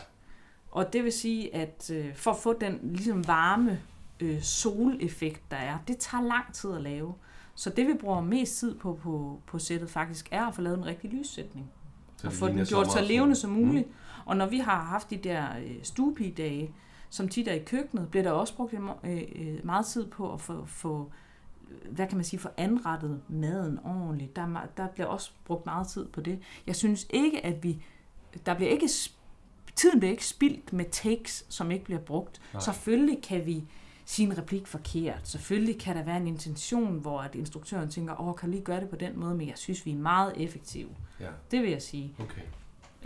[SPEAKER 3] Og det vil sige, at øh, for at få den ligesom varme øh, soleffekt, der er, det tager lang tid at lave. Så det, vi bruger mest tid på på, på sættet faktisk, er at få lavet en rigtig lyssætning.
[SPEAKER 2] Så
[SPEAKER 3] og
[SPEAKER 2] det
[SPEAKER 3] få den
[SPEAKER 2] ligner
[SPEAKER 3] gjort så
[SPEAKER 2] sommeraften.
[SPEAKER 3] levende som muligt. Mm. Og når vi har haft de der øh, stuepigedage, som tit er i køkkenet, bliver der også brugt en mo- øh, øh, meget tid på at få, få øh, hvad kan man sige, få anrettet maden ordentligt. Der, er me- der bliver også brugt meget tid på det. Jeg synes ikke, at vi... Der bliver ikke sp- tiden bliver ikke spildt med takes, som ikke bliver brugt. Nej. Selvfølgelig kan vi sige en replik forkert. Selvfølgelig kan der være en intention, hvor at instruktøren tænker, åh, kan jeg lige gøre det på den måde, men jeg synes, vi er meget effektive.
[SPEAKER 2] Ja,
[SPEAKER 3] Det vil jeg sige.
[SPEAKER 2] okay.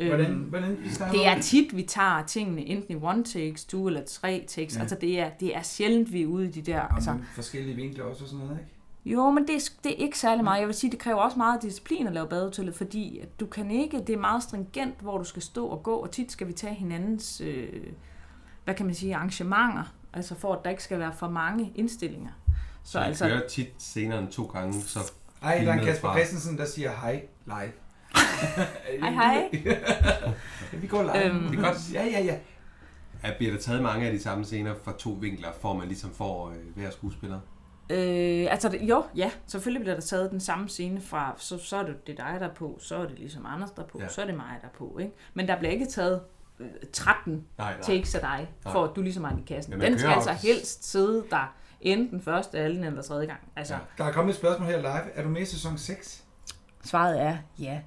[SPEAKER 1] Hvordan, hvordan vi starter?
[SPEAKER 3] Øhm, Det er tit, vi tager tingene enten i one takes, to eller tre takes.
[SPEAKER 1] Ja.
[SPEAKER 3] Ja. Altså, det er, det er sjældent, vi er ude i de der...
[SPEAKER 1] Altså,
[SPEAKER 3] Altså,
[SPEAKER 1] forskellige vinkler også og sådan noget, ikke?
[SPEAKER 3] jo, men det, er- det er ikke særlig meget. Jeg vil sige, det kræver også meget disciplin at lave badehotellet, fordi at du kan ikke... Det er meget stringent, hvor du skal stå og gå, og tit skal vi tage hinandens, øh, hvad kan man sige, arrangementer, altså for, at der ikke skal være for mange indstillinger.
[SPEAKER 2] Så
[SPEAKER 3] Så
[SPEAKER 2] jeg
[SPEAKER 3] altså,
[SPEAKER 2] kører tit senere end to gange, så
[SPEAKER 1] Ej, der er en
[SPEAKER 2] Filmet
[SPEAKER 1] Kasper
[SPEAKER 2] fra-
[SPEAKER 1] Christensen, der siger hej live.
[SPEAKER 3] hej hej.
[SPEAKER 1] Ja, vi går live.
[SPEAKER 3] Øhm.
[SPEAKER 1] Det er godt. Ja, ja, ja.
[SPEAKER 2] at bliver der taget mange af de samme scener fra to vinkler, for man ligesom får øh, hver skuespiller.
[SPEAKER 3] Øh, altså, det- jo, ja, selvfølgelig bliver der taget den samme scene fra, så, så er det, det dig, der er på, så er det ligesom Anders, der er på,
[SPEAKER 2] Ja.
[SPEAKER 3] ja. så er det mig, der er på, ikke? Men der bliver ikke taget øh, 13
[SPEAKER 2] Nej, nej.
[SPEAKER 3] takes af dig,
[SPEAKER 2] Nej.
[SPEAKER 3] for at du ligesom er i kassen.
[SPEAKER 2] Ja,
[SPEAKER 3] Ja,
[SPEAKER 2] man
[SPEAKER 3] den skal
[SPEAKER 2] kører
[SPEAKER 3] altså
[SPEAKER 2] også-
[SPEAKER 3] helst sidde der, enten første, anden eller tredje gang. Altså,
[SPEAKER 2] Ja.
[SPEAKER 3] ja.
[SPEAKER 1] Der er kommet et spørgsmål her live. Er du med i sæson 6?
[SPEAKER 3] svaret er ja.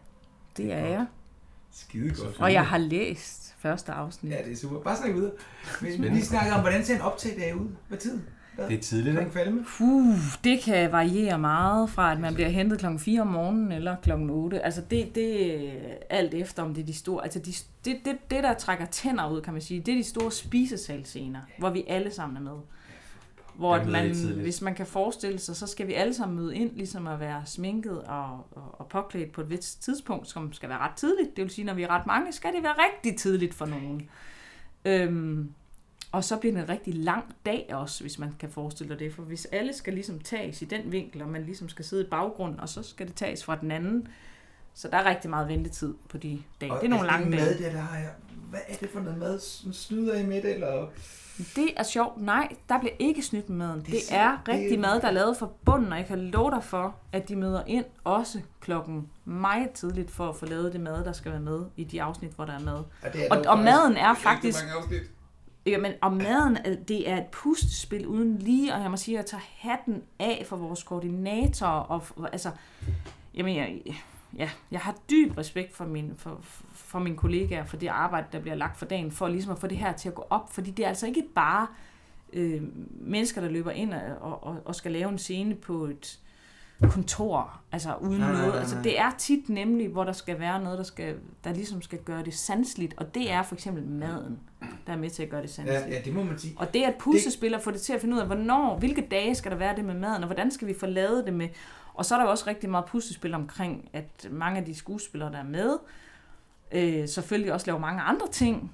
[SPEAKER 3] Det er jeg.
[SPEAKER 1] Skide godt.
[SPEAKER 3] Og jeg har læst første afsnit.
[SPEAKER 1] Ja, det er super. Bare snak videre. Men vi snakker om, hvordan ser en optagdag ud? Hvad tid?
[SPEAKER 2] Det er tidligt,
[SPEAKER 1] Klokken
[SPEAKER 2] ikke?
[SPEAKER 1] kvalme?
[SPEAKER 3] Uh, det kan variere meget fra, at man bliver hentet klokken 4 om morgenen eller klokken 8. Altså det, det er alt efter, om det er de store... Altså de, det, det, det, der trækker tænder ud, kan man sige, det er de store spisesalscener, hvor vi alle sammen er med. Hvor
[SPEAKER 2] Der
[SPEAKER 3] at
[SPEAKER 2] møder I
[SPEAKER 3] man,
[SPEAKER 2] tidligt.
[SPEAKER 3] hvis man kan forestille sig, så skal vi alle sammen møde ind, ligesom at være sminket og, og, og påklædt på et vist tidspunkt, som skal være ret tidligt. Det vil sige, når vi er ret mange, skal det være rigtig tidligt for nogen. Øhm, og så bliver det en rigtig lang dag også, hvis man kan forestille sig det. For hvis alle skal ligesom tages i den vinkel, og man ligesom skal sidde i baggrunden, og så skal det tages fra den anden, så der er rigtig meget ventetid på de dage.
[SPEAKER 1] Og
[SPEAKER 3] det er nogle
[SPEAKER 1] altså,
[SPEAKER 3] lange
[SPEAKER 1] mad,
[SPEAKER 3] dage.
[SPEAKER 1] der, der har jeg. Hvad er det for noget mad? Sådan Snyder I med det, eller?
[SPEAKER 3] Det er sjovt. Nej, der bliver ikke snydt med maden. Det,
[SPEAKER 1] Det er-
[SPEAKER 3] er
[SPEAKER 1] det er-
[SPEAKER 3] rigtig mad, der er lavet fra bunden, og jeg kan love dig for, at de møder ind også klokken meget tidligt for at få lavet det mad, der skal være med i de afsnit, hvor der er mad.
[SPEAKER 1] Og, det er
[SPEAKER 3] Og,
[SPEAKER 1] der jo
[SPEAKER 3] og
[SPEAKER 1] faktisk
[SPEAKER 3] maden er
[SPEAKER 1] rigtig
[SPEAKER 3] faktisk
[SPEAKER 1] mange afsnit.
[SPEAKER 3] Jamen, og maden, øh, det er et pustespil uden lige, og jeg må sige, at jeg tager hatten af for vores koordinator, og f- altså, jamen, jeg, ja, jeg har dyb respekt for, min, for, for mine kollegaer, for det arbejde, der bliver lagt for dagen, for ligesom at få det her til at gå op, fordi det er altså ikke bare øh, mennesker, der løber ind og, og, og skal lave en scene på et kontor, altså uden
[SPEAKER 1] Nej, nej,
[SPEAKER 3] noget.
[SPEAKER 1] nej,
[SPEAKER 3] Altså,
[SPEAKER 1] nej.
[SPEAKER 3] det er tit nemlig, hvor der skal være noget, der, skal, der ligesom skal gøre det sansligt, og det er for eksempel maden, der er med til at gøre det
[SPEAKER 1] Ja,
[SPEAKER 3] sansligt.
[SPEAKER 1] ja, det må man sige.
[SPEAKER 3] Og det er et puslespil at få det til at finde ud af, hvornår, hvilke dage skal der være det med maden, og hvordan skal vi få lavet det med. Og så er der jo også rigtig meget puslespil omkring, at mange af de skuespillere, der er med, øh, selvfølgelig også laver mange andre ting.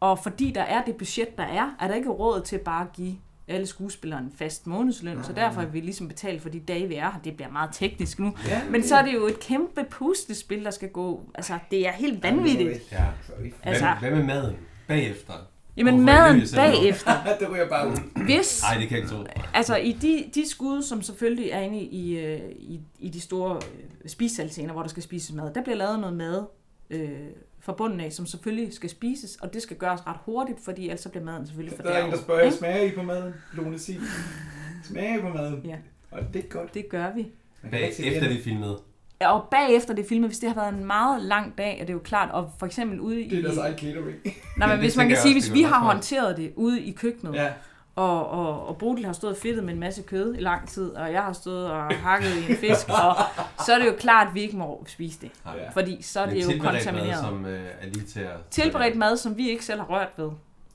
[SPEAKER 3] Og fordi der er det budget, der er, er der ikke råd til bare at give alle skuespillere en fast månedsløn, så derfor vil vi ligesom betale for de dage, vi er her. Det bliver meget teknisk nu.
[SPEAKER 1] Ja,
[SPEAKER 3] Men så er det jo et kæmpe puslespil, der skal gå. Altså, det er helt vanvittigt.
[SPEAKER 1] Ja. Sorry.
[SPEAKER 2] Hvad,
[SPEAKER 3] Altså-
[SPEAKER 2] hvad med maden? bagefter.
[SPEAKER 3] Jamen
[SPEAKER 2] Hvorfor
[SPEAKER 3] maden
[SPEAKER 2] løser jeg nu?
[SPEAKER 3] bagefter,
[SPEAKER 1] det ryger bare ud.
[SPEAKER 3] hvis...
[SPEAKER 2] Nej, det kan jeg ikke tro.
[SPEAKER 3] Altså i de, de skud, som selvfølgelig er inde i, øh, i, i de store øh, spisesalscener, hvor der skal spises mad, der bliver lavet noget mad øh, fra bunden af, som selvfølgelig skal spises, og det skal gøres ret hurtigt, fordi ellers så bliver maden selvfølgelig
[SPEAKER 1] Der er en, der
[SPEAKER 3] fordærvet.
[SPEAKER 1] spørger,
[SPEAKER 3] ikke?
[SPEAKER 1] smager I på maden? Lone sig. Smager I på maden?
[SPEAKER 3] Ja.
[SPEAKER 1] Og det er godt.
[SPEAKER 3] Det gør vi.
[SPEAKER 1] Man kan ikke se
[SPEAKER 2] Bagefter
[SPEAKER 1] det.
[SPEAKER 2] det filmede.
[SPEAKER 3] Ja, Og bagefter det filmet, hvis det har været en meget lang dag, og det er jo klart, og for eksempel ude i...
[SPEAKER 1] Det er deres eget catering.
[SPEAKER 3] Nej,
[SPEAKER 2] Ja,
[SPEAKER 3] men
[SPEAKER 2] det
[SPEAKER 3] hvis man
[SPEAKER 2] tænker
[SPEAKER 3] kan
[SPEAKER 2] jeg
[SPEAKER 3] sige,
[SPEAKER 2] også, det
[SPEAKER 3] hvis
[SPEAKER 2] kan
[SPEAKER 3] vi
[SPEAKER 2] jeg godt
[SPEAKER 3] har
[SPEAKER 2] forstå.
[SPEAKER 3] håndteret det ude i køkkenet,
[SPEAKER 1] Ja.
[SPEAKER 3] og, og, og Bodil har stået og fedtet med en masse kød i lang tid, og jeg har stået og hakket i en fisk, og så er det jo klart, at vi ikke må spise det.
[SPEAKER 2] Ja.
[SPEAKER 3] Fordi så er
[SPEAKER 2] Men
[SPEAKER 3] det jo
[SPEAKER 2] tilberedt mad,
[SPEAKER 3] kontamineret.
[SPEAKER 2] som øh, er lige til at...
[SPEAKER 3] Tilberedt mad, som vi ikke selv har rørt ved,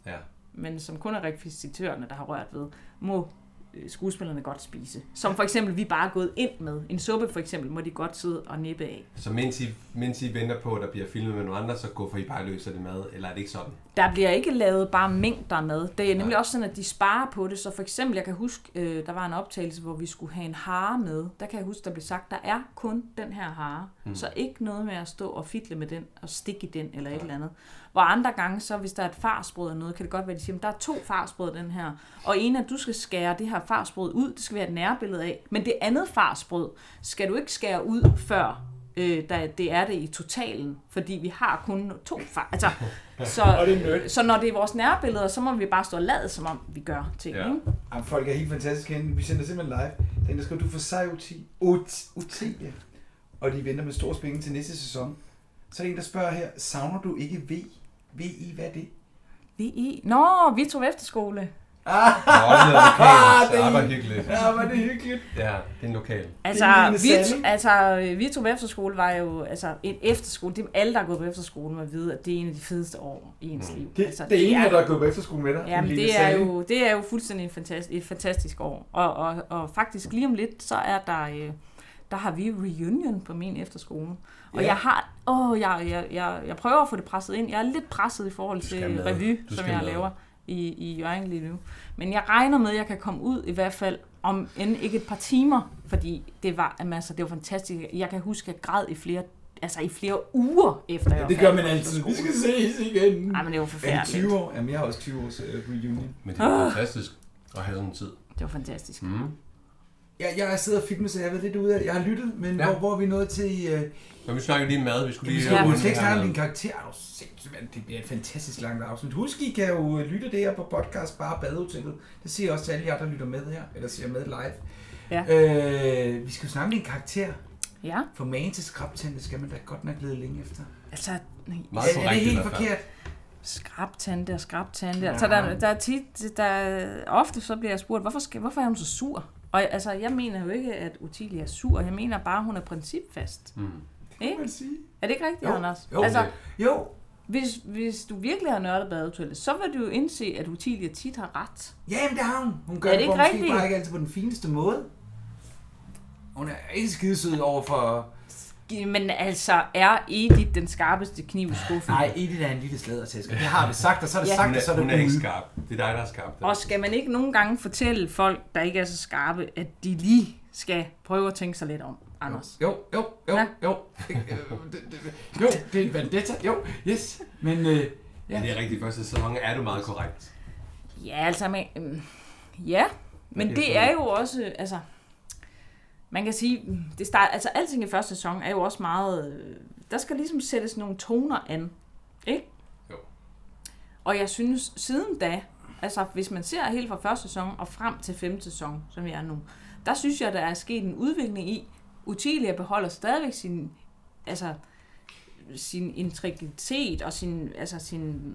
[SPEAKER 2] Ja.
[SPEAKER 3] men som kun er rekvisitørerne, der har rørt ved, må øh, skuespillerne godt spise. Som for eksempel, vi bare er gået ind med. En suppe for eksempel, må de godt sidde og nippe af.
[SPEAKER 2] Så mens I, mens I venter på, at der bliver filmet med nogle andre, så går for I bare løser det mad, eller er det ikke sådan?
[SPEAKER 3] Der bliver ikke lavet bare mængder med. Det er nemlig også sådan, at de sparer på det. Så for eksempel, jeg kan huske, øh, der var en optagelse, hvor vi skulle have en hare med. Der kan jeg huske, der blev sagt, der er kun den her hare. Mm. Så ikke noget med at stå og fitle med den og stikke i den eller et eller andet. Hvor andre gange, så hvis der er et farsbrød eller noget, kan det godt være, at de siger, "Men der er to farsbrød i den her. Og en af du skal skære det her farsbrød ud, det skal være et nærbillede af. Men det andet farsbrød skal du ikke skære ud før øh, der, det er det i totalen, fordi vi har kun to far. Altså, så,
[SPEAKER 1] Og det er nødt.
[SPEAKER 3] så når det er vores nærbilleder, så må vi bare stå og lade, som om vi gør ting.
[SPEAKER 2] Ja.
[SPEAKER 3] Ja. Ikke?
[SPEAKER 1] Jamen, folk er helt fantastiske herinde. Vi sender simpelthen live. Den der skriver, du får sej Oti- Ot- Otelia. Og de venter med stor spænding til næste sæson. Så er der en, der spørger her, savner du ikke V? V i, hvad er det?
[SPEAKER 3] Vi i... Nå, vi tog efterskole.
[SPEAKER 2] Nå, det er lokalt, så
[SPEAKER 1] Ah, det-
[SPEAKER 2] arbejde hyggeligt.
[SPEAKER 1] Ja, var det hyggeligt.
[SPEAKER 2] Ja, det er en lokal.
[SPEAKER 3] Altså,
[SPEAKER 1] Det er en lille
[SPEAKER 3] vi,
[SPEAKER 1] sanding.
[SPEAKER 3] altså, øh, vi tog efterskole var jo altså, en efterskole. Det er alle, der er gået på efterskole, må vide, at det er en af de fedeste år i ens liv.
[SPEAKER 1] Det,
[SPEAKER 3] altså,
[SPEAKER 1] det, det ene,
[SPEAKER 3] er-
[SPEAKER 1] er... der er gået på efterskole med dig. en
[SPEAKER 3] Jamen,
[SPEAKER 1] lille
[SPEAKER 3] det er,
[SPEAKER 1] Sally.
[SPEAKER 3] jo, det er jo fuldstændig en fantastisk, et fantastisk år. Og, og, og faktisk lige om lidt, så er der, øh, der har vi reunion på min efterskole. Og
[SPEAKER 1] Ja.
[SPEAKER 3] ja. jeg har, åh, jeg, jeg, jeg, jeg prøver at få det presset ind. Jeg er lidt presset i forhold
[SPEAKER 2] skal
[SPEAKER 3] til
[SPEAKER 2] med.
[SPEAKER 3] revy,
[SPEAKER 2] Du
[SPEAKER 3] som
[SPEAKER 2] skal
[SPEAKER 3] jeg
[SPEAKER 2] med.
[SPEAKER 3] laver i, i Jørgen lige nu. Men jeg regner med, at jeg kan komme ud i hvert fald om end ikke et par timer, fordi det var, jamen, altså, det var fantastisk. Jeg kan huske, at jeg græd i flere, altså i flere uger efter jeg
[SPEAKER 1] Det gør man altid. Vi skal ses igen.
[SPEAKER 3] Nej, men det
[SPEAKER 1] Er
[SPEAKER 3] var
[SPEAKER 1] det 20
[SPEAKER 3] forfærdeligt.
[SPEAKER 1] år? Jamen, jeg har også 20 års øh, reunion.
[SPEAKER 2] Men det
[SPEAKER 3] Ah.
[SPEAKER 2] er fantastisk at have sådan en tid.
[SPEAKER 3] Det var fantastisk.
[SPEAKER 2] Mm.
[SPEAKER 1] Jeg, jeg sidder og filmet, så jeg har været lidt ude af det. Jeg har lyttet, men
[SPEAKER 2] Ja.
[SPEAKER 1] ja. hvor, hvor er vi nået til... Øh,
[SPEAKER 2] Men vi snakker lige mad, vi skulle
[SPEAKER 1] vi
[SPEAKER 2] lige...
[SPEAKER 1] skal
[SPEAKER 3] Ja.
[SPEAKER 1] jo
[SPEAKER 2] runde
[SPEAKER 1] slet ikke
[SPEAKER 2] det her
[SPEAKER 1] snakke om
[SPEAKER 2] med.
[SPEAKER 1] din karakter. Er du sindssygt, mand? Det bliver et fantastisk langt afsnit. Husk, I kan jo øh, lytte det her på podcast, bare badehotellet. Det siger jeg også til alle jer, der lytter med her, eller ser med live.
[SPEAKER 3] Ja.
[SPEAKER 1] Øh, vi skal jo snakke om din karakter.
[SPEAKER 3] Ja,
[SPEAKER 1] For magen til skrabtændet skal man da godt nok lede længe efter.
[SPEAKER 3] altså...
[SPEAKER 2] Meget
[SPEAKER 1] er, er det
[SPEAKER 2] korrekt i
[SPEAKER 1] helt
[SPEAKER 2] hvert fald.
[SPEAKER 1] forkert?
[SPEAKER 3] skrabtante og skrabtante. Ja. Altså, der, der er tit, der, ofte så bliver jeg spurgt, hvorfor, skal, hvorfor er hun så sur? Og jeg- altså, jeg mener jo ikke, at Utilia er sur. Jeg mener bare, at hun er principfast.
[SPEAKER 2] Mm.
[SPEAKER 1] Kan
[SPEAKER 3] Ikke?
[SPEAKER 1] man sige?
[SPEAKER 3] Er det ikke rigtigt,
[SPEAKER 1] Jo.
[SPEAKER 3] Anders?
[SPEAKER 1] Jo,
[SPEAKER 3] altså,
[SPEAKER 2] det-
[SPEAKER 1] Jo,
[SPEAKER 3] hvis, hvis du virkelig har nørdet badetuelle, så vil du jo indse, at Utilia tit har ret.
[SPEAKER 1] Ja, jamen, det har hun. Hun gør
[SPEAKER 3] Er det
[SPEAKER 1] det,
[SPEAKER 3] ikke
[SPEAKER 1] det bare, måske
[SPEAKER 3] rigtigt?
[SPEAKER 1] bare ikke altid på den fineste måde. Hun er ikke skidesød over for...
[SPEAKER 3] Men altså, er Edith den skarpeste kniv i skuffen?
[SPEAKER 1] Nej, Edith er en lille slædertæsker. Det har vi sagt, og så er det
[SPEAKER 3] Ja.
[SPEAKER 1] ja.
[SPEAKER 2] Hun
[SPEAKER 1] sagt, og så er
[SPEAKER 2] er,
[SPEAKER 1] det
[SPEAKER 2] hun er ikke
[SPEAKER 1] ude.
[SPEAKER 2] skarp. Det er dig, der er skarp.
[SPEAKER 3] Og skal man ikke nogle gange fortælle folk, der ikke er så skarpe, at de lige skal prøve at tænke sig lidt om, Anders?
[SPEAKER 1] Jo, jo, jo,
[SPEAKER 3] Ja.
[SPEAKER 1] jo. Øh, det- det- Jo, det er en vendetta. Jo, yes. Men øh,
[SPEAKER 2] Ja. Det er rigtigt. Første sæson er du meget korrekt.
[SPEAKER 3] Ja, altså, men, øhm, ja, men
[SPEAKER 2] er
[SPEAKER 3] det
[SPEAKER 2] sådan.
[SPEAKER 3] er jo også, øh, altså, man kan sige, mm, det start, altså alting i første sæson er jo også meget, øh, der skal ligesom sættes nogle toner an, ikke?
[SPEAKER 2] Jo.
[SPEAKER 3] Og jeg synes, siden da, altså hvis man ser helt fra første sæson og frem til femte sæson, som jeg er nu, der synes jeg, der er sket en udvikling i, Utilia beholder stadigvæk sin, altså, sin intrigitet og sin, altså sin,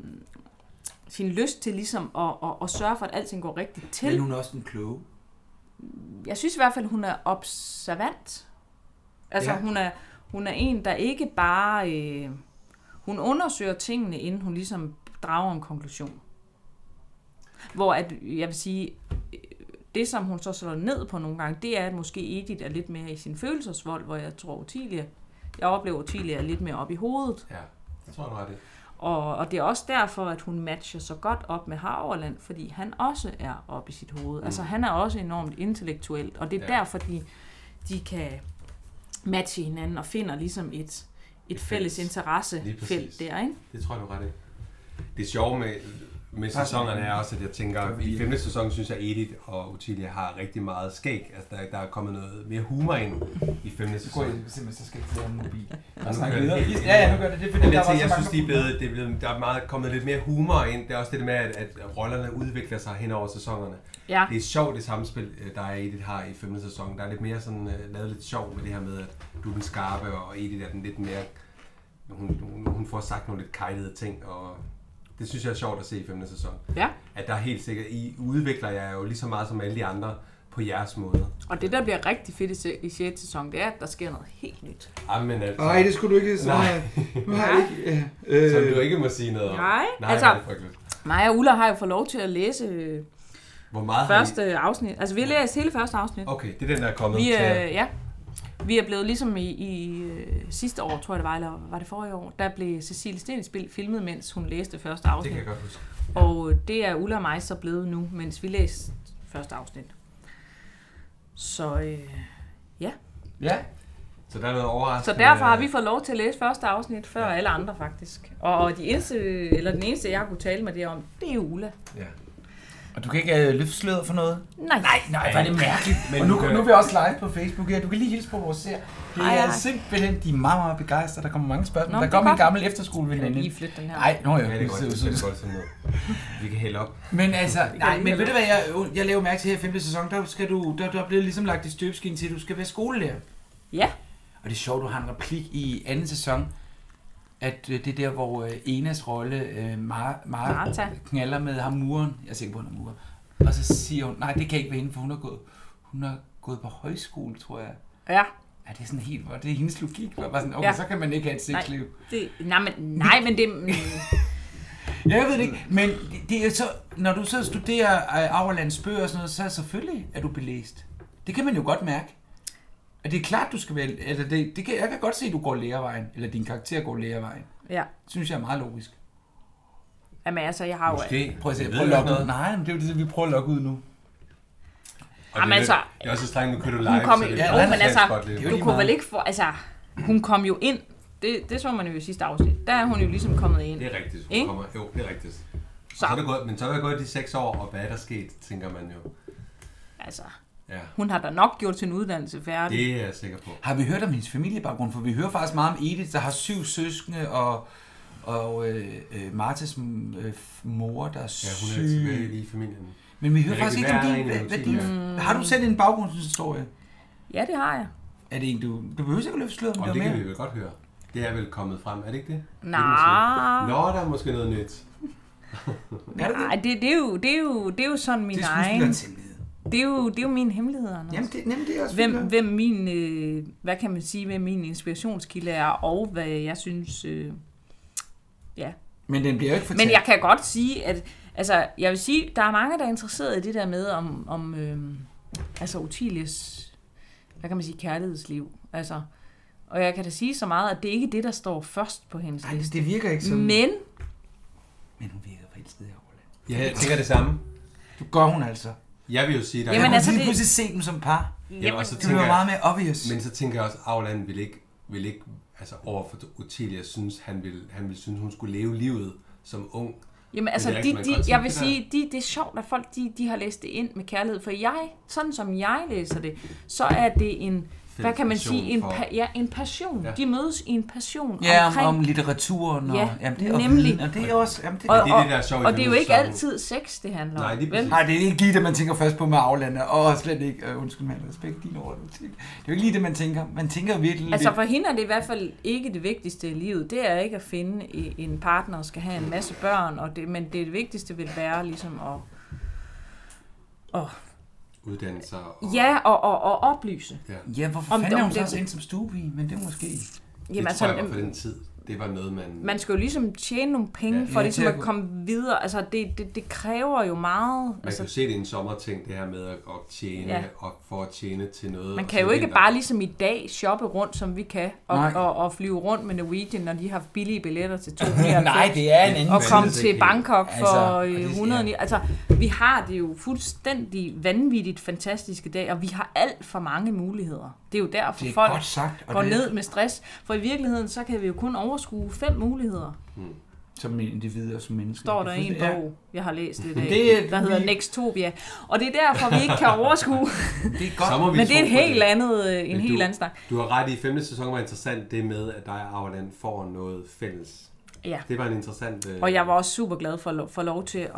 [SPEAKER 3] sin lyst til ligesom at, at, at sørge for, at alting går rigtigt
[SPEAKER 1] men
[SPEAKER 3] til.
[SPEAKER 1] hun er også den kloge.
[SPEAKER 3] Jeg synes i hvert fald, hun er observant. Altså
[SPEAKER 1] Ja.
[SPEAKER 3] ja. hun, er, hun er en, der ikke bare... Øh, hun undersøger tingene, inden hun ligesom drager en konklusion. Hvor at, jeg vil sige, øh, det som hun så slår ned på nogle gange, det er, at måske Edith er lidt mere i sin følelsesvold, hvor jeg tror Otilia, jeg oplever Otilia er lidt mere op i hovedet.
[SPEAKER 2] Ja, det tror jeg, du har det.
[SPEAKER 3] Og, og det er også derfor, at hun matcher så godt op med Haverland, fordi han også er oppe i sit hoved. Mm. Altså han er også enormt intellektuel, og det er
[SPEAKER 2] Ja.
[SPEAKER 3] ja. derfor, de, de kan matche hinanden og finder ligesom et, et
[SPEAKER 2] fælles.
[SPEAKER 3] fælles interessefelt
[SPEAKER 2] Lige præcis.
[SPEAKER 3] der, ikke?
[SPEAKER 2] Det tror jeg, du har det. Det sjove med, med sæsonerne er også, at jeg tænker, at i femte sæson synes jeg, Edith og Utilia har rigtig meget skæg. Altså, der, der er kommet noget mere humor ind i femte
[SPEAKER 1] Så går jeg
[SPEAKER 2] sæson.
[SPEAKER 1] simpelthen, så skal jeg ikke en mobil.
[SPEAKER 2] Og
[SPEAKER 1] Og
[SPEAKER 2] nu
[SPEAKER 1] snakke
[SPEAKER 2] gør det
[SPEAKER 1] videre.
[SPEAKER 2] helt-
[SPEAKER 1] Ja, ja, nu gør det det, er fordi
[SPEAKER 2] Men
[SPEAKER 1] der
[SPEAKER 2] jeg,
[SPEAKER 1] var
[SPEAKER 2] tænker, jeg
[SPEAKER 1] så
[SPEAKER 2] synes, de er
[SPEAKER 1] mange...
[SPEAKER 2] blevet, det er blevet, der er meget, kommet lidt mere humor ind. Det er også det der med, at, at rollerne udvikler sig hen over sæsonerne.
[SPEAKER 3] Ja,
[SPEAKER 2] Det er sjovt det samspil, øh, der er Edith har i femte sæson. Der er lidt mere sådan, uh, lavet lidt sjov med det her med, at du er den skarpe, og Edith er den lidt mere... Hun, hun, hun får sagt nogle lidt kejlede ting, og det synes jeg er sjovt at se i femte sæson.
[SPEAKER 3] ja.
[SPEAKER 2] At der er helt sikkert, I udvikler jer jo lige så meget som alle de andre på jeres måde.
[SPEAKER 3] Og det, der bliver rigtig fedt i se- i 6. sæson, det er, at der sker noget helt nyt.
[SPEAKER 2] Amen, altså.
[SPEAKER 5] Nej, det skulle du ikke sige.
[SPEAKER 2] Nej.
[SPEAKER 5] Nu har jeg ikke... Ja. Øh,
[SPEAKER 2] Som du ikke må sige noget om.
[SPEAKER 3] Nej,
[SPEAKER 2] Nej
[SPEAKER 3] altså-
[SPEAKER 2] altså. Det er frygteligt.
[SPEAKER 3] Maja og Ulla har jo fået lov til at læse øh,
[SPEAKER 2] Hvor meget har
[SPEAKER 3] første afsnit. Altså, vi har læst hele første afsnit.
[SPEAKER 2] I... Okay, det er den, der er kommet
[SPEAKER 3] Vi,
[SPEAKER 2] til.
[SPEAKER 3] øh, ja, vi er blevet ligesom i, i øh, sidste år, tror jeg det var, eller var det forrige år, der blev Cecilie Stenensbild filmet, mens hun læste første
[SPEAKER 2] Det
[SPEAKER 3] afsnit.
[SPEAKER 2] kan jeg godt huske.
[SPEAKER 3] Og øh, det er Ulla og mig så blevet nu, mens vi læste første afsnit. Så, øh,
[SPEAKER 1] Ja,
[SPEAKER 2] Så der er noget
[SPEAKER 3] så
[SPEAKER 2] overraskende.
[SPEAKER 3] derfor har vi fået lov til at læse første afsnit før alle andre faktisk. Og, og de eneste, eller den eneste, jeg kunne tale med det om, det er Ulla.
[SPEAKER 2] Ja.
[SPEAKER 1] og du kan ikke øh, løfte sløret for noget?
[SPEAKER 3] Nej, Nej
[SPEAKER 1] Nej, hvor er det mærkeligt.
[SPEAKER 2] Men øh,
[SPEAKER 1] Men og nu,
[SPEAKER 2] du kan-
[SPEAKER 1] nu er vi også live på Facebook her. Du kan lige hilse på vores ser. Det
[SPEAKER 3] Ej,
[SPEAKER 1] er
[SPEAKER 3] ej.
[SPEAKER 1] simpelthen, de er meget, meget begejstrede. Der kommer mange spørgsmål.
[SPEAKER 3] Nå,
[SPEAKER 1] der
[SPEAKER 3] men det er
[SPEAKER 1] kom en
[SPEAKER 3] godt.
[SPEAKER 1] gammel efterskoleveninde.
[SPEAKER 3] lige flytte den her.
[SPEAKER 1] Nej, nå jo.
[SPEAKER 2] Ja, det er godt.
[SPEAKER 1] så-
[SPEAKER 2] Det
[SPEAKER 1] så-
[SPEAKER 2] er godt sådan noget. Vi kan hælde op.
[SPEAKER 1] Men altså, nej,
[SPEAKER 3] vi
[SPEAKER 1] men
[SPEAKER 3] heller
[SPEAKER 1] ved du hvad, jeg, jeg laver mærke til her i femte sæson, der, skal du, der, der er blevet ligesom lagt i støbeskeen til, at du skal være skolelærer.
[SPEAKER 3] Ja.
[SPEAKER 1] Og det er sjovt, du har en replik i anden sæson, at øh, det er der, hvor øh, Enas rolle, øh, Mar- Mar-
[SPEAKER 3] Martha.
[SPEAKER 1] knaller med ham muren. Jeg er sikker på, hun er murer. Og så siger hun, nej, det kan ikke være hende, for hun har gået, hun har gået på højskole, tror jeg.
[SPEAKER 3] Ja,
[SPEAKER 1] Ja, det er sådan helt, hvor- det er hendes logik. Var bare sådan, okay, ja.
[SPEAKER 3] Ja.
[SPEAKER 1] så kan man ikke have et sexliv.
[SPEAKER 3] det, nej, men, nej, men det... mm,
[SPEAKER 1] Ja, jeg ved det ikke, men det- det er så, når du så studerer øh, Auerlands bøger og sådan noget, så er selvfølgelig er du belæst. Det kan man jo godt mærke. Og det er klart, du skal være, altså det, det kan, jeg kan godt se, at du går lærervejen, eller din karakter går lærervejen.
[SPEAKER 3] Ja,
[SPEAKER 1] Det synes jeg er meget logisk.
[SPEAKER 3] jamen altså, jeg har jo...
[SPEAKER 2] Måske.
[SPEAKER 1] Prøv at se,
[SPEAKER 2] Vi
[SPEAKER 1] prøv
[SPEAKER 2] ved
[SPEAKER 1] at
[SPEAKER 2] jo
[SPEAKER 1] lokke
[SPEAKER 2] ikke noget.
[SPEAKER 1] ud. Nej, men det er jo det, vi prøver at lokke ud nu.
[SPEAKER 2] Og
[SPEAKER 3] Jamen
[SPEAKER 2] det er
[SPEAKER 3] altså,
[SPEAKER 2] lidt- Det er også så strengt, nu kører du live.
[SPEAKER 3] Hun kom
[SPEAKER 2] så
[SPEAKER 3] jo,
[SPEAKER 2] det
[SPEAKER 1] ja,
[SPEAKER 2] er
[SPEAKER 3] jo,
[SPEAKER 1] nej,
[SPEAKER 3] men
[SPEAKER 2] faktisk
[SPEAKER 3] altså,
[SPEAKER 2] godt lidt.
[SPEAKER 1] det er jo
[SPEAKER 3] du
[SPEAKER 1] lige
[SPEAKER 3] kunne
[SPEAKER 1] meget.
[SPEAKER 3] vel ikke få, altså, hun kom jo ind, det, det så man jo i sidste afsnit, der er hun jo ligesom kommet ind.
[SPEAKER 2] Det er rigtigt, hun
[SPEAKER 3] Ikke?
[SPEAKER 2] kommer. Jo, det er rigtigt. Så.
[SPEAKER 3] Så,
[SPEAKER 2] Så er det gået, men så er der gået de seks år, og hvad er der sket, tænker man jo.
[SPEAKER 3] altså,
[SPEAKER 2] Ja,
[SPEAKER 3] hun har da nok gjort sin uddannelse færdig.
[SPEAKER 2] det er jeg sikker på.
[SPEAKER 1] Har vi hørt om hendes familiebaggrund? For vi hører faktisk meget om Edith, der har syv søskende, og, og øh, øh, Martas øh, f- mor, der er syg.
[SPEAKER 2] Ja, hun er tilbage lige i familien.
[SPEAKER 1] Men vi hører
[SPEAKER 2] Men
[SPEAKER 1] faktisk
[SPEAKER 2] rigtig,
[SPEAKER 1] ikke om
[SPEAKER 2] hvad er
[SPEAKER 1] din...
[SPEAKER 2] en
[SPEAKER 1] Hvad,
[SPEAKER 2] af
[SPEAKER 1] hvad
[SPEAKER 2] motiverne?
[SPEAKER 1] din har du selv en baggrundshistorie?
[SPEAKER 3] Ja, det har jeg.
[SPEAKER 1] Er det en, du... Du behøver ikke at løfte sløret, om
[SPEAKER 2] Og
[SPEAKER 1] det
[SPEAKER 2] det
[SPEAKER 1] var
[SPEAKER 2] kan
[SPEAKER 1] mere.
[SPEAKER 2] vi jo godt høre. Det er vel kommet frem, er det ikke det?
[SPEAKER 3] Nej,
[SPEAKER 2] Nå, der er måske noget nyt.
[SPEAKER 1] Er det
[SPEAKER 3] nej, det, det, er jo, det, er jo, det er jo sådan min
[SPEAKER 1] det? Det
[SPEAKER 3] egen,
[SPEAKER 1] er skuespillertillid.
[SPEAKER 3] det er jo, det er jo mine hemmeligheder, Anders.
[SPEAKER 1] Jamen, det, nemlig, det er også
[SPEAKER 3] hvem,
[SPEAKER 1] fint.
[SPEAKER 3] hvem min, øh, hvad kan man sige, hvem min inspirationskilde er, og hvad jeg synes, øh, ja,
[SPEAKER 1] Men den bliver jo ikke fortalt.
[SPEAKER 3] Men jeg kan godt sige, at altså, jeg vil sige, der er mange, der er interesseret i det der med, om, om øh, altså Otilies, hvad kan man sige, kærlighedsliv. Altså, og jeg kan da sige så meget, at det er ikke det, der står først på hendes
[SPEAKER 1] Ej,
[SPEAKER 3] liste.
[SPEAKER 1] det- det virker ikke som...
[SPEAKER 3] Men,
[SPEAKER 1] Men hun virker forelsket herovre.
[SPEAKER 2] Ja, jeg tænker det samme.
[SPEAKER 1] Du gør hun altså.
[SPEAKER 2] Jeg vil jo sige, der
[SPEAKER 3] Jamen,
[SPEAKER 1] Jamen,
[SPEAKER 2] er...
[SPEAKER 1] altså,
[SPEAKER 3] altså,
[SPEAKER 1] lige
[SPEAKER 3] det-
[SPEAKER 1] pludselig se dem som par.
[SPEAKER 2] Jamen, altså, og så
[SPEAKER 1] Det bliver
[SPEAKER 2] tænker
[SPEAKER 1] meget
[SPEAKER 2] jeg,
[SPEAKER 1] mere obvious.
[SPEAKER 2] men så tænker jeg også, at Auland vil ikke, vil ikke altså overfor Otilia synes, han vil, han vil synes, hun skulle leve livet som ung.
[SPEAKER 3] jamen, altså,
[SPEAKER 2] det er
[SPEAKER 3] de,
[SPEAKER 2] rigtigt, man kan
[SPEAKER 3] de,
[SPEAKER 2] godt sige
[SPEAKER 3] jeg vil
[SPEAKER 2] det der.
[SPEAKER 3] sige, de, det er sjovt, at folk de, de har læst det ind med kærlighed. For jeg, sådan som jeg læser det, så er det en, hvad kan man sige, en,
[SPEAKER 2] passion for-
[SPEAKER 3] pa, ja, en passion.
[SPEAKER 2] Ja.
[SPEAKER 3] De mødes i en passion
[SPEAKER 1] Ja, om,
[SPEAKER 3] omkring
[SPEAKER 1] om litteraturen og...
[SPEAKER 3] Ja,
[SPEAKER 1] jamen, det, og
[SPEAKER 3] nemlig.
[SPEAKER 1] viden, Og det er også... Jamen, det,
[SPEAKER 3] Og,
[SPEAKER 1] og,
[SPEAKER 2] det er
[SPEAKER 3] og,
[SPEAKER 2] det, der er sjovt i
[SPEAKER 3] og det er jo
[SPEAKER 2] den
[SPEAKER 3] ikke
[SPEAKER 2] sæson.
[SPEAKER 3] altid sex, det handler
[SPEAKER 2] Nej,
[SPEAKER 3] om.
[SPEAKER 2] lige
[SPEAKER 3] vel?
[SPEAKER 2] præcis.
[SPEAKER 1] Nej, det er ikke lige det, man tænker først på med aflandet, og slet ikke, øh, undskyld med al respekt, din ord, det er jo ikke lige det, man tænker. Man tænker virkelig
[SPEAKER 3] Altså
[SPEAKER 1] lidt,
[SPEAKER 3] for hende er det i hvert fald ikke det vigtigste i livet. Det er ikke at finde i- en partner og skal have en masse børn, og det, men det vigtigste vil være ligesom at,
[SPEAKER 2] Uddannelser og...
[SPEAKER 3] ja, og, og, og oplyse.
[SPEAKER 2] ja.
[SPEAKER 1] ja, hvorfor
[SPEAKER 3] Om
[SPEAKER 1] fanden
[SPEAKER 3] det-
[SPEAKER 1] er
[SPEAKER 3] om
[SPEAKER 1] hun så
[SPEAKER 3] det-
[SPEAKER 1] også ind som stuepige, men det er måske...
[SPEAKER 3] Jamen,
[SPEAKER 2] det tror jeg var for
[SPEAKER 3] altså,
[SPEAKER 2] den tid. Det var noget, man...
[SPEAKER 3] man skal jo ligesom tjene nogle penge
[SPEAKER 2] Ja,
[SPEAKER 3] for
[SPEAKER 1] ja,
[SPEAKER 3] ligesom
[SPEAKER 1] til at
[SPEAKER 3] at
[SPEAKER 1] kunne-
[SPEAKER 3] komme videre. Altså det, det, det kræver jo meget.
[SPEAKER 2] Man kan jo
[SPEAKER 3] Altså,
[SPEAKER 2] se, det er en sommerting, det her med at at tjene,
[SPEAKER 3] Ja.
[SPEAKER 2] ja. og for at tjene til noget.
[SPEAKER 3] man
[SPEAKER 2] og
[SPEAKER 3] kan
[SPEAKER 2] så
[SPEAKER 3] jo ikke
[SPEAKER 2] vinter.
[SPEAKER 3] bare ligesom i dag shoppe rundt, som vi kan, og,
[SPEAKER 1] Nej.
[SPEAKER 3] og, og flyve rundt med Norwegian, når de har billige billetter til 2
[SPEAKER 1] Nej, det er en anden
[SPEAKER 3] og
[SPEAKER 2] Men
[SPEAKER 3] komme
[SPEAKER 2] det er ikke
[SPEAKER 3] til Bangkok
[SPEAKER 1] helt-
[SPEAKER 3] for
[SPEAKER 1] Altså, og det-
[SPEAKER 3] altså, 109. Altså, vi har det jo fuldstændig vanvittigt fantastiske dag, og vi har alt for mange muligheder. Det er jo derfor,
[SPEAKER 1] Det er
[SPEAKER 3] folk
[SPEAKER 1] godt sagt, og
[SPEAKER 3] går
[SPEAKER 1] det-
[SPEAKER 3] ned med stress. For i virkeligheden, så kan vi jo kun overskue fem muligheder.
[SPEAKER 1] som individer, som mennesker.
[SPEAKER 3] står der
[SPEAKER 1] Det
[SPEAKER 3] en
[SPEAKER 1] er-
[SPEAKER 3] bog, jeg har læst lidt af,
[SPEAKER 1] Det er-
[SPEAKER 3] det, der hedder
[SPEAKER 1] vi-
[SPEAKER 3] Nextopia. Og det er derfor, vi ikke kan overskue.
[SPEAKER 1] Det er
[SPEAKER 2] Så
[SPEAKER 1] godt.
[SPEAKER 2] må vi
[SPEAKER 3] Men det er
[SPEAKER 2] tro
[SPEAKER 3] et
[SPEAKER 2] på
[SPEAKER 3] helt
[SPEAKER 2] det.
[SPEAKER 3] andet, øh, en
[SPEAKER 2] Men
[SPEAKER 3] helt
[SPEAKER 2] du-
[SPEAKER 3] anden snak.
[SPEAKER 2] Du har ret i, femte sæson var interessant det med, at dig og Auerland får noget fælles.
[SPEAKER 3] Ja.
[SPEAKER 2] Det var en interessant... øh,
[SPEAKER 3] Og jeg var også super glad for at lo- få lov til at,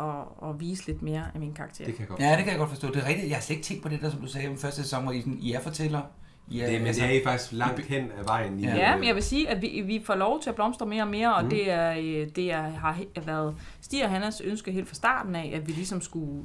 [SPEAKER 3] at vise lidt mere af min karakter.
[SPEAKER 2] Det kan jeg godt.
[SPEAKER 1] Ja, det kan jeg godt forstå. Det er rigtigt. Jeg har slet ikke tænkt på det der, som du sagde om første sæson, hvor I, sådan, I er fortæller. I er, altså,
[SPEAKER 2] Det, men det er I faktisk langt hen ad vejen. I,
[SPEAKER 3] Ja,
[SPEAKER 2] øh,
[SPEAKER 3] men jeg vil sige, at vi, vi får lov til at blomstre mere og mere, og mm. det, er, øh, det er, har he- været Stig og Hannas ønske helt fra starten af, at vi ligesom skulle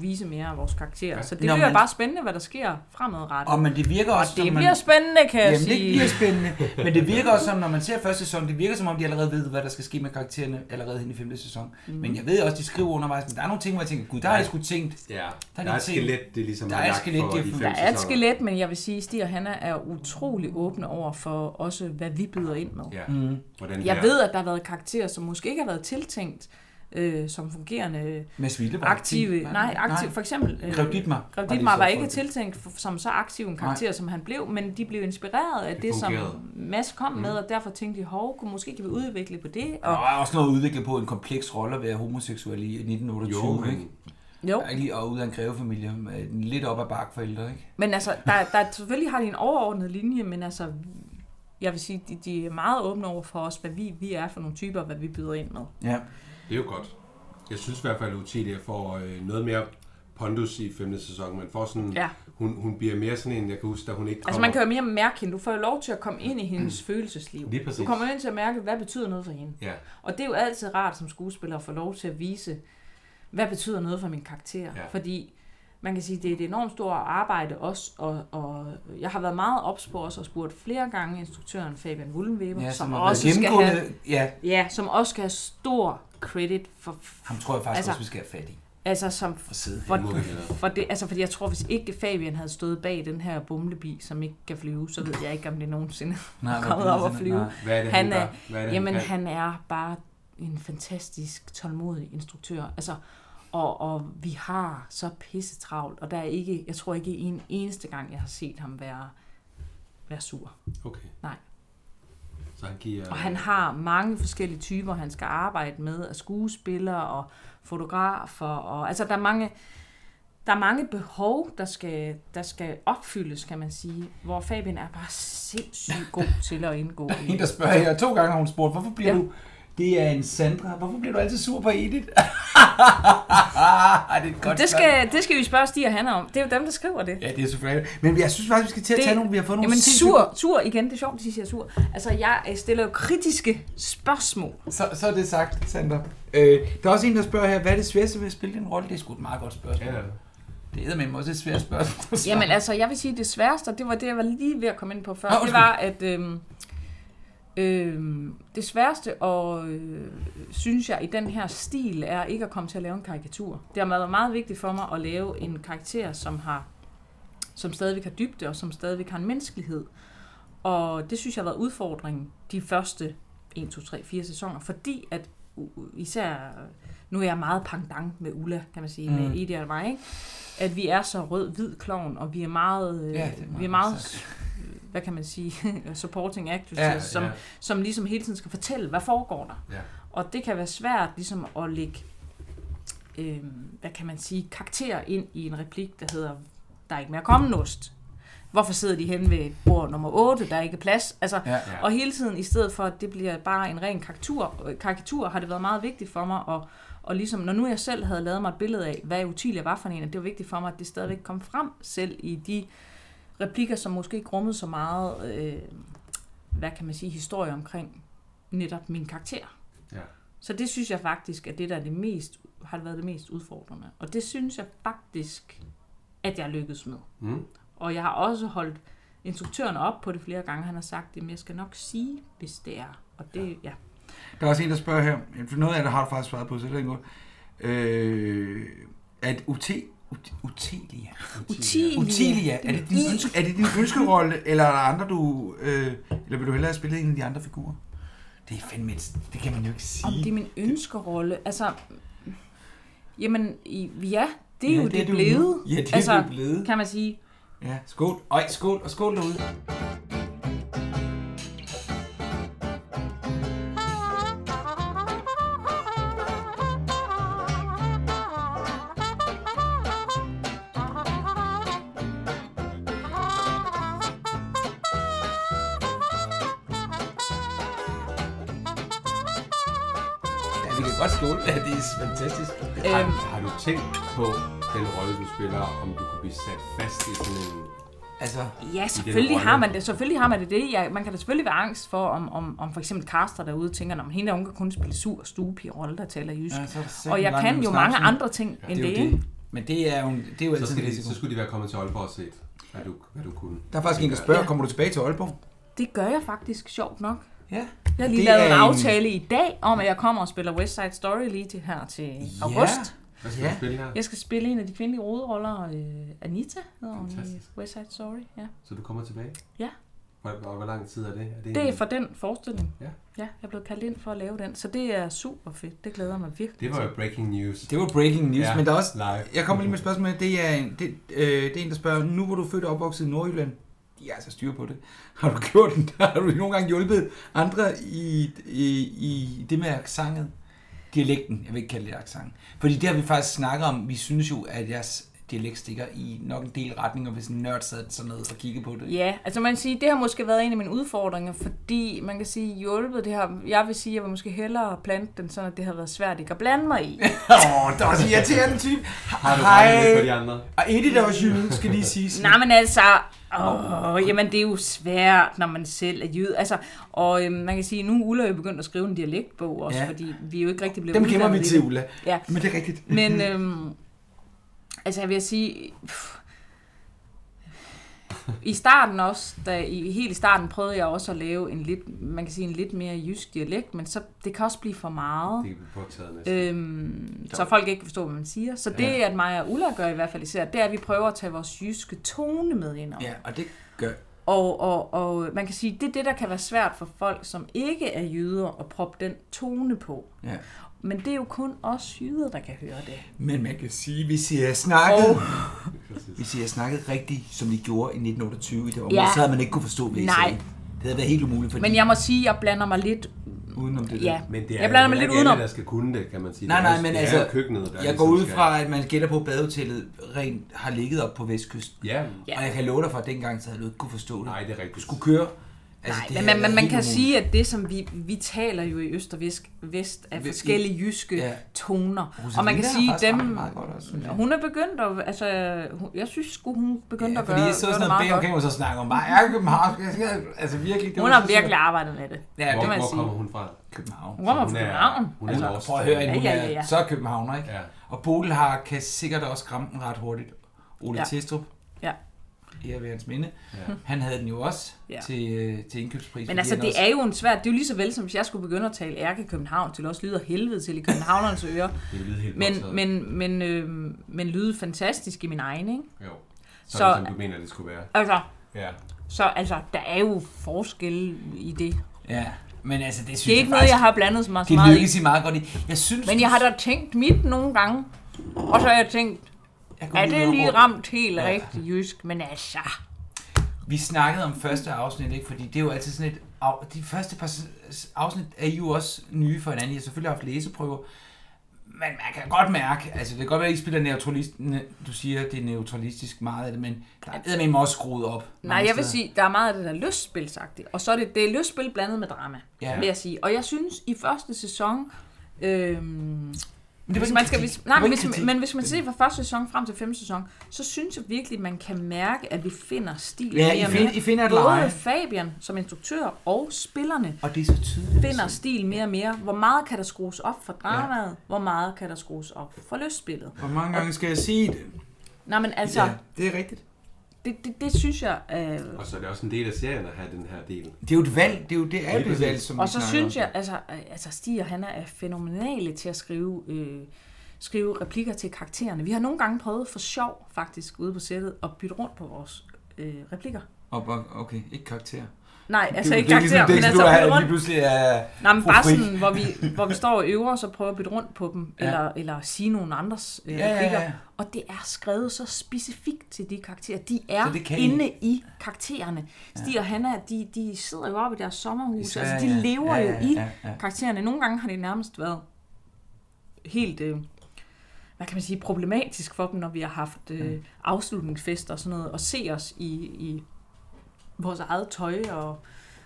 [SPEAKER 3] vise mere af vores karakterer. Så det
[SPEAKER 1] Nå,
[SPEAKER 3] bliver
[SPEAKER 1] men-
[SPEAKER 3] bare spændende, hvad der sker fremadrettet.
[SPEAKER 1] og men det virker også,
[SPEAKER 3] det
[SPEAKER 1] som
[SPEAKER 3] bliver spændende, kan jeg
[SPEAKER 1] Jamen, det
[SPEAKER 3] sige.
[SPEAKER 1] bliver spændende. Men det virker også som, når man ser første sæson, det virker som om, de allerede ved, hvad der skal ske med karaktererne allerede hen i femte sæson. Mm. Men jeg ved også, de skriver undervejs, men der er nogle ting, hvor jeg tænker, gud, der har jeg sgu tænkt.
[SPEAKER 2] Ja,
[SPEAKER 1] Der
[SPEAKER 2] der,
[SPEAKER 1] er
[SPEAKER 2] er et
[SPEAKER 1] lidt ting.
[SPEAKER 2] skelet, det er ligesom
[SPEAKER 1] Der
[SPEAKER 2] har
[SPEAKER 1] er et
[SPEAKER 2] lagt
[SPEAKER 1] skelet,
[SPEAKER 2] for
[SPEAKER 1] de har
[SPEAKER 2] de
[SPEAKER 1] fundet.
[SPEAKER 2] fem
[SPEAKER 3] Der er et
[SPEAKER 2] sæsoner.
[SPEAKER 3] skelet, men jeg vil sige, at Stig og Hanna er utrolig åbne over for også, hvad vi byder ind med.
[SPEAKER 2] Ja. Mm. Hvordan det
[SPEAKER 3] Jeg
[SPEAKER 2] er.
[SPEAKER 3] ved, at der har været karakterer, som måske ikke har været tiltænkt øh, som fungerende øh,
[SPEAKER 1] Med Svildeborg.
[SPEAKER 3] aktive. Nej, aktiv, for eksempel... øh,
[SPEAKER 1] Grev Dietmar.
[SPEAKER 3] Grev
[SPEAKER 1] det
[SPEAKER 3] Dietmar
[SPEAKER 1] så
[SPEAKER 3] var
[SPEAKER 1] for
[SPEAKER 3] ikke
[SPEAKER 1] det.
[SPEAKER 3] tiltænkt f- som så aktiv en karakter, som han blev, men de blev inspireret af det,
[SPEAKER 2] Det
[SPEAKER 3] det som
[SPEAKER 2] fungerede.
[SPEAKER 3] Mads kom med, og derfor tænkte de, hov, kunne- måske kan vi udvikle på det.
[SPEAKER 1] Og
[SPEAKER 3] Og,
[SPEAKER 1] der er også noget udviklet på en kompleks rolle at være homoseksuel i 1928,
[SPEAKER 2] Jo, men
[SPEAKER 1] ikke?
[SPEAKER 3] jo,
[SPEAKER 1] Og lige og ud af en grevefamilie med en lidt op ad bakke forældre, ikke?
[SPEAKER 3] men altså, der, der, selvfølgelig har de en overordnet linje, men altså, jeg vil sige, de, de er meget åbne over for os, hvad vi, vi er for nogle typer, og hvad vi byder ind med.
[SPEAKER 1] Ja.
[SPEAKER 2] det er jo godt. Jeg synes i hvert fald, at Utilia får øh, noget mere pondus i femte sæson. Man får sådan,
[SPEAKER 3] Ja.
[SPEAKER 2] hun, hun bliver mere sådan en, jeg kan huske, da hun ikke kommer. Mm.
[SPEAKER 3] Altså man kan jo mere mærke hende. Du får jo lov til at komme ind i hendes følelsesliv.
[SPEAKER 2] Lige præcis.
[SPEAKER 3] Du kommer ind til at mærke, hvad betyder noget for hende.
[SPEAKER 2] Ja,
[SPEAKER 3] Og det er jo altid rart som skuespiller at få lov til at vise, hvad betyder noget for min karakter.
[SPEAKER 2] Ja.
[SPEAKER 3] Fordi man kan sige, det er et enormt stort arbejde også, og, og jeg har været meget ops på os og spurgt flere gange instruktøren Fabian Wullenweber,
[SPEAKER 1] ja
[SPEAKER 3] ja, som,
[SPEAKER 1] har
[SPEAKER 3] som,
[SPEAKER 1] været
[SPEAKER 3] også skal
[SPEAKER 1] gennemgående-
[SPEAKER 3] have,
[SPEAKER 1] Ja,
[SPEAKER 3] ja, som også skal have stor credit for,
[SPEAKER 1] ham tror jeg faktisk
[SPEAKER 3] Altså-
[SPEAKER 1] også, vi skal have fat i.
[SPEAKER 3] altså som
[SPEAKER 1] Og sidde.
[SPEAKER 3] for,
[SPEAKER 2] må vi hellere.
[SPEAKER 3] for det, altså, fordi jeg tror, hvis ikke Fabian havde stået bag den her bumlebi, som ikke kan flyve, så ved jeg ikke, om det nogensinde
[SPEAKER 1] Nej,
[SPEAKER 3] er
[SPEAKER 1] hvor
[SPEAKER 3] kommet
[SPEAKER 1] bliver
[SPEAKER 3] op
[SPEAKER 1] sådan
[SPEAKER 3] at
[SPEAKER 1] en-
[SPEAKER 3] flyve.
[SPEAKER 1] nej.
[SPEAKER 2] hvad er det,
[SPEAKER 3] Han
[SPEAKER 2] han,
[SPEAKER 3] er-
[SPEAKER 2] gør? Hvad er det,
[SPEAKER 3] Jamen,
[SPEAKER 2] han kan?
[SPEAKER 3] han er bare en fantastisk, tålmodig instruktør. Altså, og, og vi har så pisse travlt, og der er ikke, jeg tror ikke en eneste gang, jeg har set ham være, være sur.
[SPEAKER 2] Okay.
[SPEAKER 3] Nej.
[SPEAKER 2] Så han giver...
[SPEAKER 3] Og han har mange forskellige typer, han skal arbejde med, af skuespillere og fotografer. Og, altså, der er mange, der er mange behov, der skal, der skal opfyldes, kan man sige, hvor Fabian er bare sindssygt god til at indgå i.
[SPEAKER 1] En, der spørger her, to gange har hun spurgt, hvorfor bliver
[SPEAKER 3] Ja.
[SPEAKER 1] ja. du... Det er en Sandra. Hvorfor bliver du altid sur på Edith? det er et godt
[SPEAKER 3] Det
[SPEAKER 1] spørgsmål.
[SPEAKER 3] skal, det skal vi spørge Stig og Hanna om. Det er jo dem, der skriver det.
[SPEAKER 1] Ja, det er selvfølgelig. Men jeg synes faktisk, vi skal til at
[SPEAKER 3] Det-
[SPEAKER 1] tage nogle, vi har fået nogle
[SPEAKER 3] Jamen
[SPEAKER 1] sindssygt-
[SPEAKER 3] sur, sur igen, det er sjovt, at I siger sur. Altså, jeg øh, stiller jo kritiske spørgsmål.
[SPEAKER 1] Så, så er det sagt, Sandra. Øh, der er også en, der spørger her, hvad er det sværeste ved at spille din rolle? Det er sgu et meget godt spørgsmål.
[SPEAKER 2] Ja,
[SPEAKER 1] Ja. Det er med også et svært spørgsmål.
[SPEAKER 3] Jamen altså, jeg vil sige, at det sværeste, og det var det, jeg var lige ved at komme ind på før,
[SPEAKER 1] Nå,
[SPEAKER 3] det
[SPEAKER 1] undskyld.
[SPEAKER 3] var, at øhm, øhm, det sværeste, og øh, synes jeg, i den her stil, er ikke at komme til at lave en karikatur. Det har været meget vigtigt for mig at lave en karakter, som har som stadigvæk har dybde, og som stadigvæk har en menneskelighed. Og det synes jeg har været udfordringen de første 1, 2, 3, 4 sæsoner, fordi at u- især, nu er jeg meget pangdang med Ulla, kan man sige, mm. med Edith og mig, ikke? at vi er så rød-hvid klovn, og vi er meget, øh,
[SPEAKER 1] Ja, det er meget
[SPEAKER 3] vi er meget
[SPEAKER 1] godt
[SPEAKER 3] øh, hvad kan man sige, supporting actors,
[SPEAKER 1] Ja,
[SPEAKER 3] ja,
[SPEAKER 1] ja.
[SPEAKER 3] ja. Som, som ligesom hele tiden skal fortælle, hvad foregår der.
[SPEAKER 2] Ja.
[SPEAKER 3] Og det kan være svært ligesom at lægge, øh, hvad kan man sige, karakter ind i en replik, der hedder, der er ikke mere kommet ost. Hvorfor sidder de henne ved bord nummer 8, der er ikke plads? Altså,
[SPEAKER 1] Ja.
[SPEAKER 2] Ja.
[SPEAKER 3] og hele tiden, i stedet for, at det bliver bare en ren karikatur, øh, karikatur har det været meget vigtigt for mig, og, og ligesom, når nu jeg selv havde lavet mig et billede af, hvad Utilia var for en, at det var vigtigt for mig, at det stadigvæk kom frem selv i de replikker, som måske ikke rummede så meget, øh, hvad kan man sige, historie omkring netop min karakter.
[SPEAKER 2] Ja.
[SPEAKER 3] Så det synes jeg faktisk, at det der er det mest, har været det mest udfordrende. Og det synes jeg faktisk, at jeg lykkedes med.
[SPEAKER 2] Mm.
[SPEAKER 3] Og jeg har også holdt instruktøren op på det flere gange. Han har sagt, at jeg skal nok sige, hvis det er. Og det, ja.
[SPEAKER 1] Der er også en, der spørger her, for noget af det har du faktisk svaret på, så det er godt. Øh, at UT, UT, Utelia,
[SPEAKER 3] Utilia.
[SPEAKER 1] Utilia, er det din, ønske, er det din ønskerolle, eller er der andre, du, øh, eller vil du hellere have spillet en af de andre figurer? Det er fandme, et- det kan man jo ikke
[SPEAKER 3] Om det er
[SPEAKER 1] sige.
[SPEAKER 3] min ønskerolle. Altså, jamen, i- ja, det er
[SPEAKER 1] Ja,
[SPEAKER 3] jo
[SPEAKER 1] det
[SPEAKER 3] det,
[SPEAKER 1] er du nu.
[SPEAKER 3] blevet.
[SPEAKER 1] Ja, det er
[SPEAKER 3] altså,
[SPEAKER 1] du blevet.
[SPEAKER 3] Kan man sige.
[SPEAKER 1] Ja, skål. Øj, skål, og skål derude.
[SPEAKER 4] Thank you.
[SPEAKER 1] vi kan godt skåle. Ja, det er fantastisk.
[SPEAKER 2] Har,
[SPEAKER 3] Øhm,
[SPEAKER 2] har du tænkt på den rolle, du spiller, om du kunne blive sat fast i sådan en...
[SPEAKER 1] Altså,
[SPEAKER 3] Ja, selvfølgelig
[SPEAKER 2] rolle.
[SPEAKER 3] har man det. Selvfølgelig har man det. det. Ja, man kan da selvfølgelig være angst for, om, om, om for eksempel Carster derude tænker, om hende der, hun kan kun spille sur stuepigerolle, der taler jysk.
[SPEAKER 1] Ja, så er der sikkert
[SPEAKER 3] og jeg
[SPEAKER 1] langt
[SPEAKER 3] kan
[SPEAKER 1] mellem
[SPEAKER 3] jo mange
[SPEAKER 1] snapsene.
[SPEAKER 3] andre ting
[SPEAKER 1] det
[SPEAKER 3] end
[SPEAKER 1] er
[SPEAKER 3] det.
[SPEAKER 1] jo
[SPEAKER 3] ikke?
[SPEAKER 1] det. Men det er jo, det er
[SPEAKER 2] Så,
[SPEAKER 1] jo altid en
[SPEAKER 2] skal de,
[SPEAKER 1] risiko.
[SPEAKER 2] så skulle de være kommet til Aalborg og set, hvad du, hvad du kunne.
[SPEAKER 1] Der er faktisk en, der spørger, kommer du tilbage til Aalborg?
[SPEAKER 3] Det gør jeg faktisk sjovt nok.
[SPEAKER 1] Ja.
[SPEAKER 3] Jeg har lige
[SPEAKER 1] Det
[SPEAKER 3] lavet en
[SPEAKER 1] er en-
[SPEAKER 3] aftale i dag om, at jeg kommer og spiller West Side Story lige til her til august.
[SPEAKER 2] Hvad skal
[SPEAKER 1] Ja.
[SPEAKER 2] du spille her?
[SPEAKER 3] Jeg skal spille en af de kvindelige hovedroller, øh, Anita, hedder hun i
[SPEAKER 2] Fantastisk.
[SPEAKER 3] West Side Story. Ja.
[SPEAKER 2] Så du kommer tilbage?
[SPEAKER 3] Ja.
[SPEAKER 2] Hvor, og hvor lang tid er det? Er det,
[SPEAKER 3] Det er
[SPEAKER 2] en-
[SPEAKER 3] for den forestilling.
[SPEAKER 2] Ja.
[SPEAKER 3] ja, jeg er blevet kaldt ind for at lave den, så det er super fedt. Det glæder jeg mig virkelig
[SPEAKER 2] det var jo breaking news.
[SPEAKER 1] Det var breaking news,
[SPEAKER 2] Ja,
[SPEAKER 1] men der er også...
[SPEAKER 2] live.
[SPEAKER 1] Jeg kommer lige med et spørgsmål. Det er, en, det, øh, det er en, der spørger, nu hvor du er født og opvokset i Nordjylland, de er altså styr på det. Har du gjort det? Har du nogle gange hjulpet andre i, i, i det med aksanget? Dialekten, jeg vil ikke kalde det aksang. Fordi det har vi faktisk snakket om. Vi synes jo, at jeres dialekt stikker i nok en del retninger, hvis en nørd sad sådan noget og kiggede på det.
[SPEAKER 3] Ja, altså man kan sige, det har måske været en af mine udfordringer, fordi man kan sige, hjulpet det her, jeg vil sige, jeg vil måske hellere plante den, sådan at det har været svært ikke at blande mig i.
[SPEAKER 1] Åh, oh, der er også en irriterende type.
[SPEAKER 2] Har du regnet lidt på de andre?
[SPEAKER 1] Og Edith er også jyde, skal lige sige.
[SPEAKER 3] Nej, men altså, åh, jamen det er jo svært, når man selv er jyd. Altså, og øhm, man kan sige, nu er Ulla jo begyndt at skrive en dialektbog også,
[SPEAKER 1] Ja.
[SPEAKER 3] ja. fordi vi er jo ikke rigtig blevet
[SPEAKER 1] Dem gemmer vi
[SPEAKER 3] uddannet i
[SPEAKER 1] til,
[SPEAKER 3] det.
[SPEAKER 1] Ulla.
[SPEAKER 3] Ja.
[SPEAKER 1] Men det er rigtigt.
[SPEAKER 3] Men øhm, altså jeg vil sige, pff, i starten også, da i, helt i starten prøvede jeg også at lave en lidt, man kan sige en lidt mere jysk dialekt, men så, det kan også blive for meget.
[SPEAKER 2] Det kan blive påtaget næsten.
[SPEAKER 3] Øhm, så folk ikke kan forstå, hvad man siger. Så det, at mig og Ulla gør i hvert fald især, det er, at vi prøver at tage vores jyske tone med ind over.
[SPEAKER 1] Ja, og det gør...
[SPEAKER 3] Og, og, og man kan sige, det er det, der kan være svært for folk, som ikke er jyder, at proppe den tone på.
[SPEAKER 1] Ja.
[SPEAKER 3] Men det er jo kun os jyder, der kan høre det.
[SPEAKER 1] Men man kan sige, hvis I har snakket...
[SPEAKER 3] Og-
[SPEAKER 1] Hvis I har snakket rigtigt, som de gjorde i 1928 i det område, ja.
[SPEAKER 3] Ja.
[SPEAKER 1] så havde man ikke kunne forstå, hvad I
[SPEAKER 3] Nej.
[SPEAKER 1] sagde. Det havde været helt umuligt for
[SPEAKER 3] Men jeg må sige, at jeg blander mig lidt...
[SPEAKER 1] udenom det
[SPEAKER 3] Ja,
[SPEAKER 1] der.
[SPEAKER 2] Men det er
[SPEAKER 3] jeg blander
[SPEAKER 2] jo
[SPEAKER 3] mig lidt
[SPEAKER 2] heller ikke alle,
[SPEAKER 3] udenom.
[SPEAKER 1] altså.
[SPEAKER 2] der skal kunne det, kan man sige.
[SPEAKER 1] Nej,
[SPEAKER 2] Det er
[SPEAKER 1] nej,
[SPEAKER 2] jo-
[SPEAKER 1] men
[SPEAKER 2] det er
[SPEAKER 1] altså,
[SPEAKER 2] jo køkkenet, der
[SPEAKER 1] jeg
[SPEAKER 2] ligesom
[SPEAKER 1] går ud
[SPEAKER 2] skal-
[SPEAKER 1] fra, at man gætter på, at badehotellet rent har ligget op på vestkysten.
[SPEAKER 2] Ja,
[SPEAKER 3] Ja.
[SPEAKER 1] Og jeg kan love dig for, at dengang så havde du ikke kunne forstå det.
[SPEAKER 2] nej, det er
[SPEAKER 1] Du
[SPEAKER 2] rigtigt.
[SPEAKER 1] skulle køre. Altså,
[SPEAKER 3] Nej,
[SPEAKER 1] det
[SPEAKER 3] men
[SPEAKER 1] havde
[SPEAKER 3] man,
[SPEAKER 1] været
[SPEAKER 3] man, man
[SPEAKER 1] helt
[SPEAKER 3] kan
[SPEAKER 1] umuligt.
[SPEAKER 3] sige, at det som vi, vi taler jo i øst og vest, vest er
[SPEAKER 1] Vi-
[SPEAKER 3] forskellige jyske
[SPEAKER 1] Ja.
[SPEAKER 3] ja. toner.
[SPEAKER 1] Rosalina
[SPEAKER 3] Og man kan
[SPEAKER 1] har
[SPEAKER 3] sige,
[SPEAKER 1] faktisk
[SPEAKER 3] dem...
[SPEAKER 1] ramt meget godt altså." også, synes jeg.
[SPEAKER 3] Hun er begyndt at... Altså, hun, jeg synes sgu, hun begyndte
[SPEAKER 1] Ja,
[SPEAKER 3] at gøre,
[SPEAKER 1] fordi jeg så
[SPEAKER 3] gøre
[SPEAKER 1] sådan
[SPEAKER 3] det
[SPEAKER 1] noget
[SPEAKER 3] meget
[SPEAKER 1] bag
[SPEAKER 3] godt.
[SPEAKER 1] omkring, og så snakker om mig. Jeg er københavn. Altså virkelig. det
[SPEAKER 3] Hun
[SPEAKER 1] var
[SPEAKER 3] har
[SPEAKER 1] så
[SPEAKER 3] virkelig
[SPEAKER 1] sjovt.
[SPEAKER 3] arbejdet med det.
[SPEAKER 1] Ja,
[SPEAKER 2] hvor,
[SPEAKER 1] det
[SPEAKER 3] kan man
[SPEAKER 2] hvor
[SPEAKER 3] sige.
[SPEAKER 2] kommer hun fra?
[SPEAKER 1] København.
[SPEAKER 3] Hun kommer fra København.
[SPEAKER 2] hun er altså, norsk.
[SPEAKER 1] Prøv at høre, at hun
[SPEAKER 3] Ja, ja, ja, ja.
[SPEAKER 1] er så er københavner, ikke?
[SPEAKER 2] Ja.
[SPEAKER 1] Og Bodil har, kan sikkert også ramme den ret hurtigt. Ole ja.
[SPEAKER 3] Ja.
[SPEAKER 1] Testrup,
[SPEAKER 3] Ja.
[SPEAKER 1] ære ved hans minde,
[SPEAKER 2] Ja.
[SPEAKER 1] han havde den jo også ja.
[SPEAKER 3] Ja.
[SPEAKER 1] til, øh, til indkøbspris.
[SPEAKER 3] Men
[SPEAKER 1] fordi
[SPEAKER 3] altså,
[SPEAKER 1] han
[SPEAKER 3] det
[SPEAKER 1] også-
[SPEAKER 3] er jo en svær... Det er jo lige så vel, som hvis jeg skulle begynde at tale ærke København, til det også lyder helvede til i københavnernes ører.
[SPEAKER 2] Det lyder helt
[SPEAKER 3] Men,
[SPEAKER 2] påtaget.
[SPEAKER 3] men, men, øh, men lyde fantastisk i min egen, ikke?
[SPEAKER 2] Jo. Så,
[SPEAKER 3] Så-
[SPEAKER 2] som du mener, det skulle være.
[SPEAKER 3] Altså,
[SPEAKER 2] Ja.
[SPEAKER 3] så altså, der er jo forskelle i det.
[SPEAKER 1] Ja, men altså, det synes
[SPEAKER 3] Det er ikke noget, jeg har blandet mig så
[SPEAKER 1] Det
[SPEAKER 3] meget i.
[SPEAKER 1] lykkes I meget godt i. Jeg synes,
[SPEAKER 3] Men jeg har da tænkt mit nogle gange. Og så har jeg tænkt,
[SPEAKER 1] jeg kunne
[SPEAKER 3] er
[SPEAKER 1] lide
[SPEAKER 3] det
[SPEAKER 1] noget
[SPEAKER 3] lige
[SPEAKER 1] råd.
[SPEAKER 3] ramt helt ja. rigtig jysk? Men altså,
[SPEAKER 1] Vi snakkede om første afsnit, ikke? Fordi det er jo altid sådan et... af- De første par s- s- afsnit er I jo også nye for hinanden. I har selvfølgelig haft læseprøver. Men man kan godt mærke, altså det kan godt være, at I spiller neutralist... ne- Du siger, det er neutralistisk meget af det, men der er med også skruet op.
[SPEAKER 3] nej,
[SPEAKER 1] mange
[SPEAKER 3] jeg vil
[SPEAKER 1] steder.
[SPEAKER 3] sige, der er meget af det, der er lystspilsagtigt. Og så er det, det er lystspil blandet med drama,
[SPEAKER 1] Ja.
[SPEAKER 3] ja. vil jeg sige. Og jeg synes, i første sæson... Øhm,
[SPEAKER 1] Men det var
[SPEAKER 3] hvis
[SPEAKER 1] ikke
[SPEAKER 3] man
[SPEAKER 1] en
[SPEAKER 3] skal,
[SPEAKER 1] kritik.
[SPEAKER 3] hvis,
[SPEAKER 1] Det
[SPEAKER 3] nej,
[SPEAKER 1] var
[SPEAKER 3] men
[SPEAKER 1] ikke
[SPEAKER 3] hvis,
[SPEAKER 1] kritik.
[SPEAKER 3] men hvis man ser fra første sæson frem til femte sæson, så synes jeg virkelig, man kan mærke, at vi finder stil.
[SPEAKER 1] Ja,
[SPEAKER 3] mere
[SPEAKER 1] I
[SPEAKER 3] og
[SPEAKER 1] finder,
[SPEAKER 3] mere.
[SPEAKER 1] I finder et leje,
[SPEAKER 3] Både Fabian som instruktør og spillerne
[SPEAKER 1] og det er så tydeligt.
[SPEAKER 3] finder stil mere og mere. Hvor meget kan der skrues op for dramaet? Ja. Hvor meget kan der skrues op for lystspillet?
[SPEAKER 1] Hvor mange gange skal jeg sige det?
[SPEAKER 3] Nej, men altså, ja.
[SPEAKER 1] det er rigtigt.
[SPEAKER 3] det, det, det synes jeg... Øh,
[SPEAKER 2] Og så er det også en del af serien at have den her del.
[SPEAKER 1] Det er jo et valg, det er jo det er jo et
[SPEAKER 2] præcis.
[SPEAKER 1] valg, som
[SPEAKER 3] og
[SPEAKER 1] vi
[SPEAKER 3] så
[SPEAKER 1] snakker
[SPEAKER 3] synes
[SPEAKER 1] om.
[SPEAKER 3] jeg, altså, øh, altså Stig og Hanna er fænomenale til at skrive, øh, skrive replikker til karaktererne. Vi har nogle gange prøvet for sjov, faktisk, ude på sættet, at bytte rundt på vores øh, replikker.
[SPEAKER 1] Op, op, okay, ikke karakter.
[SPEAKER 3] Nej,
[SPEAKER 1] Det
[SPEAKER 3] altså
[SPEAKER 1] er jo-
[SPEAKER 3] ikke karakterer,
[SPEAKER 1] det, er
[SPEAKER 3] men
[SPEAKER 1] ligesom
[SPEAKER 3] altså
[SPEAKER 1] det,
[SPEAKER 3] bytte
[SPEAKER 1] du er, lige
[SPEAKER 3] rundt
[SPEAKER 1] pludselig er
[SPEAKER 3] Nej, men
[SPEAKER 1] Fru
[SPEAKER 3] bare
[SPEAKER 1] Fri.
[SPEAKER 3] sådan, hvor vi, hvor vi står og øver, og så prøver at bytte rundt på dem,
[SPEAKER 1] Ja.
[SPEAKER 3] ja. eller, eller sige nogle andres øh,
[SPEAKER 1] Ja, ja, ja.
[SPEAKER 3] replikker. Og det er skrevet så specifikt til de karakterer. De
[SPEAKER 1] Så
[SPEAKER 3] er
[SPEAKER 1] det kan I-
[SPEAKER 3] inde I... i karaktererne. Stig og Hanna, de, de sidder jo oppe i deres sommerhus.
[SPEAKER 1] Især,
[SPEAKER 3] altså, de
[SPEAKER 1] ja.
[SPEAKER 3] lever
[SPEAKER 1] Ja,
[SPEAKER 3] jo
[SPEAKER 1] ja,
[SPEAKER 3] i
[SPEAKER 1] ja, ja.
[SPEAKER 3] karaktererne. Nogle gange har det nærmest været helt... Øh, hvad kan man sige, problematisk for dem, når vi har haft øh, afslutningsfester og sådan noget, og se os i, i vores eget tøj og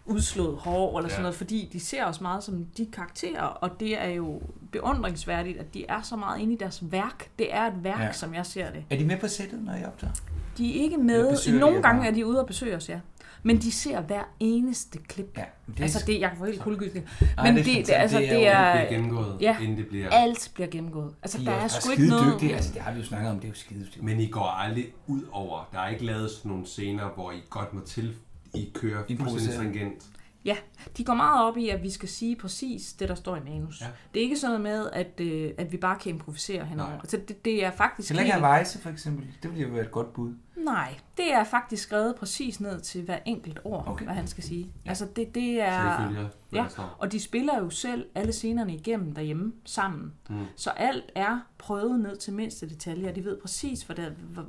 [SPEAKER 3] udslået hår
[SPEAKER 2] Ja.
[SPEAKER 3] eller sådan noget, fordi de ser os meget som de karakterer, og det er jo beundringsværdigt, at de er så meget inde i deres værk. Det er et værk,
[SPEAKER 1] Ja.
[SPEAKER 3] ja. som jeg ser det.
[SPEAKER 1] Er de med på sættet, når I optager?
[SPEAKER 3] De er ikke
[SPEAKER 1] Eller
[SPEAKER 3] med.
[SPEAKER 1] besøger de jer
[SPEAKER 3] Nogle gange
[SPEAKER 1] bare?
[SPEAKER 3] er de ude og besøger os, ja. Men de ser hver eneste klip.
[SPEAKER 1] Ja, det
[SPEAKER 3] Det
[SPEAKER 1] er,
[SPEAKER 3] altså, det, jeg får helt kuldegysning.
[SPEAKER 1] Ej,
[SPEAKER 3] Men
[SPEAKER 1] det er
[SPEAKER 3] det, det,
[SPEAKER 1] fantastisk.
[SPEAKER 3] altså,
[SPEAKER 2] Inden
[SPEAKER 1] Det er
[SPEAKER 3] det er,
[SPEAKER 2] det bliver gennemgået,
[SPEAKER 3] ja.
[SPEAKER 2] inden det bliver...
[SPEAKER 3] alt bliver gennemgået. Altså, der er sgu ikke
[SPEAKER 1] skide
[SPEAKER 3] noget...
[SPEAKER 1] dygtige. Altså, det har vi jo snakket om, det er jo skide dygtigt.
[SPEAKER 2] Men I går aldrig ud over. Der er ikke lavet sådan nogle scener, hvor I godt må til... I kører fuldstændig
[SPEAKER 1] Improvisere.
[SPEAKER 2] stringent.
[SPEAKER 3] Ja, de går meget op i, at vi skal sige præcis det, der står i manus.
[SPEAKER 2] Ja.
[SPEAKER 3] Ja. Det er ikke sådan noget med, at, øh, at vi bare kan improvisere henover.
[SPEAKER 2] Nej.
[SPEAKER 3] Altså, det, det er faktisk...
[SPEAKER 1] Heller ikke
[SPEAKER 3] helt-
[SPEAKER 1] Havajse, for eksempel. Det ville jo være et godt bud.
[SPEAKER 3] Nej, det er faktisk skrevet præcis ned til hver enkelt ord,
[SPEAKER 1] Okay.
[SPEAKER 3] okay. hvad han skal sige. Ja. Altså, det, det er...
[SPEAKER 2] Selvfølgelig, hvad
[SPEAKER 3] Ja,
[SPEAKER 2] der står.
[SPEAKER 3] og de spiller jo selv alle scenerne igennem derhjemme sammen. Mm. Så alt er prøvet ned til mindste detalje, og de ved præcis, hvad, der, hvad,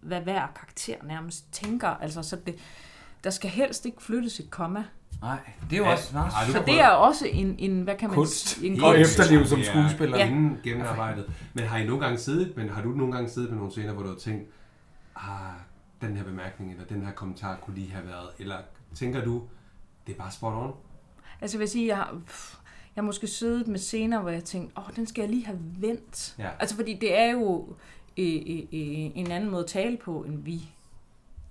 [SPEAKER 3] hvad hver karakter nærmest tænker. Altså, så det, der skal helst ikke flyttes et komma.
[SPEAKER 1] Nej, det er jo
[SPEAKER 2] Ja,
[SPEAKER 1] også meget
[SPEAKER 2] har du-
[SPEAKER 3] Så det er også en, en hvad kan man
[SPEAKER 1] Kunst.
[SPEAKER 3] sige, en
[SPEAKER 1] Og
[SPEAKER 3] kunst.
[SPEAKER 1] efterliv som
[SPEAKER 2] Det er
[SPEAKER 1] skuespiller.
[SPEAKER 3] Ja.
[SPEAKER 2] Inden gennemarbejdet. Men har I nogle gange siddet, men har du nogle gange siddet med nogle scener, hvor du har tænkt, ah, den her bemærkning eller den her kommentar kunne lige have været, eller tænker du, det er bare spot on?
[SPEAKER 3] Altså jeg vil sige, jeg har, pff, jeg har måske siddet med scener, hvor jeg tænkte, åh, den skal jeg lige have vendt.
[SPEAKER 2] Ja.
[SPEAKER 3] Altså fordi det er jo øh, øh, øh, en anden måde at tale på, end vi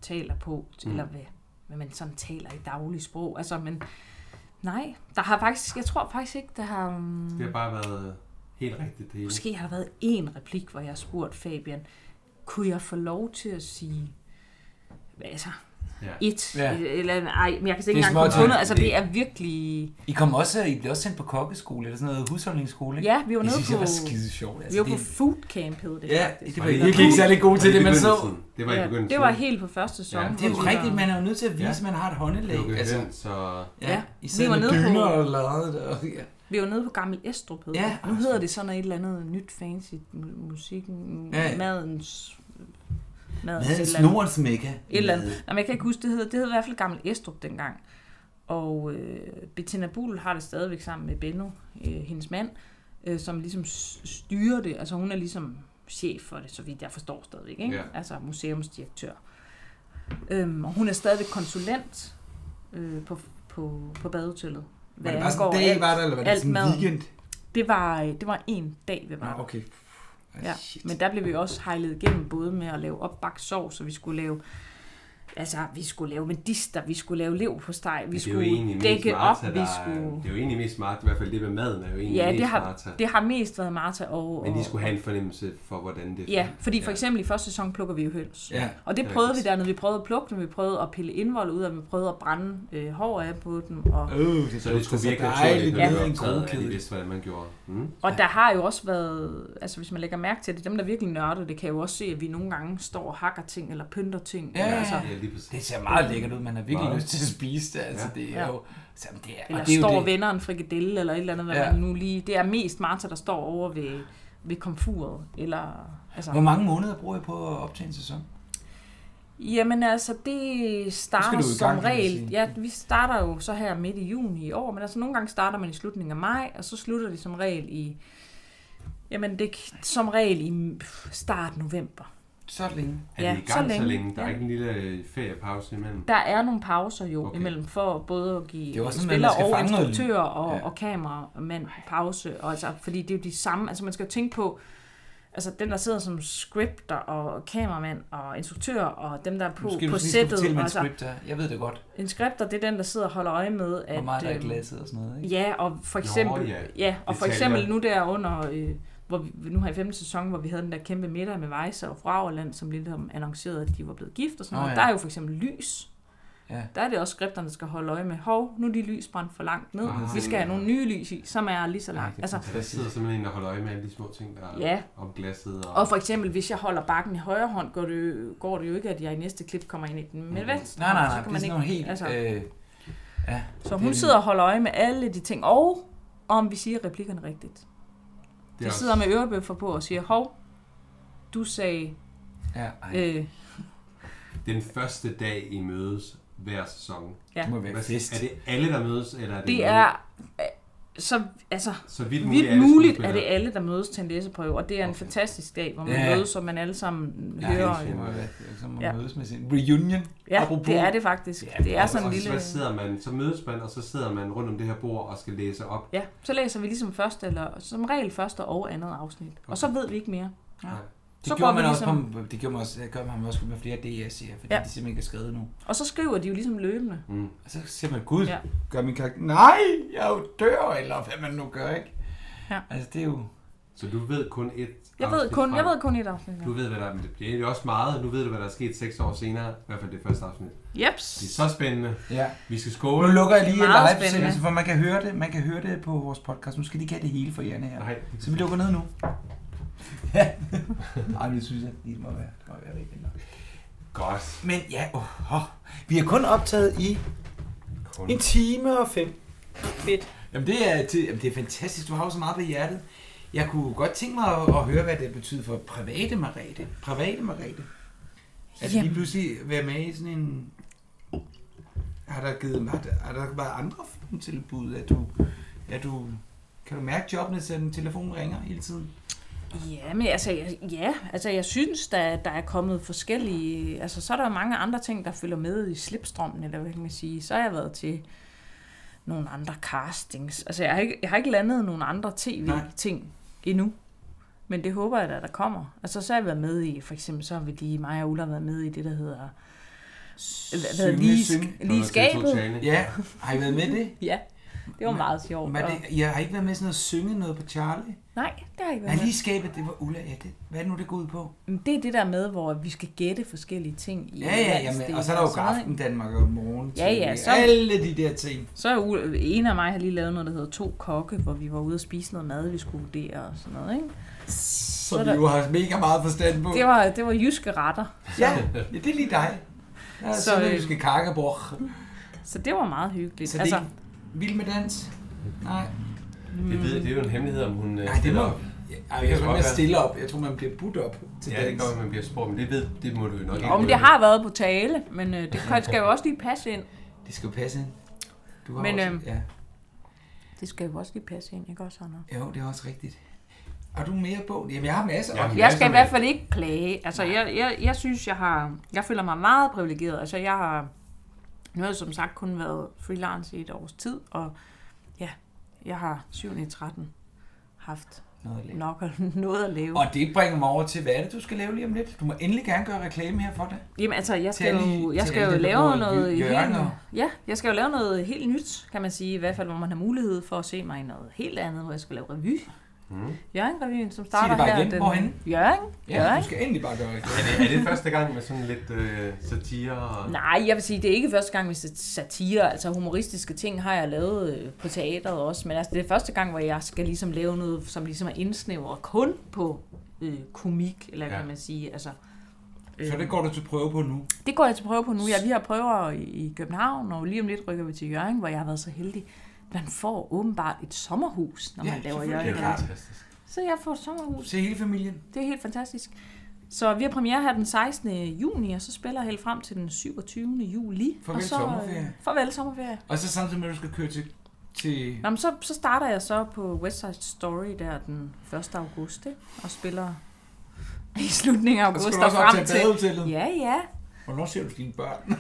[SPEAKER 3] taler på, mm. eller hvad, hvad man sådan taler i daglig sprog. Altså, men nej, der har faktisk, jeg tror faktisk ikke, der har...
[SPEAKER 1] Mm.
[SPEAKER 3] Um,
[SPEAKER 2] Det har bare været helt rigtigt det hele.
[SPEAKER 3] Måske har der været en replik, hvor jeg har spurgt Fabian, kunne jeg få lov til at sige, hvad altså,
[SPEAKER 2] Ja.
[SPEAKER 3] et,
[SPEAKER 1] Ja.
[SPEAKER 3] ja. eller ej, men jeg kan slet
[SPEAKER 1] Det
[SPEAKER 3] ikke
[SPEAKER 1] er
[SPEAKER 3] engang
[SPEAKER 1] småting.
[SPEAKER 3] komme på noget. Altså,
[SPEAKER 1] Det-
[SPEAKER 3] det er virkelig...
[SPEAKER 1] I kom også, I blev også sendt på kokkeskole, eller sådan noget husholdningsskole, ikke?
[SPEAKER 3] Ja, vi var
[SPEAKER 1] Jeg
[SPEAKER 3] nede
[SPEAKER 1] synes, det var
[SPEAKER 3] på-
[SPEAKER 1] skide sjovt.
[SPEAKER 3] Vi var på
[SPEAKER 1] Altså, det,
[SPEAKER 3] food camp, hed det
[SPEAKER 1] ja,
[SPEAKER 3] faktisk.
[SPEAKER 1] det var
[SPEAKER 2] Og
[SPEAKER 1] I
[SPEAKER 2] i
[SPEAKER 1] virkelig ikke særlig gode til
[SPEAKER 2] og i
[SPEAKER 1] det, man så.
[SPEAKER 2] begyndelsen. Det var i
[SPEAKER 3] ja,
[SPEAKER 2] begyndelsen.
[SPEAKER 3] det var helt på første sæson.
[SPEAKER 2] Ja.
[SPEAKER 3] hvor
[SPEAKER 1] Det er jo
[SPEAKER 3] vi
[SPEAKER 1] rigtigt,
[SPEAKER 3] var-
[SPEAKER 1] man er jo nødt til at vise,
[SPEAKER 2] Ja.
[SPEAKER 1] at man har et
[SPEAKER 2] Det var
[SPEAKER 1] håndelæg.
[SPEAKER 2] altså,
[SPEAKER 1] Altså,
[SPEAKER 2] så
[SPEAKER 3] Ja,
[SPEAKER 1] ja, I
[SPEAKER 3] vi
[SPEAKER 1] sidder
[SPEAKER 3] var
[SPEAKER 1] med
[SPEAKER 3] nede på-
[SPEAKER 1] dyner og lader det. Og, ja.
[SPEAKER 3] Vi var nede på Gammel Estrup, hed
[SPEAKER 1] Ja. altså.
[SPEAKER 3] det. Nu hedder det sådan et eller andet nyt fancy mu- musikken,
[SPEAKER 1] Ja, ja.
[SPEAKER 3] ja. madens... Madens,
[SPEAKER 1] Med en
[SPEAKER 3] eller andet.
[SPEAKER 1] snorens mega.
[SPEAKER 3] Et eller andet. Nå, men jeg kan ikke huske, det hed. Det hed i hvert fald Gammel Estrup dengang. Og øh, Bettina Bull har det stadigvæk sammen med Benno, øh, hendes mand, øh, som ligesom s- styrer det. Altså hun er ligesom chef for det, så vidt jeg forstår stadigvæk. Ikke?
[SPEAKER 2] Ja.
[SPEAKER 3] Altså museumsdirektør. Øhm, og hun er stadigvæk konsulent øh, på, på, på badehotellet.
[SPEAKER 1] Var
[SPEAKER 3] Hvad
[SPEAKER 1] det bare sådan
[SPEAKER 3] angår
[SPEAKER 1] en dag,
[SPEAKER 3] alt-
[SPEAKER 1] var det, eller var det
[SPEAKER 3] alt
[SPEAKER 1] sådan en
[SPEAKER 3] maden.
[SPEAKER 1] weekend?
[SPEAKER 3] Det var, øh, det var en dag, vi
[SPEAKER 1] Nå,
[SPEAKER 3] var der.
[SPEAKER 1] okay. Ah,
[SPEAKER 3] Ja,
[SPEAKER 1] shit.
[SPEAKER 3] men der blev vi også hejlet igennem, både med at lave opbagt sovs, så vi skulle lave Altså, vi skulle lave medister, vi skulle lave lev på steg, vi
[SPEAKER 2] det er jo
[SPEAKER 3] skulle
[SPEAKER 2] egentlig mest
[SPEAKER 3] dække
[SPEAKER 2] Martha,
[SPEAKER 3] op,
[SPEAKER 2] der
[SPEAKER 3] vi
[SPEAKER 2] er-
[SPEAKER 3] skulle...
[SPEAKER 2] Det er jo egentlig mest Martha, i hvert fald det med maden er jo egentlig
[SPEAKER 3] Ja,
[SPEAKER 2] mest
[SPEAKER 3] det har,
[SPEAKER 2] Martha.
[SPEAKER 3] det har mest været Martha og...
[SPEAKER 2] Men I
[SPEAKER 3] og-
[SPEAKER 2] skulle have en fornemmelse for, hvordan det
[SPEAKER 3] Ja, fordi for
[SPEAKER 2] Ja.
[SPEAKER 3] eksempel i første sæson plukker vi jo høns.
[SPEAKER 1] Ja.
[SPEAKER 3] Og det
[SPEAKER 2] Det er
[SPEAKER 3] prøvede vi
[SPEAKER 2] rigtigt.
[SPEAKER 3] dernede. Vi prøvede at plukke dem, vi prøvede at pille indvold ud af dem, vi prøvede at brænde øh, hår af på dem. Og,
[SPEAKER 1] Øh, det
[SPEAKER 2] Så det skulle virke naturligt,
[SPEAKER 1] dejligt.
[SPEAKER 2] når
[SPEAKER 1] Ja. En
[SPEAKER 2] ja. at I
[SPEAKER 1] krogkæde.
[SPEAKER 2] vidste, hvordan man gjorde. Mm.
[SPEAKER 3] og der har jo også været... Altså, hvis man lægger mærke til det, dem der virkelig nørder, det kan jo også se, at vi nogle gange står og hakker ting, eller pynter ting.
[SPEAKER 1] Ja,
[SPEAKER 3] eller,
[SPEAKER 1] ja,
[SPEAKER 3] altså,
[SPEAKER 2] Ja, lige præcis.
[SPEAKER 1] Det ser meget lækkert ud. Man har virkelig
[SPEAKER 2] Meget.
[SPEAKER 1] lyst til at spise det. Altså,
[SPEAKER 2] Ja.
[SPEAKER 1] det er
[SPEAKER 3] Ja.
[SPEAKER 1] jo... Så, men det er,
[SPEAKER 3] Eller
[SPEAKER 1] og det er jo
[SPEAKER 3] står
[SPEAKER 1] det.
[SPEAKER 3] og vender en frikadelle, eller et eller andet, hvad
[SPEAKER 1] Ja.
[SPEAKER 3] ja. man nu lige... Det er mest Martha, der står over ved, ved komfuret, eller... Altså,
[SPEAKER 1] Hvor mange måneder bruger I på at optage en sæson?
[SPEAKER 3] jamen altså, det starter
[SPEAKER 1] Nu skal du i gang,
[SPEAKER 3] som
[SPEAKER 1] kan man
[SPEAKER 3] regel...
[SPEAKER 1] sige.
[SPEAKER 3] Ja, vi starter jo så her midt i juni i år, men altså nogle gange starter man i slutningen af maj, og så slutter det som regel i... Jamen, det er som regel i pff, start november.
[SPEAKER 1] Så længe.
[SPEAKER 2] Er
[SPEAKER 3] Ja,
[SPEAKER 2] ja, I i gang så
[SPEAKER 3] så
[SPEAKER 2] længe?
[SPEAKER 3] længe.
[SPEAKER 2] Så længe? Der er
[SPEAKER 3] Ja.
[SPEAKER 2] ikke en lille øh, feriepause imellem?
[SPEAKER 3] Der er nogle pauser jo
[SPEAKER 2] Okay.
[SPEAKER 3] okay. imellem for både at
[SPEAKER 1] Det er jo
[SPEAKER 3] give
[SPEAKER 1] også sådan, at man
[SPEAKER 3] spillere
[SPEAKER 1] skal
[SPEAKER 3] og
[SPEAKER 1] fange noget.
[SPEAKER 3] instruktører og,
[SPEAKER 1] Ja.
[SPEAKER 3] ja. og kameramand pause. Og altså, fordi det er jo de samme. Altså man skal jo tænke på, altså den der sidder som scripter og kameramand og instruktør og dem der er på,
[SPEAKER 1] Nu skal du
[SPEAKER 3] på
[SPEAKER 1] lige skulle
[SPEAKER 3] sættet.
[SPEAKER 1] fortælle, hvad en
[SPEAKER 3] Altså,
[SPEAKER 1] script er. Jeg ved det godt.
[SPEAKER 3] en scripter det er den der sidder og holder øje med at
[SPEAKER 1] Hvor meget der er i
[SPEAKER 3] øhm,
[SPEAKER 1] glasset og sådan noget. Ikke?
[SPEAKER 3] Ja, og for eksempel,
[SPEAKER 2] ja.
[SPEAKER 3] ja. Ja, og for
[SPEAKER 2] Detaljer.
[SPEAKER 3] eksempel nu der under, øh, hvor vi, nu har i femte sæson, hvor vi havde den der kæmpe middag med Vejse og Fragerland, som lige om annoncerede, at de var blevet gift og sådan
[SPEAKER 1] Nå,
[SPEAKER 3] noget.
[SPEAKER 1] ja.
[SPEAKER 3] Der er jo for eksempel lys.
[SPEAKER 1] Ja.
[SPEAKER 3] Der er det også skrifterne, der skal holde øje med, hov, nu er de lys brændt for langt ned.
[SPEAKER 2] Ah,
[SPEAKER 3] vi skal have nogle nye lys i, som er lige så
[SPEAKER 1] Ej,
[SPEAKER 3] langt.
[SPEAKER 1] det er
[SPEAKER 3] Altså,
[SPEAKER 2] Der sidder simpelthen en og holder øje med alle de små ting, der er
[SPEAKER 3] Ja.
[SPEAKER 2] om glasset. Og,
[SPEAKER 3] og for eksempel, hvis jeg holder bakken i højre hånd, går det, jo- går det jo ikke, at jeg i næste klip kommer ind i den med venstre.
[SPEAKER 1] Nej,
[SPEAKER 3] hånd,
[SPEAKER 1] nej,
[SPEAKER 3] så
[SPEAKER 1] nej.
[SPEAKER 3] kan
[SPEAKER 1] Det er
[SPEAKER 3] man
[SPEAKER 1] sådan
[SPEAKER 3] ikke-
[SPEAKER 1] nogle helt...
[SPEAKER 3] altså,
[SPEAKER 1] øh, ja,
[SPEAKER 3] så
[SPEAKER 1] det er-
[SPEAKER 3] hun sidder og holder øje med alle de ting, og om vi siger replikkerne rigtigt.
[SPEAKER 2] er
[SPEAKER 3] De
[SPEAKER 2] også-
[SPEAKER 3] sidder med ørebøffer på og siger, hov, du sagde,
[SPEAKER 1] Ja, ej,
[SPEAKER 3] øh,
[SPEAKER 2] Den første dag, I mødes hver sæson.
[SPEAKER 1] det må være
[SPEAKER 2] Hvad,
[SPEAKER 1] fest.
[SPEAKER 2] er det alle, der mødes? Eller er det,
[SPEAKER 3] det
[SPEAKER 2] nogen?
[SPEAKER 3] er så altså,
[SPEAKER 2] Så vidt muligt,
[SPEAKER 3] vidt muligt er
[SPEAKER 2] skuespillere.
[SPEAKER 3] det alle, der mødes til en læseprøve, og det er en fantastisk dag, hvor man
[SPEAKER 1] Ja.
[SPEAKER 3] mødes, og man alle sammen
[SPEAKER 1] Ja,
[SPEAKER 3] hører.
[SPEAKER 1] det er jo som at
[SPEAKER 3] Ja.
[SPEAKER 1] mødes med sin reunion.
[SPEAKER 3] Ja,
[SPEAKER 1] Apropos-
[SPEAKER 3] det er det faktisk.
[SPEAKER 1] Ja,
[SPEAKER 3] det er
[SPEAKER 2] Og-
[SPEAKER 3] sådan
[SPEAKER 2] og
[SPEAKER 3] en lille...
[SPEAKER 2] Så sidder man, så mødes man, og så sidder man rundt om det her bord og skal læse op.
[SPEAKER 3] Ja, så læser vi ligesom første, eller som regel første og andet afsnit. Og så ved vi ikke mere.
[SPEAKER 1] Ja. Det, så
[SPEAKER 3] Så går
[SPEAKER 1] gjorde man
[SPEAKER 3] vi
[SPEAKER 1] også
[SPEAKER 3] ligesom-
[SPEAKER 1] på, det gjorde man også, det gør man også med flere DS-serier, fordi
[SPEAKER 3] Ja.
[SPEAKER 1] ja. de simpelthen ikke er skrevet nu.
[SPEAKER 3] Og så skriver de jo ligesom løbende.
[SPEAKER 2] Mm.
[SPEAKER 1] Og så siger man, gud,
[SPEAKER 3] Ja.
[SPEAKER 1] ja. gør min karakter, nej, jeg er jo dør, eller hvad man nu gør, ikke?
[SPEAKER 3] Ja.
[SPEAKER 1] Altså, det er jo...
[SPEAKER 2] Så du ved kun et
[SPEAKER 3] Jeg ved
[SPEAKER 2] afsnit
[SPEAKER 3] kun,
[SPEAKER 2] fra-
[SPEAKER 3] jeg ved kun et afsnit.
[SPEAKER 2] Du ved, hvad der er, men det bliver egentlig også meget. Nu ved du, hvad der er sket seks år senere. I hvert fald det første afsnit. Det er
[SPEAKER 3] Jeps.
[SPEAKER 2] så spændende.
[SPEAKER 1] Ja.
[SPEAKER 2] Vi skal
[SPEAKER 1] Nu
[SPEAKER 2] skåle.
[SPEAKER 1] lukker jeg lige
[SPEAKER 3] Det
[SPEAKER 1] en
[SPEAKER 3] er meget
[SPEAKER 1] live
[SPEAKER 3] spændende.
[SPEAKER 1] for man kan høre det, man kan høre det på vores podcast. Nu skal de ikke have det hele for hjerne her.
[SPEAKER 2] Nej.
[SPEAKER 1] Så vi lukker ned nu. Ja. Ej, men det synes jeg, det må være, det må være rigtig nok.
[SPEAKER 2] Godt.
[SPEAKER 1] Men ja, oh, oh. vi er kun optaget i
[SPEAKER 2] Kun.
[SPEAKER 1] en time og fem.
[SPEAKER 3] Fedt.
[SPEAKER 1] Jamen det er, det, jamen det er fantastisk, du har jo så meget på hjertet. Jeg kunne godt tænke mig at, at høre, hvad det betyder for private Marete. Private Marete. Altså
[SPEAKER 3] Jamen.
[SPEAKER 1] lige pludselig være med i sådan en... Har der, givet, har der, har der været andre filmtilbud, at du, at du... Kan du mærke jobbene, at telefonen ringer hele tiden?
[SPEAKER 3] Ja, men altså, jeg- ja, altså jeg synes, der, der er kommet forskellige... Altså, så er der jo mange andre ting, der følger med i slipstrømmen, eller hvad kan man sige. Så har jeg været til nogle andre castings. Altså, jeg har ikke, jeg har ikke landet nogle andre tv-ting endnu. Men det håber jeg da, der kommer. Altså, så har jeg været med i, for eksempel, så har vi lige, mig og Ulla har været med i det, der hedder... Hvad, hvad,
[SPEAKER 1] Synge,
[SPEAKER 3] lige,
[SPEAKER 1] synge.
[SPEAKER 3] lige i skabet.
[SPEAKER 1] Ja, har I været med i det?
[SPEAKER 3] Ja, det var meget sjovt.
[SPEAKER 1] Hvad er
[SPEAKER 3] og-
[SPEAKER 1] det? Jeg har ikke været med i sådan noget synge noget på Charlie.
[SPEAKER 3] Nej, det har jeg ikke
[SPEAKER 1] Nej,
[SPEAKER 3] været med.
[SPEAKER 1] lige skabet, det var Ulla. Ja, det, hvad er det nu, det går ud på?
[SPEAKER 3] Men Det er det der med, hvor vi skal gætte forskellige ting. I
[SPEAKER 1] Ja, ja,
[SPEAKER 3] landsdelen
[SPEAKER 1] jamen, og så er der jo
[SPEAKER 3] sådan noget,
[SPEAKER 1] Aften Danmark og Morgen
[SPEAKER 3] Ja, ja, så-
[SPEAKER 1] så... alle de der ting.
[SPEAKER 3] ikke? Så er Ulla- en af mig har lige lavet noget, der hedder To Kokke, hvor vi var ude og spise noget mad, vi skulle vurdere og sådan noget. Ikke?
[SPEAKER 1] Som
[SPEAKER 3] er
[SPEAKER 1] så
[SPEAKER 3] der-
[SPEAKER 1] der... jo har mega meget forstand på.
[SPEAKER 3] Det, var, det var jyske retter,
[SPEAKER 1] Ja, ja, det er lige dig. Ja,
[SPEAKER 3] Så, øh,
[SPEAKER 1] så, sønderjyske kakkebror.
[SPEAKER 3] så det var meget hyggeligt.
[SPEAKER 1] Så det altså... Vild med dans? Nej.
[SPEAKER 2] Det, ved, det er jo en hemmelighed, om hun øh,
[SPEAKER 1] Nej, det
[SPEAKER 2] stiller
[SPEAKER 1] må...
[SPEAKER 2] op.
[SPEAKER 1] Ej, jeg, jeg tror,
[SPEAKER 2] godt
[SPEAKER 1] man
[SPEAKER 2] være.
[SPEAKER 1] stiller op. Jeg tror, man bliver budt op til
[SPEAKER 2] Ja, det
[SPEAKER 1] dans.
[SPEAKER 2] går, at man bliver spurgt, men det ved, det må du jo nok
[SPEAKER 3] om det har været på tale, men øh, det kan- skal jo også lige passe ind.
[SPEAKER 1] Det skal jo passe ind. Du har
[SPEAKER 3] Men,
[SPEAKER 1] også...
[SPEAKER 3] øhm,
[SPEAKER 1] ja.
[SPEAKER 3] Det skal jo også lige passe ind, ikke også, Anders?
[SPEAKER 1] Jo, det er også rigtigt. Har du mere på? Jamen, jeg har masser.
[SPEAKER 2] Jamen,
[SPEAKER 3] Jeg skal i
[SPEAKER 2] Masser
[SPEAKER 3] hvert
[SPEAKER 2] af-
[SPEAKER 3] fald ikke klage. Altså, jeg, jeg, jeg synes, jeg har... Jeg føler mig meget privilegeret. Altså, jeg har... Nu har jeg som sagt kun været freelance i et års tid, og ja, jeg har 7 i 13 haft
[SPEAKER 1] Noget at lave.
[SPEAKER 3] nok og noget at lave.
[SPEAKER 1] Og det bringer mig over til, hvad er det, du skal lave lige om lidt? Du må endelig gerne gøre reklame her for det.
[SPEAKER 3] Jamen altså, jeg skal
[SPEAKER 1] Tag lige-
[SPEAKER 3] jo, jeg
[SPEAKER 1] tag
[SPEAKER 3] skal jo
[SPEAKER 1] alle
[SPEAKER 3] lave
[SPEAKER 1] på
[SPEAKER 3] noget helt,
[SPEAKER 1] hjørner.
[SPEAKER 3] ja, jeg skal jo lave noget helt nyt, kan man sige, i hvert fald, hvor man har mulighed for at se mig i noget helt andet, hvor jeg skal lave revy. Mm. Jørgen-revyen, som starter
[SPEAKER 1] bare
[SPEAKER 3] her.
[SPEAKER 1] igen. Hvorhenne?
[SPEAKER 3] Jørgen?
[SPEAKER 1] Ja,
[SPEAKER 3] Jørgen?
[SPEAKER 1] du skal endelig bare gøre reklame.
[SPEAKER 2] Er det, er det første gang med sådan lidt øh, satire? Og...
[SPEAKER 3] Nej, jeg vil sige, det er ikke første gang med sat- satire, altså humoristiske ting har jeg lavet øh, på teateret også, men altså det er første gang, hvor jeg skal ligesom lave noget, som ligesom er indsnævret kun på øh, komik, eller hvad
[SPEAKER 2] Ja.
[SPEAKER 3] kan man sige, altså
[SPEAKER 1] Så det går du til prøve på nu.
[SPEAKER 3] det går jeg til prøve på nu. Jeg, vi har prøver i- i København, og lige om lidt rykker vi til Jørgen, hvor jeg har været så heldig. Man får åbenbart et sommerhus, når man
[SPEAKER 1] Ja,
[SPEAKER 3] laver
[SPEAKER 2] Det
[SPEAKER 1] selvfølgelig.
[SPEAKER 3] Jørgen.
[SPEAKER 2] er
[SPEAKER 3] Ja.
[SPEAKER 2] fantastisk.
[SPEAKER 3] Så jeg får et sommerhus.
[SPEAKER 1] Til hele familien.
[SPEAKER 3] Det er helt fantastisk. Så vi har premiere her den 16. juni, og så spiller jeg helt frem til den 27. juli.
[SPEAKER 1] Farvel
[SPEAKER 3] og så,
[SPEAKER 1] sommerferie.
[SPEAKER 3] Øh, farvel sommerferie.
[SPEAKER 1] Og så samtidig med, at du skal køre til... til
[SPEAKER 3] Nå, men så, så starter jeg så på West Side Story der den 1. august, ikke? og spiller i slutningen af
[SPEAKER 1] og så
[SPEAKER 3] august
[SPEAKER 1] skal
[SPEAKER 3] og,
[SPEAKER 1] du også op til
[SPEAKER 3] frem til...
[SPEAKER 1] badehotellet. Ja.
[SPEAKER 3] Ja, ja.
[SPEAKER 1] Hvornår ser du dine børn?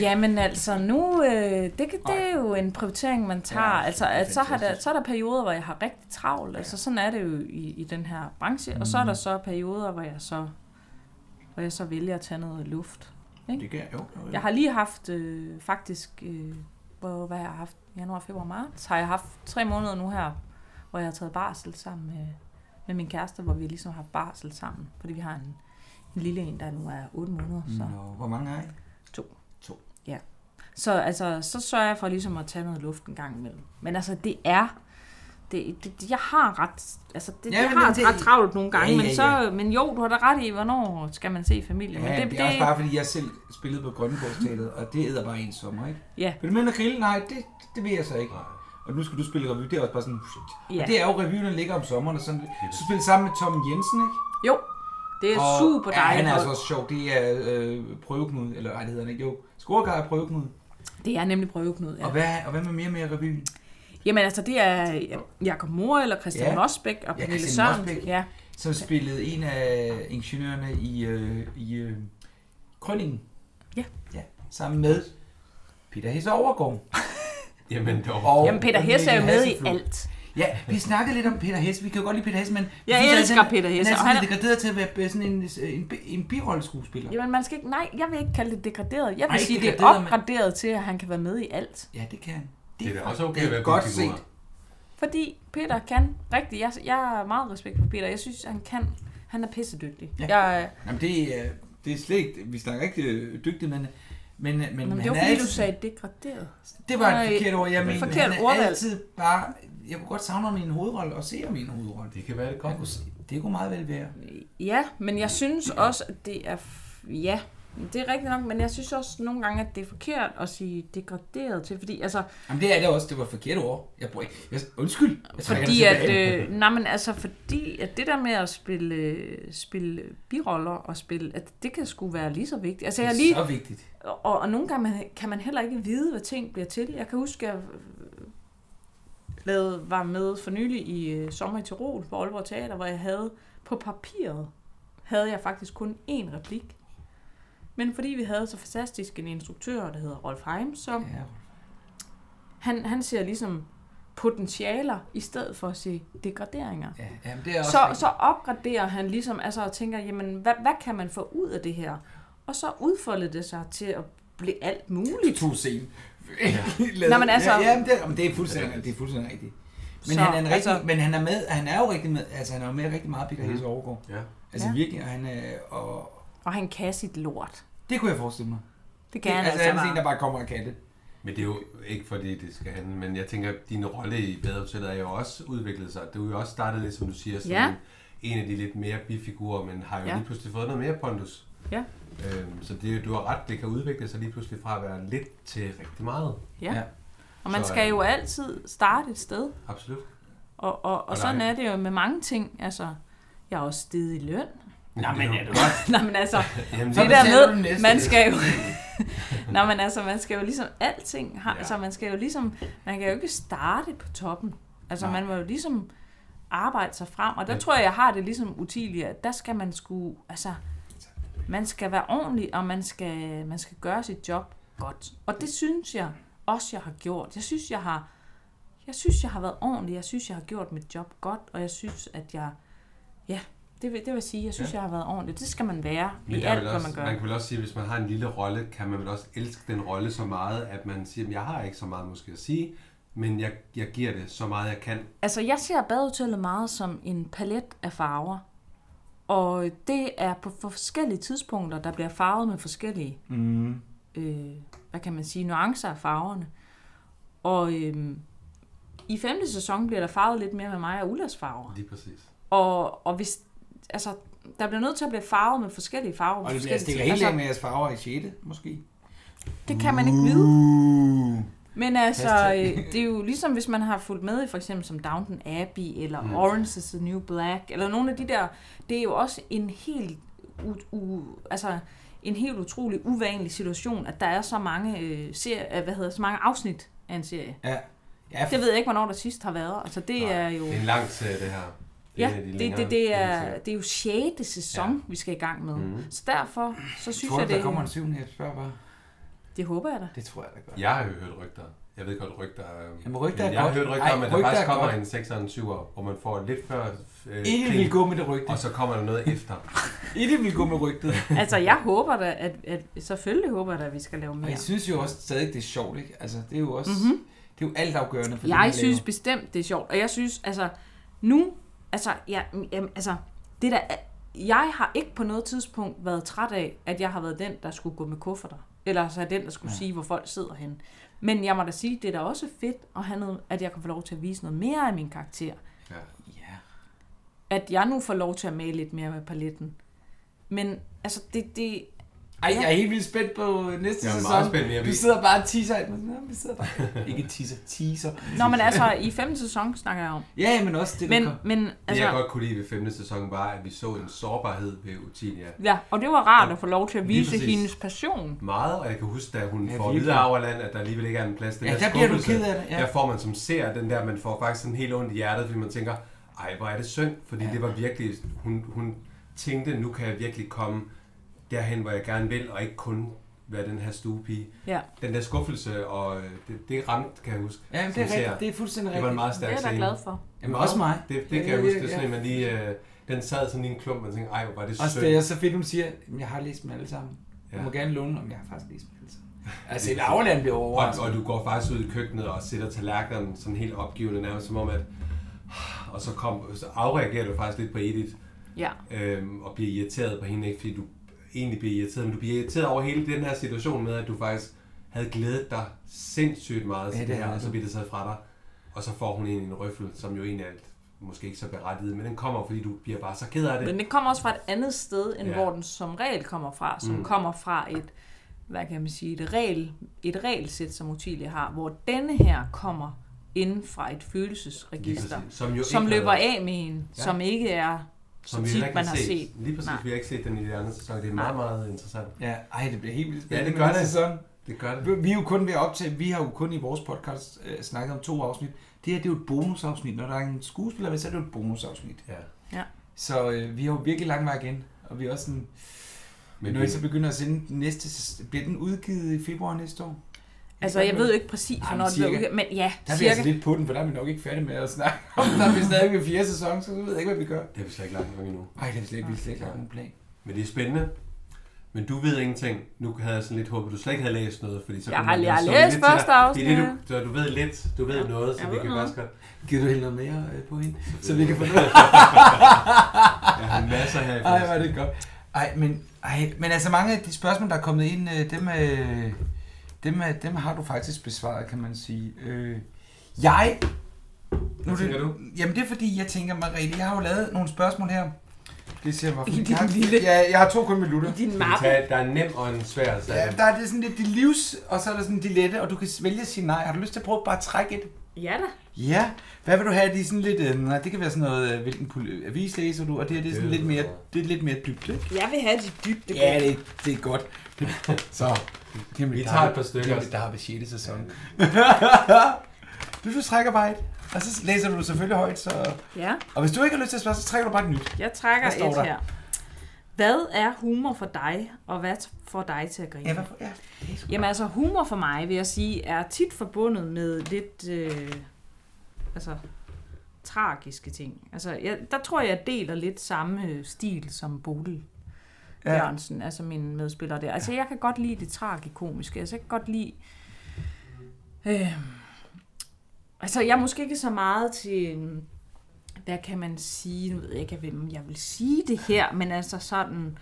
[SPEAKER 3] Jamen altså, nu, øh, det, kan, det
[SPEAKER 1] Nej.
[SPEAKER 3] er jo en prioritering, man tager. Ja,
[SPEAKER 1] Ja,
[SPEAKER 3] altså, at så, har der,
[SPEAKER 1] fantastisk.
[SPEAKER 3] så er der perioder, hvor jeg har rigtig travlt. Ja. Altså, sådan er det jo i, i den her branche. Mm. Og så er der så perioder, hvor jeg så, hvor jeg så vælger at tage noget luft.
[SPEAKER 1] Det kan jeg jo. jo, jo.
[SPEAKER 3] Jeg har lige haft, øh, faktisk, øh, hvor, hvad har jeg haft? Januar, februar, marts. Har jeg haft tre måneder nu her, hvor jeg har taget barsel sammen med, med min kæreste, hvor vi ligesom har haft barsel sammen. Fordi vi har en, en lille en, der nu er 8 måneder. Så.
[SPEAKER 1] Nå, hvor mange har I?
[SPEAKER 3] To.
[SPEAKER 1] To.
[SPEAKER 3] Ja. Så altså, så sørger jeg for ligesom at tage noget luft en gang imellem. Men altså, det er... Det, det, det- jeg har ret, altså det,
[SPEAKER 1] Ja,
[SPEAKER 3] ja, jeg
[SPEAKER 1] men
[SPEAKER 3] har
[SPEAKER 1] det-
[SPEAKER 3] ret travlt nogle gange,
[SPEAKER 1] Ja, ja,
[SPEAKER 3] ja, ja, ja. men så, men jo, du har da ret i, hvornår skal man se familie.
[SPEAKER 1] Ja,
[SPEAKER 3] men
[SPEAKER 1] det, det, er også bare, fordi jeg selv spillede på Grønnegårdsteatet, og det æder bare en sommer, ikke?
[SPEAKER 3] ja,
[SPEAKER 1] Vil du med ind og grille? Nej, det, det vil jeg så ikke. Og nu skal du spille revy, det er også bare sådan... Ja.
[SPEAKER 3] Ja.
[SPEAKER 1] Og det er jo revyen, der ligger om sommeren, og sådan... Så spiller sammen med Tom Jensen, ikke?
[SPEAKER 3] jo, det er
[SPEAKER 1] Og-
[SPEAKER 3] super
[SPEAKER 1] Ja,
[SPEAKER 3] dejligt.
[SPEAKER 1] han er
[SPEAKER 3] Ja,
[SPEAKER 1] altså
[SPEAKER 3] altså...
[SPEAKER 1] også sjov. Det er øh, prøveknud, eller ej, det hedder han ikke. Jo, Skorgard er prøveknud.
[SPEAKER 3] Det er nemlig prøveknud,
[SPEAKER 1] Ja. Og,
[SPEAKER 3] ja.
[SPEAKER 1] hvad, og hvad med mere med revyen?
[SPEAKER 3] Jamen altså, det er Jakob Moore eller Christian
[SPEAKER 1] Ja.
[SPEAKER 3] ja. Mosbæk og
[SPEAKER 1] Ja,
[SPEAKER 3] Pernille ja,
[SPEAKER 1] Christian
[SPEAKER 3] Sørensen.
[SPEAKER 1] Mosbæk.
[SPEAKER 3] Ja.
[SPEAKER 1] som spillede en af ingeniørerne i, øh, i øh, Krønningen.
[SPEAKER 3] Ja.
[SPEAKER 1] ja. Sammen med Peter Hesse Overgaard.
[SPEAKER 2] Jamen dog.
[SPEAKER 1] Og
[SPEAKER 3] Jamen Peter Hesse er jo med i
[SPEAKER 1] Hasseflug.
[SPEAKER 3] alt.
[SPEAKER 1] Ja, vi snakkede lidt om Peter Hesse. Vi kan jo godt lide Peter Hesse, men... vi
[SPEAKER 3] Jeg
[SPEAKER 1] synes
[SPEAKER 3] elsker
[SPEAKER 1] altid,
[SPEAKER 3] Peter Hesse,
[SPEAKER 1] Han er
[SPEAKER 3] og han
[SPEAKER 1] altid
[SPEAKER 3] er-
[SPEAKER 1] degraderet til at være sådan en, en, en birolleskuespiller.
[SPEAKER 3] Jamen man skal ikke, nej, jeg vil ikke kalde det degraderet. Jeg vil
[SPEAKER 1] Nej,
[SPEAKER 3] Ej,
[SPEAKER 1] ikke
[SPEAKER 3] sige, det er
[SPEAKER 1] degraderet, men-
[SPEAKER 3] opgraderet men... til, at han kan være med i alt.
[SPEAKER 1] Ja, det kan han.
[SPEAKER 2] Det er da
[SPEAKER 1] faktisk-
[SPEAKER 2] også okay
[SPEAKER 1] det er
[SPEAKER 2] at være
[SPEAKER 1] godt
[SPEAKER 2] bifigur.
[SPEAKER 1] set.
[SPEAKER 3] Fordi Peter kan rigtig, jeg, jeg har meget respekt for Peter. Jeg synes, han kan, han er pissedygtig.
[SPEAKER 1] Ja.
[SPEAKER 3] Ja. Jeg,
[SPEAKER 1] Jamen, det er, det er slet ikke... Vi snakker ikke øh, dygtigt, men... Men, men,
[SPEAKER 3] men, men det
[SPEAKER 1] han
[SPEAKER 3] var
[SPEAKER 1] er
[SPEAKER 3] fordi,
[SPEAKER 1] altid-
[SPEAKER 3] du sagde degraderet.
[SPEAKER 1] Det var et
[SPEAKER 3] Nej,
[SPEAKER 1] forkert ord, jeg mener.
[SPEAKER 3] forkert
[SPEAKER 1] han er
[SPEAKER 3] ordvalg.
[SPEAKER 1] altid bare... Jeg kunne godt savne ham i en hovedrolle, og se ham i en hovedrolle.
[SPEAKER 2] Det kan være det
[SPEAKER 1] Jeg
[SPEAKER 2] godt.
[SPEAKER 1] kunne se, det kunne meget vel være.
[SPEAKER 3] Ja, men jeg synes også, at det er... f- Ja, det er rigtigt nok, men jeg synes også nogle gange, at det er forkert at sige degraderet til, fordi altså,
[SPEAKER 1] Jamen det er det også, det var forkert ord. Jeg bruger, jeg, undskyld, jeg trækker
[SPEAKER 3] fordi
[SPEAKER 1] det
[SPEAKER 3] at,
[SPEAKER 1] tilbage.
[SPEAKER 3] øh, nej, men altså, fordi at det der med at spille, øh, spille biroller og spille, at det kan sgu være lige så vigtigt. Altså,
[SPEAKER 1] det er
[SPEAKER 3] jeg lige,
[SPEAKER 1] så vigtigt.
[SPEAKER 3] og, og nogle gange man, kan man heller ikke vide, hvad ting bliver til. Jeg kan huske, at jeg øh, lavede, var med for nylig i øh, Sommer i Tirol på Aalborg Teater, hvor jeg havde på papiret, havde jeg faktisk kun én replik. Men fordi vi havde så fantastisk en instruktør, der hedder Rolf Heim, så
[SPEAKER 1] Ja,
[SPEAKER 3] han, han ser ligesom potentialer, i stedet for at se degraderinger.
[SPEAKER 1] ja, jamen, det er også
[SPEAKER 3] Så,
[SPEAKER 1] rigtigt.
[SPEAKER 3] så opgraderer han ligesom, altså og tænker, jamen, hvad, hvad kan man få ud af det her? Og så udfolder det sig til at blive alt muligt.
[SPEAKER 1] to scene. Ja.
[SPEAKER 3] Nå, men altså-
[SPEAKER 1] Ja, jamen, det, er- jamen, det er fuldstændig, det er fuldstændig rigtigt. Men,
[SPEAKER 3] Så,
[SPEAKER 1] han er en rigtig,
[SPEAKER 3] altså- Mhm.
[SPEAKER 1] men han er med, han er jo rigtig med, altså han er jo med rigtig meget Peter Hesse Overgaard.
[SPEAKER 2] Ja.
[SPEAKER 1] Altså
[SPEAKER 3] Ja.
[SPEAKER 1] virkelig, og han er, og
[SPEAKER 3] Og han kan sit lort.
[SPEAKER 1] det kunne jeg forestille mig.
[SPEAKER 3] Det kan
[SPEAKER 1] Det,
[SPEAKER 3] han
[SPEAKER 1] altså,
[SPEAKER 3] altså
[SPEAKER 1] han er sådan en,
[SPEAKER 3] meget.
[SPEAKER 1] der bare kommer og kan det.
[SPEAKER 2] Men det er jo ikke fordi, det skal handle, men jeg tænker, at din rolle i Badehotellet er jo også udviklet sig. Du er jo også startet lidt, som du siger, som
[SPEAKER 3] Ja.
[SPEAKER 2] en af de lidt mere bifigurer, men har jo
[SPEAKER 3] Ja.
[SPEAKER 2] lige pludselig fået noget mere pondus.
[SPEAKER 3] Ja.
[SPEAKER 2] Øhm, så det, du har ret, det kan udvikle sig lige pludselig fra at være lidt til rigtig meget.
[SPEAKER 3] Ja.
[SPEAKER 1] Ja.
[SPEAKER 3] Og man
[SPEAKER 2] Så,
[SPEAKER 3] skal
[SPEAKER 2] øh,
[SPEAKER 3] jo altid starte et sted.
[SPEAKER 2] Absolut.
[SPEAKER 3] Og, og, og
[SPEAKER 2] Og
[SPEAKER 3] sådan
[SPEAKER 2] nej.
[SPEAKER 3] er det jo med mange ting. Altså, jeg er også steget i løn.
[SPEAKER 1] Nå, men
[SPEAKER 2] jo-
[SPEAKER 1] er det godt.
[SPEAKER 3] Nej, men altså,
[SPEAKER 2] Jamen,
[SPEAKER 1] Så
[SPEAKER 3] det
[SPEAKER 1] betaler
[SPEAKER 3] der
[SPEAKER 1] du den
[SPEAKER 3] med,
[SPEAKER 1] næste.
[SPEAKER 3] man skal jo... Nå, men altså, man skal jo ligesom alting... Har,
[SPEAKER 2] Ja.
[SPEAKER 3] Altså, man skal jo ligesom... Man kan jo ikke starte på toppen. Altså,
[SPEAKER 1] Nej.
[SPEAKER 3] man må jo ligesom arbejde sig frem. Og der
[SPEAKER 2] Ja.
[SPEAKER 3] tror jeg, jeg har det ligesom utilige, at der skal man sgu... Altså, man skal være ordentlig, og man skal, man skal gøre sit job godt. Og det synes jeg også, jeg har gjort. Jeg synes, jeg har... Jeg synes, jeg har været ordentlig. Jeg synes, jeg har gjort mit job godt, og jeg synes, at jeg... Ja, det vil, det vil sige, jeg synes, ja. jeg har været ordentlig. Det skal man være
[SPEAKER 2] Men
[SPEAKER 3] i
[SPEAKER 2] der er
[SPEAKER 3] alt,
[SPEAKER 2] vel
[SPEAKER 3] hvad
[SPEAKER 2] også,
[SPEAKER 3] man gør.
[SPEAKER 2] man kan vel også sige, at hvis man har en lille rolle, kan man vel også elske den rolle så meget, at man siger, at jeg har ikke så meget måske at sige, men jeg, jeg giver det så meget, jeg kan.
[SPEAKER 3] Altså, jeg ser badehotellet meget som en palet af farver. Og det er på forskellige tidspunkter, der bliver farvet med forskellige, mm. øh, hvad kan man sige, nuancer af farverne. Og øh, i femte sæson bliver der farvet lidt mere med mig og Ullas farver.
[SPEAKER 2] Lige præcis.
[SPEAKER 3] Og, og hvis, altså, der bliver nødt til at blive farvet med forskellige farver. på
[SPEAKER 1] Og det bliver
[SPEAKER 3] forskellige
[SPEAKER 1] stikker
[SPEAKER 3] tids-
[SPEAKER 1] helt af
[SPEAKER 3] altså,
[SPEAKER 1] med jeres farver i 6. måske.
[SPEAKER 3] Det kan man ikke vide.
[SPEAKER 1] Uh.
[SPEAKER 3] Men altså,
[SPEAKER 1] Hashtag.
[SPEAKER 3] øh, det er jo ligesom hvis man har fulgt med i for eksempel som Downton Abbey, eller mm. Orange is the New Black, eller nogle af de der, det er jo også en helt, u, u, altså, en helt utrolig uvanlig situation, at der er så mange, øh, serier, hvad hedder, så mange afsnit af en serie.
[SPEAKER 1] Ja. Ja,
[SPEAKER 3] Det ved jeg ikke, hvornår der sidst har været. Altså, det
[SPEAKER 2] Nej,
[SPEAKER 3] er jo...
[SPEAKER 2] Det er en lang serie, det her.
[SPEAKER 3] Ja,
[SPEAKER 2] en af de
[SPEAKER 3] det,
[SPEAKER 2] længere,
[SPEAKER 3] det, det,
[SPEAKER 2] kan
[SPEAKER 3] er,
[SPEAKER 2] man
[SPEAKER 3] det er jo 6. sæson, ja. vi skal i gang med. Mm. Så derfor, så synes
[SPEAKER 1] tror du,
[SPEAKER 3] jeg, det,
[SPEAKER 1] der kommer en syvende? Jeg spørger bare.
[SPEAKER 3] det håber jeg da.
[SPEAKER 1] Det tror jeg, der gør.
[SPEAKER 2] sige. Jeg har jo hørt rygter. Jeg ved godt, rygter... er-
[SPEAKER 1] Jamen, rygter er
[SPEAKER 2] jeg har
[SPEAKER 1] godt.
[SPEAKER 2] hørt rygter
[SPEAKER 1] Ej,
[SPEAKER 2] om, at der
[SPEAKER 1] rygter
[SPEAKER 2] faktisk
[SPEAKER 1] er
[SPEAKER 2] kommer
[SPEAKER 1] godt.
[SPEAKER 2] en 6 og en 7 hvor man får lidt før øh,
[SPEAKER 1] Ikke
[SPEAKER 2] krig,
[SPEAKER 1] vil gå med det rygte.
[SPEAKER 2] og så kommer der noget efter.
[SPEAKER 1] Ikke vil gå med rygtet.
[SPEAKER 3] Altså, jeg håber da, at, at selvfølgelig håber jeg da, at vi skal lave
[SPEAKER 1] Og
[SPEAKER 3] mere.
[SPEAKER 1] jeg synes jo også stadig, det er sjovt, ikke? Altså, det er jo også...
[SPEAKER 2] Mhm.
[SPEAKER 1] Mm-hmm. Det er jo altafgørende for det, man
[SPEAKER 3] Jeg synes
[SPEAKER 1] laver.
[SPEAKER 3] bestemt, det er sjovt. Og jeg synes, altså, nu, altså, jeg, jamen, altså, det der, jeg har ikke på noget tidspunkt været træt af, at jeg har været den, der skulle gå med kufferter. Eller altså den, der skulle ja. sige, hvor folk sidder henne. Men jeg må da sige, det er da også fedt, at, have noget, at jeg kan få lov til at vise noget mere af min karakter.
[SPEAKER 2] Ja.
[SPEAKER 1] Ja.
[SPEAKER 3] At jeg nu får lov til at male lidt mere med paletten. Men altså, det, det,
[SPEAKER 1] Ej, jeg er helt vildt spændt på øh, næste
[SPEAKER 2] Jeg er
[SPEAKER 1] sæson.
[SPEAKER 2] meget spændt, men jeg
[SPEAKER 1] Vi
[SPEAKER 2] ved-
[SPEAKER 1] sidder bare og teaser. alt muligt. Nå, Vi sidder bare... Ikke teaser, teaser.
[SPEAKER 3] Nå, men altså, i femte sæson snakker jeg om.
[SPEAKER 1] Ja, men også det, der
[SPEAKER 3] Men,
[SPEAKER 1] kom.
[SPEAKER 3] men
[SPEAKER 2] Det jeg
[SPEAKER 3] altså,
[SPEAKER 2] godt kunne lide ved femte sæson var, at vi så en sårbarhed ved Utilia.
[SPEAKER 3] ja, og det var rart at få lov til at
[SPEAKER 2] Lige
[SPEAKER 3] vise
[SPEAKER 2] præcis.
[SPEAKER 3] hendes passion.
[SPEAKER 2] Meget, og jeg kan huske, da hun
[SPEAKER 1] Ja,
[SPEAKER 2] ja, får
[SPEAKER 1] virkelig.
[SPEAKER 2] videre Auerland, at der alligevel ikke er en plads. Den
[SPEAKER 1] Ja,
[SPEAKER 2] her
[SPEAKER 1] der bliver du
[SPEAKER 2] skuffelse,
[SPEAKER 1] ked af det, ja.
[SPEAKER 2] Der får man som ser den der, man får faktisk sådan helt ondt i hjertet, fordi man tænker, ej, hvor er det synd, fordi
[SPEAKER 1] Ja.
[SPEAKER 2] ja. det var virkelig, hun, hun tænkte, nu kan jeg virkelig komme derhen, hvor jeg gerne vil, og ikke kun være den her stuepige.
[SPEAKER 3] Ja.
[SPEAKER 2] Den der skuffelse, og øh, det, det ramte, kan jeg huske.
[SPEAKER 1] Ja, men det
[SPEAKER 2] som
[SPEAKER 1] er rigtigt.
[SPEAKER 2] ser.
[SPEAKER 1] Det er fuldstændig
[SPEAKER 2] Det var en
[SPEAKER 1] rigtigt.
[SPEAKER 2] meget
[SPEAKER 3] Det er
[SPEAKER 2] stærk
[SPEAKER 3] jeg da
[SPEAKER 2] scene.
[SPEAKER 3] glad for.
[SPEAKER 1] Jamen også mig.
[SPEAKER 2] Det, det
[SPEAKER 1] Ja,
[SPEAKER 2] kan
[SPEAKER 1] ja,
[SPEAKER 2] jeg huske, det er
[SPEAKER 1] ja.
[SPEAKER 2] sådan, at man lige, øh, den sad sådan i en klump, og man tænkte, ej, hvor var det
[SPEAKER 1] Også
[SPEAKER 2] synd.
[SPEAKER 1] det er så fedt, hun siger, at jeg har læst dem alle sammen. Du
[SPEAKER 2] Ja.
[SPEAKER 1] må gerne låne dem, jeg har faktisk læst dem alle sammen. Altså, et afland bliver overrasket.
[SPEAKER 2] Og, og du går faktisk ud i køkkenet og sætter tallerkenerne sådan helt opgivende, nærmest som om at... Og så, kom, så afreagerer du faktisk lidt på Edith,
[SPEAKER 3] Ja.
[SPEAKER 2] øhm, og bliver irriteret på hende, ikke fordi du egentlig bliver irriteret, men du bliver irriteret over hele den her situation med, at du faktisk havde glædet dig sindssygt meget til ja,
[SPEAKER 1] Ja, det
[SPEAKER 2] det her,
[SPEAKER 1] havde
[SPEAKER 2] og så
[SPEAKER 1] du.
[SPEAKER 2] bliver det taget fra dig. Og så får hun egentlig en røffel, som jo egentlig er måske ikke så berettiget, men den kommer, fordi du bliver bare så ked af det.
[SPEAKER 3] Men den kommer også fra et andet sted, end ja.
[SPEAKER 2] Ja.
[SPEAKER 3] hvor den som regel kommer fra, som mm. kommer fra et, hvad kan man sige, et, regel, et regelsæt, som Utilia har, hvor denne her kommer inden fra et
[SPEAKER 2] Lige
[SPEAKER 3] følelsesregister,
[SPEAKER 2] præcis. Som, jo
[SPEAKER 3] som
[SPEAKER 2] ikke
[SPEAKER 3] løber
[SPEAKER 2] har-
[SPEAKER 3] af med en, ja.
[SPEAKER 2] Ja.
[SPEAKER 3] som ikke er så
[SPEAKER 2] vi
[SPEAKER 3] tit,
[SPEAKER 2] heller ikke
[SPEAKER 3] man har set.
[SPEAKER 2] Lige præcis,
[SPEAKER 3] Nej.
[SPEAKER 2] Nej. vi har ikke set den i de andre sæsoner. Det er meget, meget interessant.
[SPEAKER 1] Ja, ej, det bliver helt vildt
[SPEAKER 2] Ja, det
[SPEAKER 1] spændende.
[SPEAKER 2] gør
[SPEAKER 1] med
[SPEAKER 2] det.
[SPEAKER 1] Sæson.
[SPEAKER 2] Det gør det.
[SPEAKER 1] Vi er jo kun ved at optage, vi har jo kun i vores podcast øh, snakket om to afsnit. Det her, det er jo et bonusafsnit. Når der er en skuespiller med, så er det jo et bonusafsnit.
[SPEAKER 2] Ja.
[SPEAKER 1] Så øh, vi har jo virkelig lang vej igen. Og vi er også sådan,
[SPEAKER 2] Men
[SPEAKER 1] Men når
[SPEAKER 2] vi-
[SPEAKER 1] I så begynder at sende den næste, sæs- bliver den udgivet i februar næste år?
[SPEAKER 3] Altså, jeg ved jo ikke præcis,
[SPEAKER 1] Ej, men
[SPEAKER 3] hvornår det bliver
[SPEAKER 1] cirka.
[SPEAKER 3] udgivet, men ja,
[SPEAKER 1] Der er vi
[SPEAKER 3] cirka.
[SPEAKER 1] altså lidt på den, for der er vi nok ikke færdige med at snakke om. Der er vi stadig ved fjerde sæson, så jeg ved ikke, hvad vi gør.
[SPEAKER 2] Det er vi slet ikke langt nok endnu.
[SPEAKER 1] Ej, det er slet ikke, vi slet ikke
[SPEAKER 2] Nej.
[SPEAKER 1] har nogen plan.
[SPEAKER 2] Men det er spændende. Men du ved ingenting. Nu havde jeg sådan lidt håbet, at du slet ikke havde læst noget. Fordi så
[SPEAKER 3] Jeg
[SPEAKER 2] kunne
[SPEAKER 3] har-
[SPEAKER 2] man jo
[SPEAKER 3] jeg har
[SPEAKER 2] summe
[SPEAKER 3] læst
[SPEAKER 2] lidt til dig.
[SPEAKER 3] første
[SPEAKER 2] Det er det,
[SPEAKER 3] afsnit.
[SPEAKER 2] du, så du ved lidt. Du ved
[SPEAKER 3] Ja,
[SPEAKER 2] noget, så
[SPEAKER 3] jeg
[SPEAKER 2] vi
[SPEAKER 3] ved
[SPEAKER 2] kan
[SPEAKER 3] noget.
[SPEAKER 2] faktisk godt.
[SPEAKER 1] Gider du hælde noget mere øh, på hende, så vi kan få noget?
[SPEAKER 2] Jeg har masser her i
[SPEAKER 1] Ej, hvor
[SPEAKER 2] flasken.
[SPEAKER 1] er det godt. Ej, men, ej, men altså mange af de spørgsmål, der er kommet ind, øh, dem, øh, dem, øh, dem har du faktisk besvaret, kan man sige. Øh, jeg... Nu, er det-
[SPEAKER 2] tænker du?
[SPEAKER 1] Jamen det er fordi, jeg tænker, Margrethe, jeg har jo lavet nogle spørgsmål her. Det ser jeg, hvorfor.
[SPEAKER 3] I din
[SPEAKER 1] jeg, har,
[SPEAKER 3] lille-
[SPEAKER 1] jeg, jeg har to kun minutter.
[SPEAKER 3] I din
[SPEAKER 2] Skal vi
[SPEAKER 3] mappe.
[SPEAKER 2] tage- Der er en nem og en svær sag.
[SPEAKER 1] Ja, der er det sådan lidt de livs, og så er der sådan de lette, og du kan vælge at sige nej. Har du lyst til at prøve bare at trække et?
[SPEAKER 3] Ja da.
[SPEAKER 1] Ja. Hvad vil du have? Det er sådan lidt, øh, nej, det kan være sådan noget, øh, hvilken pol- avis læser du, og det her det er sådan
[SPEAKER 2] Det
[SPEAKER 1] lidt mere,
[SPEAKER 2] ved jeg.
[SPEAKER 1] det er lidt mere dybt, ikke?
[SPEAKER 3] Jeg vil have dit dybde.
[SPEAKER 1] Ja, det, det er godt. Så, det er
[SPEAKER 2] Vi tager et par stykker.
[SPEAKER 1] Det er mit Darby 6. sæson. du, du trækker bare et, og så læser du det selvfølgelig højt, så...
[SPEAKER 3] ja.
[SPEAKER 1] Og hvis du ikke har lyst til at spørge, så trækker du bare et nyt.
[SPEAKER 3] Jeg trækker
[SPEAKER 1] Hvad står
[SPEAKER 3] et
[SPEAKER 1] der?
[SPEAKER 3] her. Hvad er humor for dig, og hvad får dig til at grine?
[SPEAKER 1] Ja, hvad, ja.
[SPEAKER 3] Jamen altså, humor for mig, vil jeg sige, er tit forbundet med lidt, øh, altså, tragiske ting. Altså, jeg, der tror jeg, jeg deler lidt samme øh, stil som Bodil ja.
[SPEAKER 1] Ja.
[SPEAKER 3] Jørgensen, altså min medspiller der. Altså, jeg kan godt lide det tragikomiske. Altså, jeg kan godt lide... Øh, altså, jeg er måske ikke så meget til... mm, Hvad kan man sige? Nu ved jeg ikke, hvem jeg vil sige det her, men altså sådan...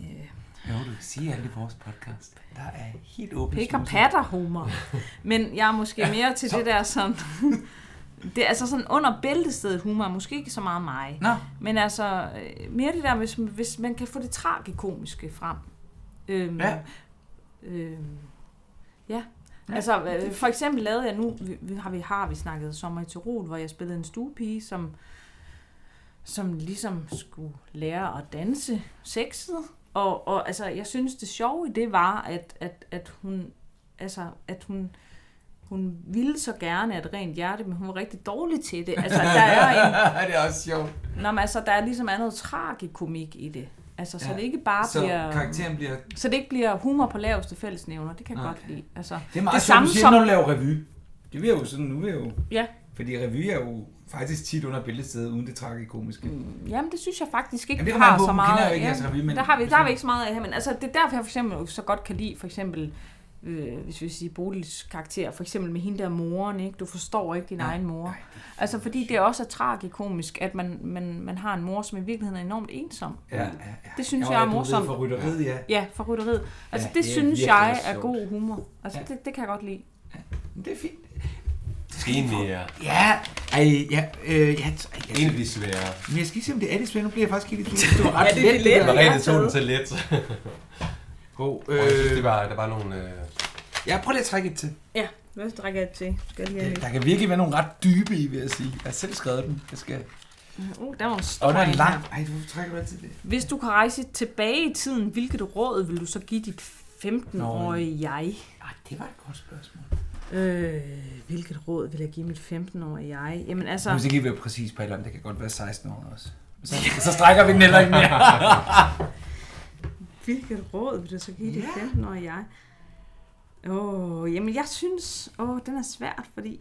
[SPEAKER 3] Øh,
[SPEAKER 1] Jo, du kan sige alt i vores podcast. Der er helt åbent.
[SPEAKER 3] Pik og patter humor. Men jeg er måske mere til det der sådan... Det er altså sådan under bæltestedet humor, måske ikke så meget mig.
[SPEAKER 1] Nå,
[SPEAKER 3] Men altså øh, mere det der, hvis, hvis man kan få det tragikomiske frem. Øhm,
[SPEAKER 1] Ja.
[SPEAKER 3] Øhm, ja. Altså øh, for eksempel lavede jeg nu, vi- vi, har vi har vi snakket Sommer i Tirol, hvor jeg spillede en stuepige, som, som ligesom skulle lære at danse sexet. Og, og altså, jeg synes, det sjove i det var, at, at, at hun, altså, at hun, hun ville så gerne af et rent hjerte, men hun var rigtig dårlig til det. Altså, der er en,
[SPEAKER 1] det er også sjovt.
[SPEAKER 3] Nå, men altså, der er ligesom er noget tragikomik i det. Altså, så
[SPEAKER 1] Ja.
[SPEAKER 3] ja. det ikke bare
[SPEAKER 1] Så
[SPEAKER 3] bliver...
[SPEAKER 1] karakteren bliver...
[SPEAKER 3] Så det ikke bliver humor på laveste fællesnævner. Det kan jeg
[SPEAKER 1] Nej.
[SPEAKER 3] godt lide. Altså,
[SPEAKER 1] Det er meget det
[SPEAKER 3] det
[SPEAKER 1] sjovt,
[SPEAKER 3] samme
[SPEAKER 1] du siger,
[SPEAKER 3] som...
[SPEAKER 1] når du laver revy. Det vil jeg jo sådan, nu vil jeg jo...
[SPEAKER 3] Ja.
[SPEAKER 1] Fordi revy er jo faktisk tit under billedstedet, uden det tragikomiske. Mm.
[SPEAKER 3] Jamen, det synes jeg faktisk ikke,
[SPEAKER 1] Jamen, det
[SPEAKER 3] vi
[SPEAKER 1] kan man
[SPEAKER 3] har
[SPEAKER 1] håbe. Nu
[SPEAKER 3] så meget
[SPEAKER 1] kender jeg jo ikke
[SPEAKER 3] ja,
[SPEAKER 1] jeres revy, men-
[SPEAKER 3] der, har vi, der har vi ikke så meget af her. Men altså, det er derfor, jeg for eksempel så godt kan lide, for eksempel, øh, hvis vi siger Bodils karakter, for eksempel med hende der moren, ikke? du forstår ikke din
[SPEAKER 1] Nej.
[SPEAKER 3] egen mor. Altså, fordi det også er tragikomisk, at man, man, man har en mor, som i virkeligheden er enormt ensom.
[SPEAKER 1] Ja, ja, ja.
[SPEAKER 3] Det synes jeg er morsomt.
[SPEAKER 1] For rytteriet, ja.
[SPEAKER 3] Ja, for rytteriet. Altså,
[SPEAKER 1] Ja,
[SPEAKER 3] ja,
[SPEAKER 1] det er
[SPEAKER 3] det, det synes
[SPEAKER 1] virkelig
[SPEAKER 3] jeg er
[SPEAKER 1] sjovt.
[SPEAKER 3] god humor. Altså,
[SPEAKER 1] Ja.
[SPEAKER 3] ja. det, det kan jeg godt lide.
[SPEAKER 1] Men det er fint.
[SPEAKER 2] En mere.
[SPEAKER 1] Ja, ej, ja, øh, ja, t- ej,
[SPEAKER 2] En
[SPEAKER 1] jeg,
[SPEAKER 2] af de svære.
[SPEAKER 1] men jeg skal ikke se, om det er det spændende. Nu bliver jeg faktisk helt i tvivl. Det var ret
[SPEAKER 3] Ja, det er
[SPEAKER 1] let,
[SPEAKER 3] det
[SPEAKER 1] der.
[SPEAKER 3] lette.
[SPEAKER 2] Marene
[SPEAKER 3] har
[SPEAKER 2] tog den
[SPEAKER 3] taget.
[SPEAKER 2] så let.
[SPEAKER 1] Hov,
[SPEAKER 2] Øh, jeg synes,
[SPEAKER 1] øh,
[SPEAKER 2] det var, der var nogle... Øh,
[SPEAKER 1] ja, prøv lige at trække et til.
[SPEAKER 3] Ja, hvad drikker jeg til? Skal jeg lige have
[SPEAKER 1] Der,
[SPEAKER 3] lidt?
[SPEAKER 1] der kan virkelig være nogle ret dybe i, vil jeg sige. Jeg har selv skrevet dem. Jeg skal...
[SPEAKER 3] Uh, der var en
[SPEAKER 1] Og der er
[SPEAKER 3] streg
[SPEAKER 1] en lang...
[SPEAKER 3] her.
[SPEAKER 1] Ej, hvorfor trækker du altid det?
[SPEAKER 3] Hvis du kan rejse tilbage i tiden, hvilket råd vil du så give dit 15-årige jeg?
[SPEAKER 1] Ej, det var et godt spørgsmål.
[SPEAKER 3] Øh, hvilket råd vil jeg give mit 15-årige jeg? Jamen altså...
[SPEAKER 1] Nu skal ikke være præcis på et eller andet. Det kan godt være 16 år også. Så, så strækker vi den heller ikke mere.
[SPEAKER 3] Hvilket råd vil du så give
[SPEAKER 1] Ja.
[SPEAKER 3] yeah. det 15-årige jeg? Åh, jamen jeg synes, åh, den er svært, fordi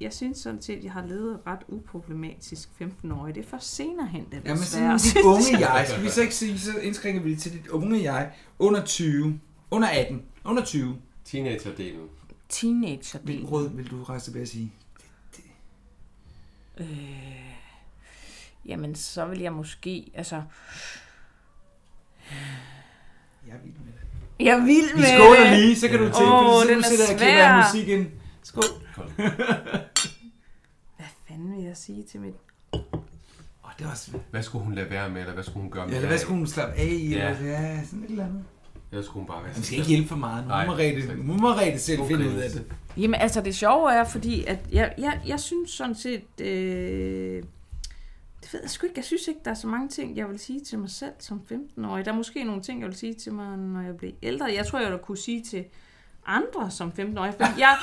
[SPEAKER 3] jeg synes sådan set, at jeg har levet et ret uproblematisk 15-årige. Det er først senere hen, det er
[SPEAKER 1] Jamen,
[SPEAKER 3] svært.
[SPEAKER 1] sådan dit unge jeg. Skal vi så ikke sige, så indskrænker vi det til dit unge jeg. Under 20. Under 18. Under 20.
[SPEAKER 2] teenagerdelen.
[SPEAKER 3] Teenager
[SPEAKER 1] Hvilken råd vil du rejse tilbage og sige?
[SPEAKER 3] Øh, jamen, så vil jeg måske, altså...
[SPEAKER 1] Jeg vil med det.
[SPEAKER 3] Jeg er vild
[SPEAKER 1] Vi
[SPEAKER 3] med...
[SPEAKER 1] skåler lige, så kan du tænke,
[SPEAKER 3] Åh,
[SPEAKER 1] oh, så
[SPEAKER 3] den
[SPEAKER 1] nu
[SPEAKER 3] er
[SPEAKER 1] sætter jeg og
[SPEAKER 3] svær.
[SPEAKER 1] klipper af musikken. Skål.
[SPEAKER 3] Hvad fanden vil jeg sige til mit...
[SPEAKER 1] Åh, det var svært.
[SPEAKER 2] Hvad skulle hun lade være med, eller hvad skulle hun gøre med
[SPEAKER 1] Ja, eller hvad skulle hun slappe af i? Ja. Eller, ja, sådan et eller andet.
[SPEAKER 2] Eller skulle hun bare være
[SPEAKER 1] Man skal ikke hjælpe for meget. Nu
[SPEAKER 2] Nej,
[SPEAKER 1] må Merete,
[SPEAKER 2] slet ikke.
[SPEAKER 1] nu må Merete selv okay. finde ud af det.
[SPEAKER 3] Jamen, altså, det sjove er, fordi at jeg, jeg, jeg synes sådan set... Øh, det ved jeg sgu ikke. Jeg synes ikke, der er så mange ting, jeg vil sige til mig selv som 15-årig. Der er måske nogle ting, jeg vil sige til mig, når jeg bliver ældre. Jeg tror, jeg ville kunne sige til andre som 15-årig. Fordi jeg,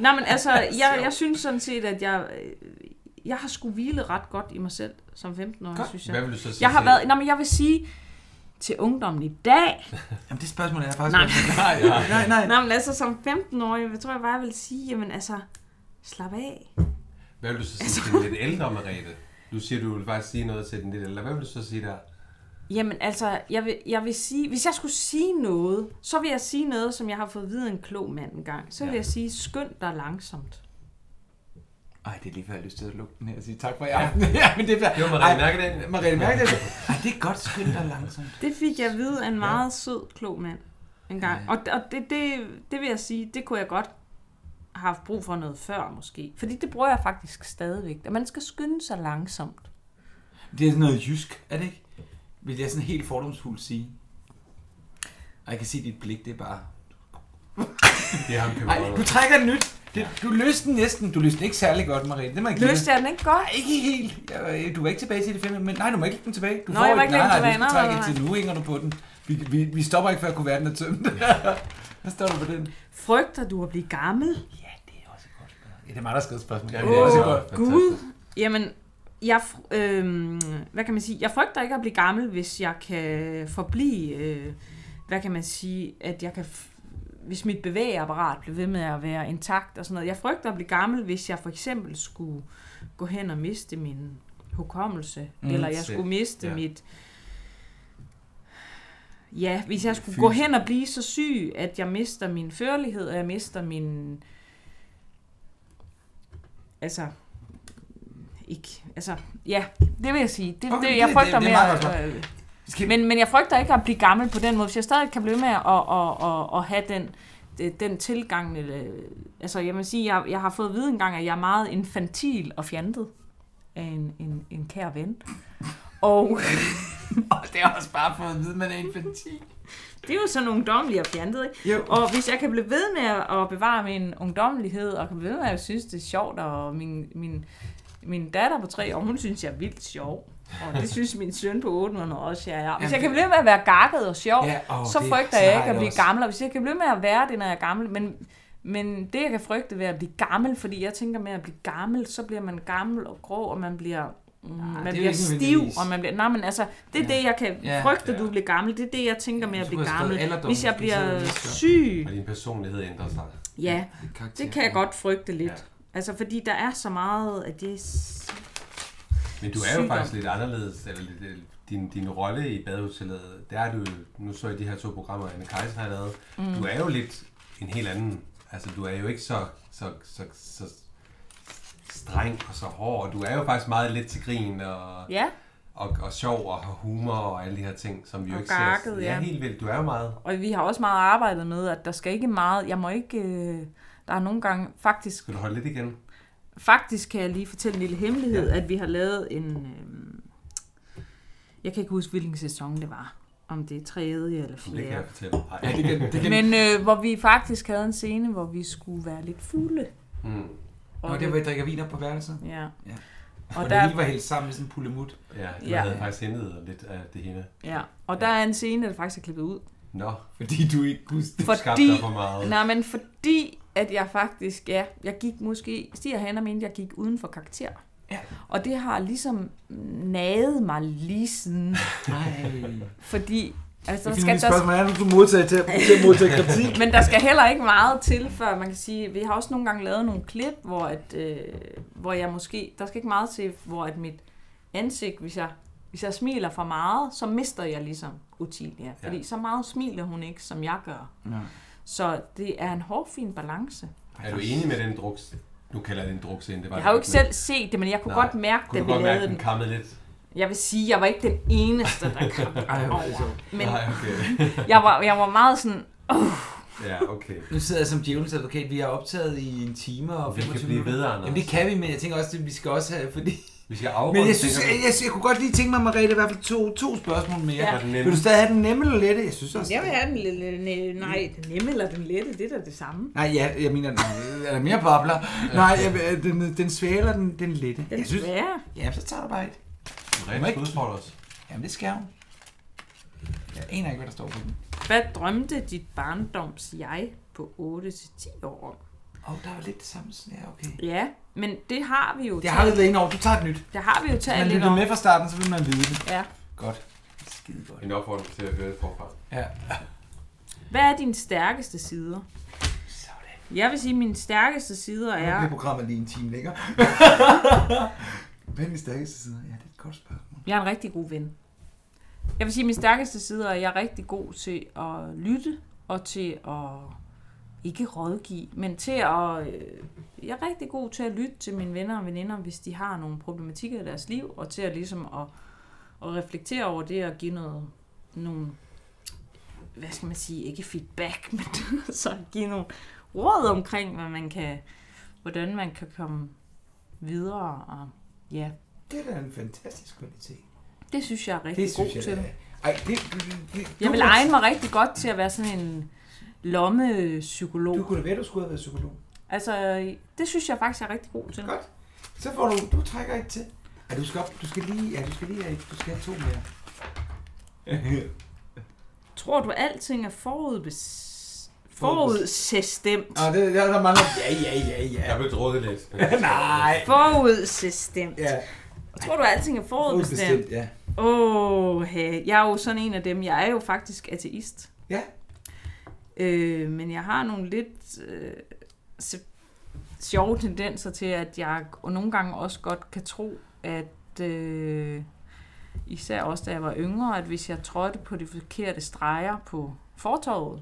[SPEAKER 3] nej, men altså, jeg, jeg synes sådan set, at jeg, øh, jeg har sgu hvilet ret godt i mig selv som 15-årig,
[SPEAKER 1] Godt.
[SPEAKER 3] synes jeg.
[SPEAKER 2] Hvad vil du så sige
[SPEAKER 3] Jeg har
[SPEAKER 2] til-
[SPEAKER 3] været, nej, men jeg vil sige til ungdommen i dag,
[SPEAKER 1] Jamen, det spørgsmål er faktisk...
[SPEAKER 3] Nej.
[SPEAKER 1] nej, nej, nej.
[SPEAKER 3] nej, men altså som 15-årig, hvad tror jeg bare, jeg vil sige, jamen altså, slap af.
[SPEAKER 2] Hvad vil du så
[SPEAKER 1] Altså-
[SPEAKER 2] sige til den lidt ældre Merete? Du siger, du vil faktisk sige noget til den lidt ældre. Hvad vil du så sige der?
[SPEAKER 3] Jamen altså, jeg vil, jeg vil sige, hvis jeg skulle sige noget, så vil jeg sige noget, som jeg har fået videre en klog mand engang. Så vil
[SPEAKER 2] Ja.
[SPEAKER 3] jeg sige, skynd dig langsomt.
[SPEAKER 1] Ej, det er lige før, jeg har lyst til at lukke den her og sige tak for i aften. Ja, men det bliver...
[SPEAKER 2] Det var Merete
[SPEAKER 1] Ej,
[SPEAKER 2] Mærkedal.
[SPEAKER 1] Merete mærke det. Ej, det er godt skynd dig langsomt.
[SPEAKER 3] Det fik jeg at vide af en meget sød, klog mand engang.
[SPEAKER 1] Ja.
[SPEAKER 3] Og, og det, det, det vil jeg sige, det kunne jeg godt have haft brug for noget før måske. Fordi det bruger jeg faktisk stadigvæk. At man skal skynde sig langsomt.
[SPEAKER 1] Det er sådan noget jysk, er det ikke? Vil jeg sådan helt fordomsfuldt sige. Og jeg kan se dit blik, det er bare...
[SPEAKER 2] Det er ham, kan
[SPEAKER 1] Ej, du trækker den nyt. Det, du løste den næsten. Du løste den ikke særlig godt, Marie. Det må jeg give
[SPEAKER 3] Løste
[SPEAKER 1] dig.
[SPEAKER 3] jeg den ikke godt?
[SPEAKER 1] Ej, ikke helt. Jeg, øh, du var ikke tilbage til det fem, men nej, du må ikke lægge den tilbage. Du
[SPEAKER 3] Nå, jeg må ikke
[SPEAKER 1] nej,
[SPEAKER 3] lægge den
[SPEAKER 1] nej,
[SPEAKER 3] tilbage.
[SPEAKER 1] Du
[SPEAKER 3] Nej,
[SPEAKER 1] trækker
[SPEAKER 3] nej,
[SPEAKER 1] til nu, hænger du på den. Vi, vi, vi stopper ikke, før kuverten er tømt. Hvad står du på den?
[SPEAKER 3] Frygter du at blive gammel?
[SPEAKER 1] Ja, det er også et godt spørgsmål. Ja, det er mig, der skrev spørgsmål. Ja,
[SPEAKER 2] det er også godt.
[SPEAKER 3] Gud, jamen, jeg, fr- øhm, hvad kan man sige? Jeg frygter ikke at blive gammel, hvis jeg kan forblive, øh, hvad kan man sige, at jeg kan, f- hvis mit bevægeapparat bliver ved med at være intakt og sådan noget. Jeg frygter at blive gammel, hvis jeg for eksempel skulle gå hen og miste min hukommelse, mm,
[SPEAKER 1] Mm,
[SPEAKER 3] eller jeg
[SPEAKER 2] fedt.
[SPEAKER 3] skulle miste
[SPEAKER 2] Ja.
[SPEAKER 3] ja. mit... Ja, hvis jeg skulle gå
[SPEAKER 1] Fysisk.
[SPEAKER 3] hen og blive så syg, at jeg mister min førlighed, og jeg mister min... Altså, ikke. Altså, ja, det vil jeg sige. Det,
[SPEAKER 1] Okay,
[SPEAKER 3] okay, det, jeg
[SPEAKER 1] det-
[SPEAKER 3] frygter
[SPEAKER 1] det- det er meget
[SPEAKER 3] mere. øh,
[SPEAKER 1] Skal-
[SPEAKER 3] Men, men jeg frygter ikke at blive gammel på den måde. Hvis jeg stadig kan blive ved med at, at, at, at have den, øh, den tilgang. øh, Altså, jeg vil sige, jeg, jeg har fået at vide engang, at jeg er meget infantil og fjantet af en, en, en kær ven. Og
[SPEAKER 1] Åh, det er også bare for at vide, man er infantil.
[SPEAKER 3] det er jo sådan ungdomlig og fjantet, ikke?
[SPEAKER 1] Jo.
[SPEAKER 3] Øh, Og hvis jeg kan blive ved med at at bevare min ungdommelighed, og kan blive ved med at synes, det er sjovt, og min, min, min datter på tre år, hun synes, jeg er vildt sjov. Og det synes min søn på 800 også, jeg er. Hvis jeg kan blive ved med at være gakket og sjov,
[SPEAKER 1] Ja, åh,
[SPEAKER 3] så
[SPEAKER 1] det-
[SPEAKER 3] frygter
[SPEAKER 1] så
[SPEAKER 3] jeg
[SPEAKER 1] har
[SPEAKER 3] ikke
[SPEAKER 1] jeg
[SPEAKER 3] at blive
[SPEAKER 1] også.
[SPEAKER 3] gammel. Og hvis jeg kan blive ved med at være det, når jeg er gammel, men, men det, jeg kan frygte ved at blive gammel, fordi jeg tænker med at blive gammel, så bliver man gammel og grå, og man bliver mm,
[SPEAKER 1] det er
[SPEAKER 3] man
[SPEAKER 1] jo
[SPEAKER 3] bliver
[SPEAKER 1] ikke
[SPEAKER 3] stiv,
[SPEAKER 1] nødvendigvis.
[SPEAKER 3] og man bliver... Nej, men altså, det er
[SPEAKER 1] Ja.
[SPEAKER 3] det, jeg kan
[SPEAKER 1] Ja.
[SPEAKER 3] frygte,
[SPEAKER 2] Ja.
[SPEAKER 3] du bliver gammel. Det er det, jeg tænker med
[SPEAKER 1] Ja,
[SPEAKER 3] at
[SPEAKER 1] du
[SPEAKER 3] blive
[SPEAKER 1] kunne have skrevet
[SPEAKER 3] gammel.
[SPEAKER 1] alderdom,
[SPEAKER 3] Hvis jeg
[SPEAKER 1] hvis det
[SPEAKER 3] bliver
[SPEAKER 1] havde været så.
[SPEAKER 3] syg,
[SPEAKER 2] Og din personlighed ændrer sig.
[SPEAKER 3] ja,
[SPEAKER 1] Karakter.
[SPEAKER 3] det kan jeg godt frygte lidt.
[SPEAKER 2] Ja.
[SPEAKER 3] Altså, fordi der er så meget af det... s-
[SPEAKER 2] Men du er jo
[SPEAKER 3] Sygdom.
[SPEAKER 2] faktisk lidt anderledes, eller lidt, øh, din, din rolle i badehotellet, der er du jo- nu så jeg de her to programmer, Anne Kaiser har lavet, mm. du er jo lidt en helt anden, altså du er jo ikke så, så, så, så streng og så hård, du er jo faktisk meget lidt til grin og,
[SPEAKER 3] Ja,
[SPEAKER 2] og, og sjov og har humor og alle de her ting, som vi jo
[SPEAKER 3] Og
[SPEAKER 2] ikke ser.
[SPEAKER 3] garket,
[SPEAKER 2] ja,
[SPEAKER 3] ja.
[SPEAKER 2] helt vildt, du er jo meget.
[SPEAKER 3] og vi har også meget arbejdet med, at der skal ikke meget... Jeg må ikke... øh, Der er nogle gange faktisk
[SPEAKER 2] Skal du holde lidt igen?
[SPEAKER 3] Faktisk kan jeg lige fortælle en lille hemmelighed, ja. at vi har lavet en... Øh, jeg kan ikke huske, hvilken sæson det var. om det er tredje eller
[SPEAKER 2] Det kan
[SPEAKER 3] fjerde.
[SPEAKER 2] jeg fortælle. Ej,
[SPEAKER 1] Ja, det kan, det kan,
[SPEAKER 3] Men øh, hvor vi faktisk havde en scene, hvor vi skulle være lidt fulde.
[SPEAKER 2] Mm,
[SPEAKER 1] Nå, det var, I drikker vin op på værelset.
[SPEAKER 3] Ja.
[SPEAKER 1] Ja. Og,
[SPEAKER 3] Og
[SPEAKER 1] der... det
[SPEAKER 3] der,
[SPEAKER 1] hele var hældt sammen med sådan en pullemut.
[SPEAKER 2] ja, jeg
[SPEAKER 3] Ja.
[SPEAKER 2] ja. havde faktisk hentet lidt af det hele.
[SPEAKER 3] ja. og der er en scene, der faktisk er klippet ud.
[SPEAKER 2] Nå,
[SPEAKER 1] Fordi du ikke kunne...
[SPEAKER 2] du
[SPEAKER 3] Fordi-
[SPEAKER 2] skabte dig for meget.
[SPEAKER 3] Nej, men fordi, at jeg faktisk, ja, jeg gik måske, Stig og Hanna mente, jeg gik uden for karakter.
[SPEAKER 1] Ja.
[SPEAKER 3] Og det har ligesom naget mig lige siden,
[SPEAKER 1] Nej.
[SPEAKER 3] fordi, altså,
[SPEAKER 1] Så
[SPEAKER 3] der
[SPEAKER 1] skal
[SPEAKER 3] skal,
[SPEAKER 1] der...
[SPEAKER 3] der,
[SPEAKER 1] Spørgsmål, er det, du
[SPEAKER 4] modtage til, til at modtage kritik.
[SPEAKER 3] men der skal heller ikke meget til, før man kan sige, vi har også nogle gange lavet nogle klip, hvor, at, øh, hvor jeg måske, der skal ikke meget til, hvor at mit ansigt, hvis jeg, hvis jeg smiler for meget, så mister jeg ligesom Utilia. Fordi
[SPEAKER 2] Ja.
[SPEAKER 3] så meget smiler hun ikke, som jeg gør.
[SPEAKER 1] Nej.
[SPEAKER 3] Så det er en hårfin balance.
[SPEAKER 2] Er du enig med den druks? Nu kalder jeg det en drukscene. Det var
[SPEAKER 3] Jeg
[SPEAKER 2] det
[SPEAKER 3] har jo ikke
[SPEAKER 2] men-
[SPEAKER 3] selv set det, men jeg kunne
[SPEAKER 2] Nej.
[SPEAKER 3] godt mærke,
[SPEAKER 2] Kunne
[SPEAKER 3] da
[SPEAKER 2] du
[SPEAKER 3] vi
[SPEAKER 2] godt mærke,
[SPEAKER 3] lavede
[SPEAKER 2] at den
[SPEAKER 3] den.
[SPEAKER 2] kammede lidt?
[SPEAKER 3] Jeg vil sige, jeg var ikke den eneste, der kom
[SPEAKER 1] Ej, hvor er det
[SPEAKER 3] over.
[SPEAKER 1] sjovt.
[SPEAKER 3] Men
[SPEAKER 2] Nej, okay.
[SPEAKER 3] jeg var, jeg var meget sådan,
[SPEAKER 2] Ja, okay.
[SPEAKER 1] Nu sidder jeg som djævelens advokat. Vi er optaget i en time og
[SPEAKER 2] Vi
[SPEAKER 1] 25
[SPEAKER 2] kan blive ved, Anders.
[SPEAKER 1] Jamen det kan vi, men jeg tænker også, at vi skal også have, fordi...
[SPEAKER 2] Vi skal afrunde
[SPEAKER 1] Men jeg synes,
[SPEAKER 2] tænker
[SPEAKER 1] jeg, jeg, jeg kunne godt lige tænke mig, Margrethe, i hvert fald to, to spørgsmål mere.
[SPEAKER 3] Ja.
[SPEAKER 1] Ja.
[SPEAKER 2] du, den nemme.
[SPEAKER 1] Vil du stadig have den nemme eller lette? Jeg synes også...
[SPEAKER 3] jeg vil have den lille, nej, den nemme eller den lette, det er da det samme.
[SPEAKER 1] Nej, ja, jeg mener, nej, er der mere bobler? Nej, jeg, vil- den, den svære eller den, den lette?
[SPEAKER 3] Den
[SPEAKER 1] jeg synes,
[SPEAKER 3] svære.
[SPEAKER 1] ja, så tager du bare et.
[SPEAKER 2] Rigtig
[SPEAKER 1] Må ikke-
[SPEAKER 2] udfordrer os.
[SPEAKER 1] Jamen, det skal hun. Jeg aner ikke, hvad der står på den.
[SPEAKER 3] Hvad drømte dit barndoms jeg på 8-10 år om?
[SPEAKER 1] Åh, oh, der var lidt det samme. sådan- Ja, okay.
[SPEAKER 3] Ja, men det har vi jo
[SPEAKER 1] Jeg har
[SPEAKER 3] talt,
[SPEAKER 1] lidt ind over. Du tager et nyt.
[SPEAKER 3] det har vi jo
[SPEAKER 1] Hvis man
[SPEAKER 3] talt lidt
[SPEAKER 1] lytter
[SPEAKER 3] om.
[SPEAKER 1] med fra starten, så vil man vide det.
[SPEAKER 3] Ja.
[SPEAKER 1] Godt. Skide godt.
[SPEAKER 2] En opfordring til at høre det forfra.
[SPEAKER 1] Ja.
[SPEAKER 3] Hvad er dine stærkeste sider?
[SPEAKER 1] Sådan.
[SPEAKER 3] Jeg vil sige, at mine stærkeste sider
[SPEAKER 1] Nu bliver
[SPEAKER 3] er,
[SPEAKER 1] programmet lige en time længere. Hvad er min stærkeste side? Ja, det er et godt spørgsmål.
[SPEAKER 3] jeg er en rigtig god ven. Jeg vil sige, at mine stærkeste sider er, at jeg er rigtig god til at lytte og til at ikke rådgive, men til at... Øh, jeg er rigtig god til at lytte til mine venner og veninder, hvis de har nogle problematikker i deres liv, og til at ligesom at, at reflektere over det og give noget, nogle, hvad skal man sige, ikke feedback, men så give nogle råd omkring, hvad man kan, hvordan man kan komme videre. Og, ja,
[SPEAKER 1] Det er da en fantastisk kvalitet.
[SPEAKER 3] det synes jeg er rigtig
[SPEAKER 1] Det
[SPEAKER 3] god
[SPEAKER 1] synes jeg,
[SPEAKER 3] til.
[SPEAKER 1] det er. Ej, det, det, det,
[SPEAKER 3] Jeg
[SPEAKER 1] du
[SPEAKER 3] vil
[SPEAKER 1] kunne-
[SPEAKER 3] egne mig rigtig godt til at være sådan en lommepsykolog.
[SPEAKER 1] Du kunne da være, du skulle have været psykolog.
[SPEAKER 3] Altså, det synes jeg faktisk er rigtig god til.
[SPEAKER 1] Godt. Så får du, du trækker et til. Ja, du skal, op, du skal lige, ja, du skal lige, have et- du skal have to mere.
[SPEAKER 3] Tror du, alting er forudbes... forudbestemt?
[SPEAKER 1] Nå, det, der, der mangler, ja, ja, ja,
[SPEAKER 2] Jeg
[SPEAKER 1] ja.
[SPEAKER 2] blev drukket lidt.
[SPEAKER 1] Nej.
[SPEAKER 3] Forudbestemt.
[SPEAKER 1] Ja,
[SPEAKER 3] Tror du, alting er forudbestemt?
[SPEAKER 1] bestemt, ja.
[SPEAKER 3] Åh, oh, hey. jeg er jo sådan en af dem. Jeg er jo faktisk ateist.
[SPEAKER 1] Ja.
[SPEAKER 3] Øh, men jeg har nogle lidt øh, se- sjove tendenser til, at jeg nogle gange også godt kan tro, at øh, især også da jeg var yngre, at hvis jeg trådte på de forkerte streger på fortorvet,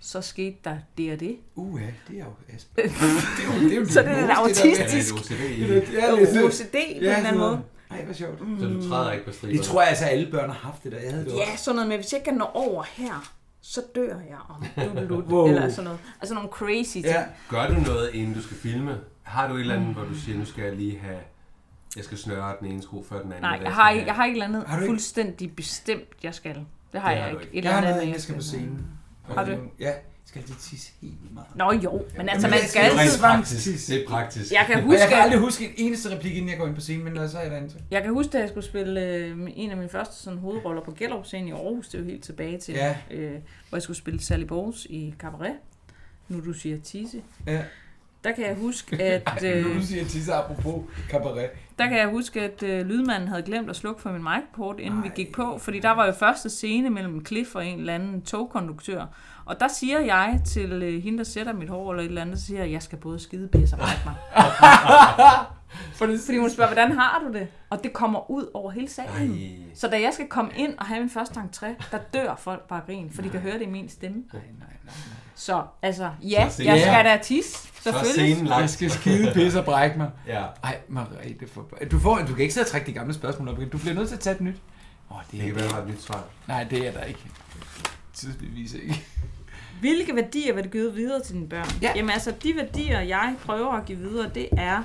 [SPEAKER 3] så skete der det og det.
[SPEAKER 1] Uha, det er jo Asper. det er jo, det er jo
[SPEAKER 3] Så det er
[SPEAKER 1] diagnose,
[SPEAKER 3] lidt
[SPEAKER 2] Ja, det er
[SPEAKER 3] autistisk.
[SPEAKER 2] et OCD.
[SPEAKER 1] Det er lidt-
[SPEAKER 3] OCD på en eller anden måde.
[SPEAKER 1] Ej, hvor sjovt.
[SPEAKER 2] Så du træder ikke på striber.
[SPEAKER 1] Det tror jeg altså, alle børn har haft det der. Jeg havde det også.
[SPEAKER 3] Ja, sådan noget med, hvis jeg ikke kan nå over her, så dør jeg om dudelut,
[SPEAKER 1] Wow.
[SPEAKER 3] eller sådan noget. Altså nogle crazy ting.
[SPEAKER 1] Ja.
[SPEAKER 3] Ja.
[SPEAKER 2] Gør du noget, inden du skal filme? Har du et eller andet, hvor du siger, nu skal jeg lige have... Jeg skal snøre den ene sko før den anden.
[SPEAKER 3] Nej,
[SPEAKER 2] eller
[SPEAKER 3] jeg har,
[SPEAKER 2] skal
[SPEAKER 3] ikke, jeg har ikke et eller
[SPEAKER 1] Har
[SPEAKER 3] andet
[SPEAKER 1] du ikke?
[SPEAKER 3] fuldstændig bestemt, jeg skal. Det har
[SPEAKER 2] Det
[SPEAKER 3] jeg
[SPEAKER 2] har du
[SPEAKER 3] ikke.
[SPEAKER 2] ikke.
[SPEAKER 3] Et eller
[SPEAKER 1] Jeg har
[SPEAKER 3] andet,
[SPEAKER 1] noget,
[SPEAKER 3] med,
[SPEAKER 1] jeg skal på scenen.
[SPEAKER 3] Har du?
[SPEAKER 1] Ja, jeg skal altid tisse helt meget.
[SPEAKER 3] Nå jo, men altså
[SPEAKER 2] Jamen,
[SPEAKER 3] man
[SPEAKER 1] det
[SPEAKER 3] skal
[SPEAKER 1] er jo rent
[SPEAKER 3] altid...
[SPEAKER 1] faktisk.
[SPEAKER 2] have- Det er praktisk.
[SPEAKER 3] Jeg kan
[SPEAKER 1] Og jeg
[SPEAKER 3] huske,
[SPEAKER 1] kan aldrig huske en eneste replik, inden jeg går ind på scenen, men når jeg så er der en til.
[SPEAKER 3] jeg kan huske, da jeg skulle spille øh, en af mine første sådan, hovedroller på Gellerup scenen i Aarhus, det er jo helt tilbage til,
[SPEAKER 1] Ja.
[SPEAKER 3] øh, hvor jeg skulle spille Sally Bowles i Cabaret. Nu du siger Tisse.
[SPEAKER 1] Ja.
[SPEAKER 3] Der kan jeg huske, at...
[SPEAKER 1] Nu
[SPEAKER 3] Øh,
[SPEAKER 1] du siger tisse apropos cabaret.
[SPEAKER 3] Der kan jeg huske, at øh, lydmanden havde glemt at slukke for min mic-port, inden Ej. vi gik på, fordi der var jo første scene mellem Cliff og en eller anden togkonduktør. Og der siger jeg til øh, hende, der sætter mit hår eller et eller andet, så siger jeg, jeg skal både skide pisse og mic mig. fordi hun spørger, hvordan har du det? Og det kommer ud over hele salen. Ej.
[SPEAKER 2] Ej.
[SPEAKER 3] Så da jeg skal komme ind og have min første entré, der dør folk bare af grin, for de kan høre det i min stemme.
[SPEAKER 1] Nej, nej, nej.
[SPEAKER 3] Så altså, ja,
[SPEAKER 2] Så
[SPEAKER 3] så
[SPEAKER 2] scenen-
[SPEAKER 3] jeg skal da tisse,
[SPEAKER 2] Så er
[SPEAKER 3] selvfølgelig.
[SPEAKER 2] scenen lagt.
[SPEAKER 1] Jeg skal skide pisse og brække mig.
[SPEAKER 2] Ja.
[SPEAKER 1] Ej, Marie, det for... Du, får, du kan ikke sidde og trække de gamle spørgsmål op igen. Du bliver nødt til at tage et nyt. Åh, oh,
[SPEAKER 2] Det
[SPEAKER 1] det
[SPEAKER 2] kan
[SPEAKER 1] er...
[SPEAKER 2] være, at der er et nyt svar.
[SPEAKER 1] Nej, det er der ikke. Tidsbevis ikke.
[SPEAKER 3] Hvilke værdier vil du give videre til dine børn?
[SPEAKER 1] Ja.
[SPEAKER 3] Jamen altså, de værdier, jeg prøver at give videre, det er,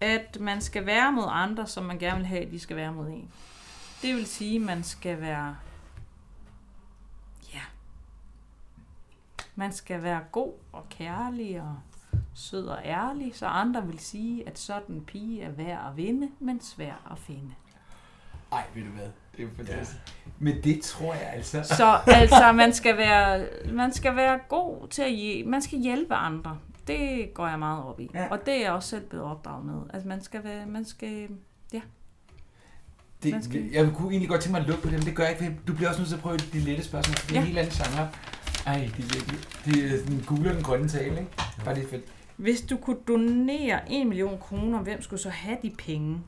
[SPEAKER 3] at man skal være mod andre, som man gerne vil have, at de skal være mod en. Det vil sige, at man skal være Man skal være god og kærlig og sød og ærlig, så andre vil sige, at sådan en pige er værd at vinde, men svær at finde.
[SPEAKER 1] Ej, ved du hvad? Det er jo fantastisk. Ja. Men det tror jeg altså.
[SPEAKER 3] Så altså, man skal være, man skal være god til at hjælpe, man skal hjælpe andre. Det går jeg meget op i.
[SPEAKER 1] Ja.
[SPEAKER 3] Ja. Og det er jeg også selv blevet opdraget med. Altså, man skal være, man skal, Man
[SPEAKER 1] Det,
[SPEAKER 3] skal-
[SPEAKER 1] jeg kunne egentlig godt tænke mig at lukke på det, men det gør jeg ikke. for Du bliver også nødt til at prøve de lette spørgsmål, for det er en
[SPEAKER 3] Ja.
[SPEAKER 1] helt anden genre. Ej, det er virkelig. Det er den gule og den grønne tale, ikke? Bare det er fedt.
[SPEAKER 3] Hvis du kunne donere 1 million kroner, hvem skulle så have de penge?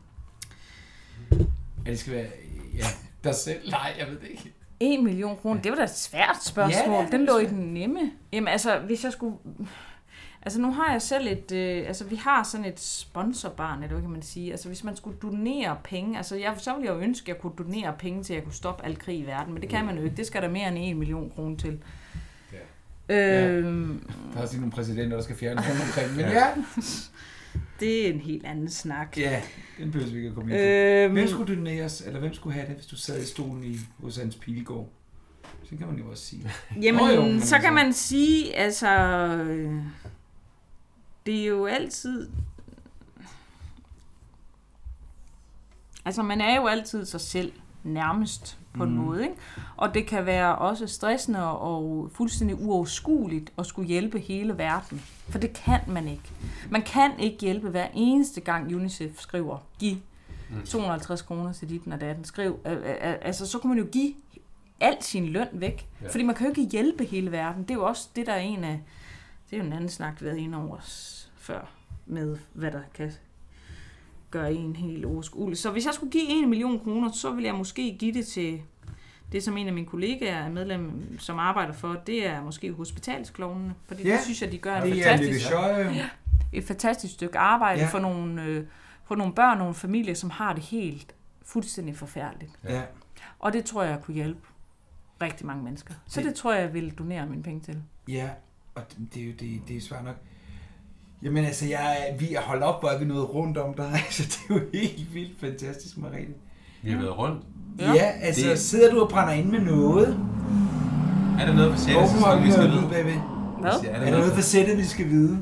[SPEAKER 1] Ja, det skal være ja, dig selv. Nej, jeg ved det ikke.
[SPEAKER 3] 1 million kroner, det var da et svært spørgsmål.
[SPEAKER 1] Ja,
[SPEAKER 3] Ja,
[SPEAKER 1] det er
[SPEAKER 3] den lå i
[SPEAKER 1] svært.
[SPEAKER 3] den nemme. Jamen altså, hvis jeg skulle... Altså nu har jeg selv et... Øh, altså vi har sådan et sponsorbarn, eller hvad kan man sige? Altså hvis man skulle donere penge... Altså jeg, så ville jeg jo ønske, at jeg kunne donere penge til, at jeg kunne stoppe al krig i verden. Men det kan man jo ikke. Det skal der mere end 1 million kroner til.
[SPEAKER 1] Ja.
[SPEAKER 3] Ja. Øhm,
[SPEAKER 1] Der er også lige nogle præsidenter, der skal fjerne hånden omkring. Men ja,
[SPEAKER 3] Det er en helt anden snak.
[SPEAKER 1] ja den behøver vi ikke at komme ind på.
[SPEAKER 3] Øhm,
[SPEAKER 1] Hvem skulle doneres, eller hvem skulle have det, hvis du sad i stolen i, hos Hans Pilgaard? Så kan man jo også sige.
[SPEAKER 3] Jamen,
[SPEAKER 1] Nå jo,
[SPEAKER 3] jo,
[SPEAKER 1] men
[SPEAKER 3] så
[SPEAKER 1] altså-
[SPEAKER 3] kan man sige, altså... øh, Det er jo altid... Altså, man er jo altid sig selv, nærmest, på mm. en måde, ikke? Og det kan være også stressende og fuldstændig uoverskueligt at skulle hjælpe hele verden. For det kan man ikke. Man kan ikke hjælpe hver eneste gang UNICEF skriver, giv 250 kroner til dit, når datten skrev. Øh, øh, øh, Altså, så kunne man jo give al sin løn væk.
[SPEAKER 2] Ja.
[SPEAKER 3] Ja. Fordi man kan jo ikke hjælpe hele verden. Det er jo også det, der er en af... Det er jo en anden snak, vi har været inde over s- før, med hvad der kan gøre en helt overskuelig. Så hvis jeg skulle give 1 million kroner, så ville jeg måske give det til det, som en af mine kollegaer er medlem, som arbejder for, det er måske hospitalsklovnene, fordi
[SPEAKER 1] Ja.
[SPEAKER 3] det synes jeg, de gør en
[SPEAKER 1] Det er
[SPEAKER 3] fantastisk
[SPEAKER 1] Lykke Sjøje.
[SPEAKER 3] et fantastisk stykke arbejde
[SPEAKER 1] Ja.
[SPEAKER 3] ja. for, nogle, øh, for nogle børn og nogle familier, som har det helt fuldstændig forfærdeligt.
[SPEAKER 1] Ja.
[SPEAKER 3] Og det tror jeg kunne hjælpe rigtig mange mennesker. Så
[SPEAKER 1] Det-
[SPEAKER 3] det, det tror jeg, jeg vil donere mine penge til.
[SPEAKER 1] Ja, og det, det er jo det, det er svært nok. Jamen altså, jeg, er- vi er holdt op, hvor er vi nået rundt om dig. Altså, det er jo helt vildt fantastisk, Mariette.
[SPEAKER 2] Vi har været rundt.
[SPEAKER 1] Ja,
[SPEAKER 3] Ja.
[SPEAKER 1] ja altså, det...
[SPEAKER 2] Det-
[SPEAKER 1] sidder du og brænder ind med noget?
[SPEAKER 2] Er der noget for
[SPEAKER 1] Ja,
[SPEAKER 2] sætte,
[SPEAKER 1] Åbn op
[SPEAKER 2] vi skal
[SPEAKER 1] med
[SPEAKER 2] vide?
[SPEAKER 1] noget, baby.
[SPEAKER 3] Hvad?
[SPEAKER 2] Er
[SPEAKER 1] Er der noget for sættet, vi skal vide?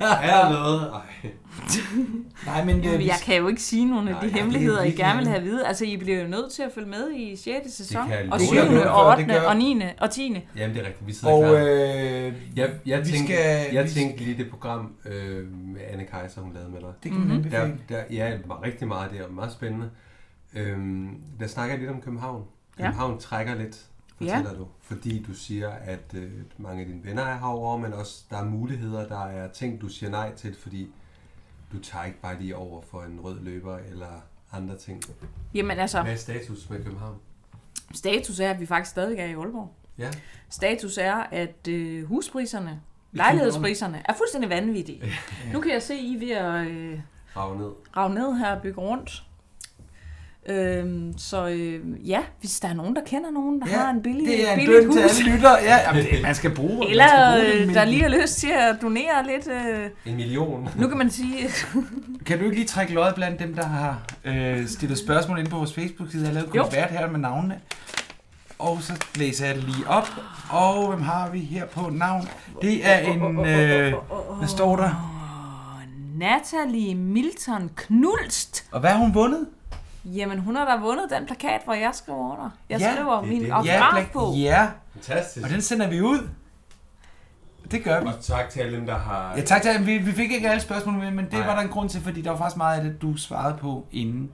[SPEAKER 2] Er der noget? Ej.
[SPEAKER 1] Nej, men... øh, vi
[SPEAKER 3] Jeg
[SPEAKER 1] skal-
[SPEAKER 3] kan jo ikke sige nogle af
[SPEAKER 2] Nej,
[SPEAKER 3] de
[SPEAKER 2] det
[SPEAKER 1] er
[SPEAKER 3] hemmeligheder, I
[SPEAKER 1] virkelig
[SPEAKER 3] gerne vil
[SPEAKER 1] hemmeligt.
[SPEAKER 3] have at vide. Altså, I bliver jo nødt til at følge med i 6. sæson,
[SPEAKER 2] kan jeg
[SPEAKER 3] og
[SPEAKER 2] love
[SPEAKER 3] 7.
[SPEAKER 2] jer
[SPEAKER 1] for,
[SPEAKER 3] og
[SPEAKER 1] det
[SPEAKER 3] 8.
[SPEAKER 1] gør-
[SPEAKER 3] og 9. og 10.
[SPEAKER 2] Jamen, det er rigtigt. Vi sidder
[SPEAKER 1] Og
[SPEAKER 2] klar.
[SPEAKER 1] øh,
[SPEAKER 2] jeg, jeg,
[SPEAKER 1] vi
[SPEAKER 2] tænkte,
[SPEAKER 1] skal-
[SPEAKER 2] jeg
[SPEAKER 1] vi-
[SPEAKER 2] tænkte lige det program øh, med Anne Kaiser, hun lavede med dig.
[SPEAKER 1] det kan
[SPEAKER 3] Mhm.
[SPEAKER 1] man anbefale.
[SPEAKER 2] Der, der, ja, det var rigtig meget der, meget spændende. Øhm, der snakker jeg lidt om København.
[SPEAKER 3] Ja.
[SPEAKER 2] København trækker lidt, fortæller
[SPEAKER 3] Ja.
[SPEAKER 2] du. Fordi du siger, at øh, mange af dine venner er herovre, men også der er muligheder, der er ting, du siger nej til, fordi du tager ikke bare lige over for en rød løber eller andre ting.
[SPEAKER 3] Jamen altså,
[SPEAKER 2] Hvad er status med København?
[SPEAKER 3] status er, at vi faktisk stadig er i Aalborg.
[SPEAKER 2] Ja,
[SPEAKER 3] Status er, at øh, huspriserne, lejlighedspriserne, er fuldstændig vanvittige. Nu kan jeg se, I er ved at... Øh,
[SPEAKER 2] rave ned.
[SPEAKER 3] rave ned her og bygge rundt. Øhm, så øh, ja, hvis der er nogen, der kender nogen, der
[SPEAKER 1] Ja,
[SPEAKER 3] ja, har en billig,
[SPEAKER 1] det er en
[SPEAKER 3] billig
[SPEAKER 1] bøn til
[SPEAKER 3] hus,
[SPEAKER 1] alle lytter. Ja, jamen, det, man skal bruge man
[SPEAKER 3] eller
[SPEAKER 1] skal bruge det,
[SPEAKER 3] øh,
[SPEAKER 1] men-
[SPEAKER 3] der lige har lyst til at donere lidt. Øh,
[SPEAKER 2] En million.
[SPEAKER 3] nu kan man sige,
[SPEAKER 1] Kan du ikke lige trække lod blandt dem, der har øh, stillet spørgsmål inde på vores Facebook-side? Jeg har lavet
[SPEAKER 3] Jo.
[SPEAKER 1] kuvert her med navnene. Og så læser jeg det lige op. Og hvem har vi her på navn? Det er en... Øh, hvad står der?
[SPEAKER 3] Natalie Milton Knulst.
[SPEAKER 1] Og hvad har hun vundet?
[SPEAKER 3] Jamen, hun har da vundet den plakat, hvor jeg skriver under. Jeg
[SPEAKER 1] Ja,
[SPEAKER 3] ja, skriver
[SPEAKER 2] det er
[SPEAKER 3] min
[SPEAKER 2] det.
[SPEAKER 3] autograf
[SPEAKER 1] Black-
[SPEAKER 3] på.
[SPEAKER 1] ja,
[SPEAKER 2] Fantastisk.
[SPEAKER 1] og den sender vi ud. Det gør vi.
[SPEAKER 2] Og tak til alle dem, der har...
[SPEAKER 1] Ja, tak til jer. vi, vi fik ikke alle spørgsmål med, men det
[SPEAKER 2] Nej.
[SPEAKER 1] var der en grund til, fordi der var faktisk meget af det, du svarede på, inden,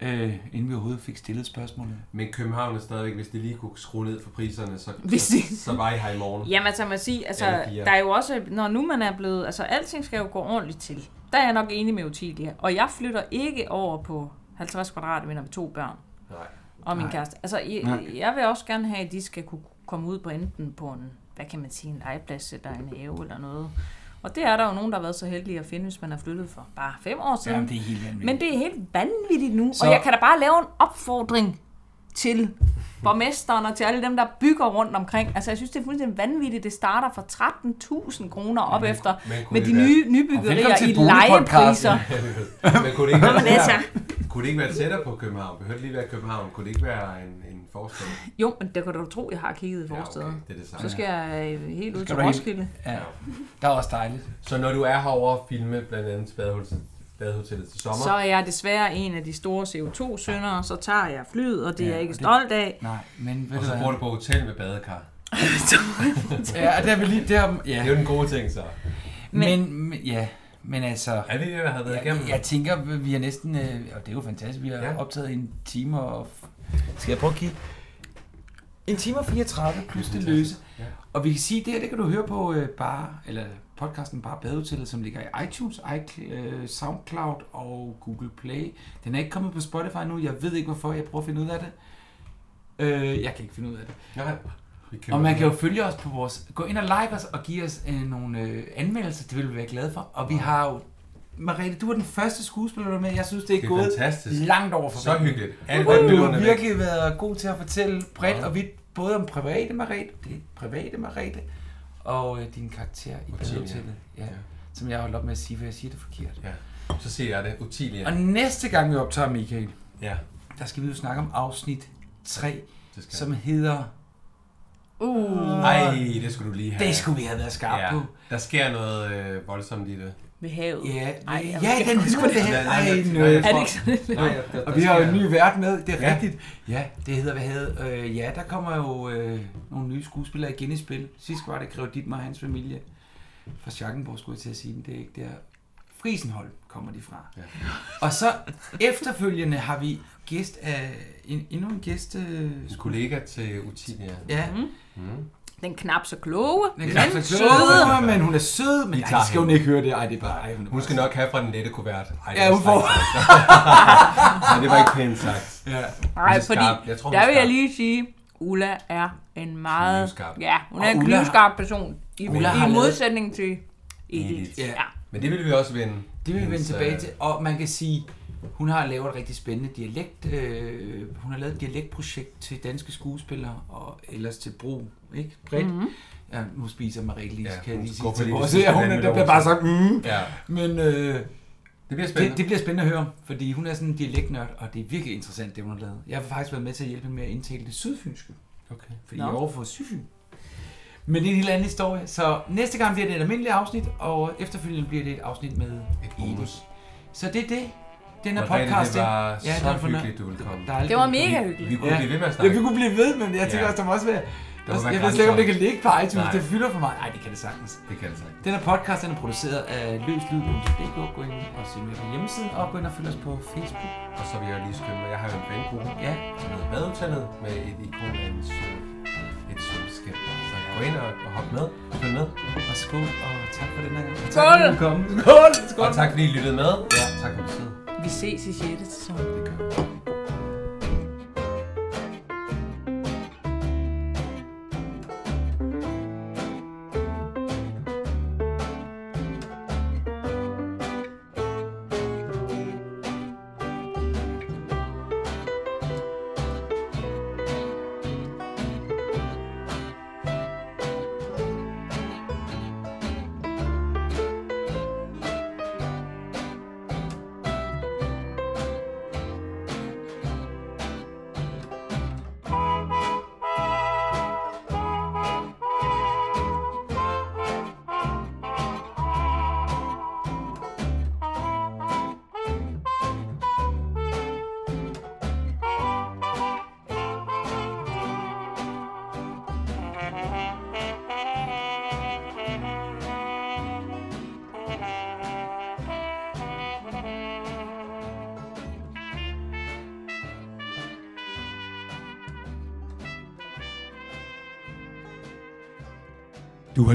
[SPEAKER 1] øh, inden vi overhovedet fik stillet spørgsmålet.
[SPEAKER 2] Men København er stadigvæk, hvis det lige kunne skrue ned for priserne, så,
[SPEAKER 3] Hvis
[SPEAKER 2] så,
[SPEAKER 3] det-
[SPEAKER 2] så var I her i morgen.
[SPEAKER 3] Jamen altså, man siger, altså,
[SPEAKER 2] Alle fire.
[SPEAKER 3] der er jo også, når nu man er blevet, altså alting skal jo gå ordentligt til. Der er jeg nok enig med Utilia, og jeg flytter ikke over på 50 kvadratmeter med to børn
[SPEAKER 2] Nej.
[SPEAKER 3] og min
[SPEAKER 1] Nej.
[SPEAKER 3] Nej. kæreste. Altså, jeg,
[SPEAKER 1] Nej.
[SPEAKER 3] jeg vil også gerne have, at de skal kunne komme ud på enten på en, hvad kan man sige, en legeplads eller en have eller noget. Og det er der jo nogen, der har været så heldige at finde, hvis man er flyttet for bare fem år siden.
[SPEAKER 1] Jamen, det er helt vanvittigt.
[SPEAKER 3] Men det er helt vanvittigt nu, så...
[SPEAKER 1] Så-
[SPEAKER 3] og jeg kan da bare lave en opfordring til borgmesteren og til alle dem, der bygger rundt omkring. Altså, jeg synes, det er fuldstændig vanvittigt. Det starter fra 13.000 kroner op men, efter
[SPEAKER 2] men kunne
[SPEAKER 3] med
[SPEAKER 2] det
[SPEAKER 3] de
[SPEAKER 2] være-
[SPEAKER 3] nye
[SPEAKER 1] velkommen
[SPEAKER 3] nybyggerier
[SPEAKER 1] til
[SPEAKER 3] i
[SPEAKER 1] Boligpodcasten.
[SPEAKER 3] lejepriser.
[SPEAKER 2] Men kunne det ikke
[SPEAKER 3] Men
[SPEAKER 2] være,
[SPEAKER 3] altså,
[SPEAKER 2] kunne det ikke være tættere på København? Behøver det lige være København? Kunne det ikke være en, en forskel?
[SPEAKER 3] Jo, men der kan du tro, jeg har kigget i forsteder.
[SPEAKER 2] det er det samme.
[SPEAKER 3] Så skal jeg øh, helt ud
[SPEAKER 1] Skal
[SPEAKER 3] til
[SPEAKER 1] du helt-
[SPEAKER 3] Roskilde.
[SPEAKER 1] Ja. Der er også dejligt.
[SPEAKER 2] Så når du er herovre og filme blandt andet til badehotellet, badehotellet til sommer,
[SPEAKER 3] Så er jeg desværre en af de store CO2-syndere, så tager jeg flyet, og det er
[SPEAKER 1] Ja,
[SPEAKER 3] jeg
[SPEAKER 1] og
[SPEAKER 3] ikke
[SPEAKER 1] det-
[SPEAKER 3] stolt af.
[SPEAKER 1] Nej, men ved
[SPEAKER 2] og
[SPEAKER 1] du
[SPEAKER 2] så
[SPEAKER 1] hvad?
[SPEAKER 2] bor du på hotel med badekar.
[SPEAKER 1] Ja, der er vi lige der...
[SPEAKER 2] Det
[SPEAKER 1] Ja.
[SPEAKER 2] er jo den gode ting, så.
[SPEAKER 1] Men, men, ja, men altså...
[SPEAKER 2] Er det det, der har været
[SPEAKER 1] Jeg,
[SPEAKER 2] igennem?
[SPEAKER 1] jeg tænker, vi er næsten... øh, Og det er jo fantastisk, vi har ja.
[SPEAKER 2] Ja.
[SPEAKER 1] optaget en time og... Skal jeg prøve at kigge? En time og 34 plus det løse.
[SPEAKER 2] Ja.
[SPEAKER 1] Og vi kan sige, det her det kan du høre på øh, bare, eller podcasten Bare Badehotellet, som ligger i iTunes, iCl- øh, SoundCloud og Google Play. Den er ikke kommet på Spotify nu. Jeg ved ikke, hvorfor. Jeg prøver at finde ud af det. Øh, jeg kan ikke finde ud af det.
[SPEAKER 2] Nej. Vi kan
[SPEAKER 1] Og man kan jo følge os på vores... Gå ind og like os og give os øh, nogle øh, anmeldelser. Det vil vi være glade for. Og vi har jo... Mariette, du er den første skuespiller, der er med. Jeg synes, det er,
[SPEAKER 2] Det er
[SPEAKER 1] gået
[SPEAKER 2] fantastisk.
[SPEAKER 1] langt over
[SPEAKER 2] Så
[SPEAKER 1] forventning.
[SPEAKER 2] hyggeligt. Alt
[SPEAKER 1] Og
[SPEAKER 2] det
[SPEAKER 1] du har virkelig været god til at fortælle bredt og vidt, både om private Mariette, det private Mariette, og øh, din karakter i
[SPEAKER 2] Og
[SPEAKER 1] badehotellet. Ja,
[SPEAKER 2] Ja.
[SPEAKER 1] Som jeg har holdt op med at sige, for jeg siger det forkert.
[SPEAKER 2] Ja. Så ser jeg det. Utilia.
[SPEAKER 1] Og næste gang vi optager Michael,
[SPEAKER 2] Ja,
[SPEAKER 1] der skal vi jo snakke om afsnit 3,
[SPEAKER 2] det skal
[SPEAKER 1] som hedder...
[SPEAKER 3] Uh,
[SPEAKER 2] Ej, det skulle du lige have.
[SPEAKER 1] Det skulle vi have været skarpe
[SPEAKER 2] ja.
[SPEAKER 1] på.
[SPEAKER 2] Der sker noget øh, voldsomt i det.
[SPEAKER 3] ved havet.
[SPEAKER 1] Ja,
[SPEAKER 3] Ej,
[SPEAKER 1] Ej,
[SPEAKER 3] jeg
[SPEAKER 1] ja
[SPEAKER 3] ved
[SPEAKER 1] den skulle det have.
[SPEAKER 2] Nej, nej,
[SPEAKER 1] Ej,
[SPEAKER 2] nej,
[SPEAKER 1] nø.
[SPEAKER 2] nej, jeg
[SPEAKER 3] Er det
[SPEAKER 2] tror-
[SPEAKER 3] ikke sådan?
[SPEAKER 2] Nej, der, der,
[SPEAKER 1] Og vi har jo en
[SPEAKER 2] sker-
[SPEAKER 1] ny vært med, det er
[SPEAKER 2] Ja.
[SPEAKER 1] rigtigt. Ja, det hedder, hvad havde. Øh, ja, der kommer jo øh, nogle nye skuespillere igen i spil. Sidst var det Grev Dittmar og hans familie fra Schackenborg, skulle jeg til at sige, men det er ikke der. Frisenhold kommer de fra. Ja.
[SPEAKER 2] Ja.
[SPEAKER 1] Og så efterfølgende har vi gæst af, en, endnu en gæst. Øh,
[SPEAKER 2] En kollega til Utilia.
[SPEAKER 1] ja,
[SPEAKER 3] Den knap så kloge,
[SPEAKER 1] men,
[SPEAKER 3] men
[SPEAKER 1] knap så
[SPEAKER 3] søde.
[SPEAKER 1] klog, men hun er sød, men
[SPEAKER 2] Vi
[SPEAKER 1] ej,
[SPEAKER 2] tager
[SPEAKER 1] det skal hun
[SPEAKER 2] hende.
[SPEAKER 1] ikke høre det. Ej, det er bare... Ej, hun er
[SPEAKER 2] Hun
[SPEAKER 1] bare
[SPEAKER 2] skal nok have fra den lette kuvert. Ej,
[SPEAKER 1] Ja, hun får...
[SPEAKER 2] Nej, det var ikke pænt sagt.
[SPEAKER 1] ja.
[SPEAKER 3] Nej,
[SPEAKER 2] Hun er skarp.
[SPEAKER 3] fordi
[SPEAKER 2] Jeg tror, hun
[SPEAKER 3] der
[SPEAKER 2] er
[SPEAKER 3] vil jeg
[SPEAKER 2] skarp.
[SPEAKER 3] lige sige, Ulla er en meget...
[SPEAKER 2] Knivskarp.
[SPEAKER 3] Ja, hun
[SPEAKER 1] Og
[SPEAKER 3] er en
[SPEAKER 1] Ulla har-
[SPEAKER 3] knivskarp person. I,
[SPEAKER 1] Ulla har
[SPEAKER 3] i
[SPEAKER 1] lavet-
[SPEAKER 3] modsætning til Edith.
[SPEAKER 2] Edith.
[SPEAKER 1] Ja.
[SPEAKER 3] Ja.
[SPEAKER 2] Men det vil vi også vende.
[SPEAKER 1] Det vil vi vende
[SPEAKER 2] Hendes,
[SPEAKER 1] tilbage
[SPEAKER 2] øh,
[SPEAKER 1] til. Og man kan sige, hun har lavet et rigtig spændende dialekt. Øh, hun har lavet et dialektprojekt til danske skuespillere, og ellers til brug, ikke? Bredt. Mm-hmm. Ja, nu spiser Marie lige,
[SPEAKER 2] Ja,
[SPEAKER 1] ja, kan jeg
[SPEAKER 2] hun
[SPEAKER 1] lige sige
[SPEAKER 2] går på
[SPEAKER 1] til
[SPEAKER 2] lige
[SPEAKER 1] vores.
[SPEAKER 2] det sidste
[SPEAKER 1] Ja, hun,
[SPEAKER 2] halve
[SPEAKER 1] der bliver
[SPEAKER 2] år,
[SPEAKER 1] bare
[SPEAKER 2] så.
[SPEAKER 1] sagt, mm.
[SPEAKER 2] Ja,
[SPEAKER 1] Men øh,
[SPEAKER 2] det bliver
[SPEAKER 1] det,
[SPEAKER 2] spændende.
[SPEAKER 1] det, bliver spændende at høre om, fordi hun er sådan en dialektnørd, og det er virkelig interessant, det hun har lavet. Jeg har faktisk været med til at hjælpe med at indtale det sydfynske,
[SPEAKER 2] Okay.
[SPEAKER 1] fordi
[SPEAKER 3] Nå.
[SPEAKER 1] jeg er overfor sydfyn. Men det er en helt anden historie, så næste gang bliver det et almindeligt afsnit, og efterfølgende bliver det et afsnit med
[SPEAKER 2] Et bonus.
[SPEAKER 1] så det er det. Den her
[SPEAKER 2] Marianne, det
[SPEAKER 1] podcast,
[SPEAKER 2] var
[SPEAKER 1] ikke?
[SPEAKER 2] så
[SPEAKER 1] den er fornø-
[SPEAKER 2] hyggeligt, du ville komme.
[SPEAKER 1] Der er alt-
[SPEAKER 3] Det var mega
[SPEAKER 2] Vi
[SPEAKER 3] hyggeligt.
[SPEAKER 2] kunne
[SPEAKER 1] Ja.
[SPEAKER 2] blive ved med at
[SPEAKER 1] Ja,
[SPEAKER 2] snakke.
[SPEAKER 1] vi kunne blive ved, men jeg tænker
[SPEAKER 2] Ja.
[SPEAKER 1] også, der må også være...
[SPEAKER 2] Der må være
[SPEAKER 1] jeg ved slet ikke, om det kan
[SPEAKER 2] grænser.
[SPEAKER 1] ligge på iTunes.
[SPEAKER 2] Nej.
[SPEAKER 1] Det fylder for meget. Nej, det kan det sagtens.
[SPEAKER 2] Det kan altså det sagt.
[SPEAKER 1] Den her podcast den er produceret af løslyd.dk. Gå ind og se mere på hjemmesiden, og gå ind og følg os på Facebook.
[SPEAKER 2] Og så vil jeg lige skynde mig, jeg har jo en fangruppe,
[SPEAKER 1] Ja,
[SPEAKER 2] som hedder Badehotellet, med et ikon af en sø. Et sølvskæld. Så gå ind og, og hop med. Følg med.
[SPEAKER 1] og skål, og tak for den her gang. Og tak,
[SPEAKER 3] Skål!
[SPEAKER 1] fordi du kom. Skål! Skål!
[SPEAKER 2] Og tak fordi I lyttede med. Ja, tak for besøget.
[SPEAKER 3] Vi ses i 6. sæson.
[SPEAKER 2] Det gør vi.
[SPEAKER 5] Du har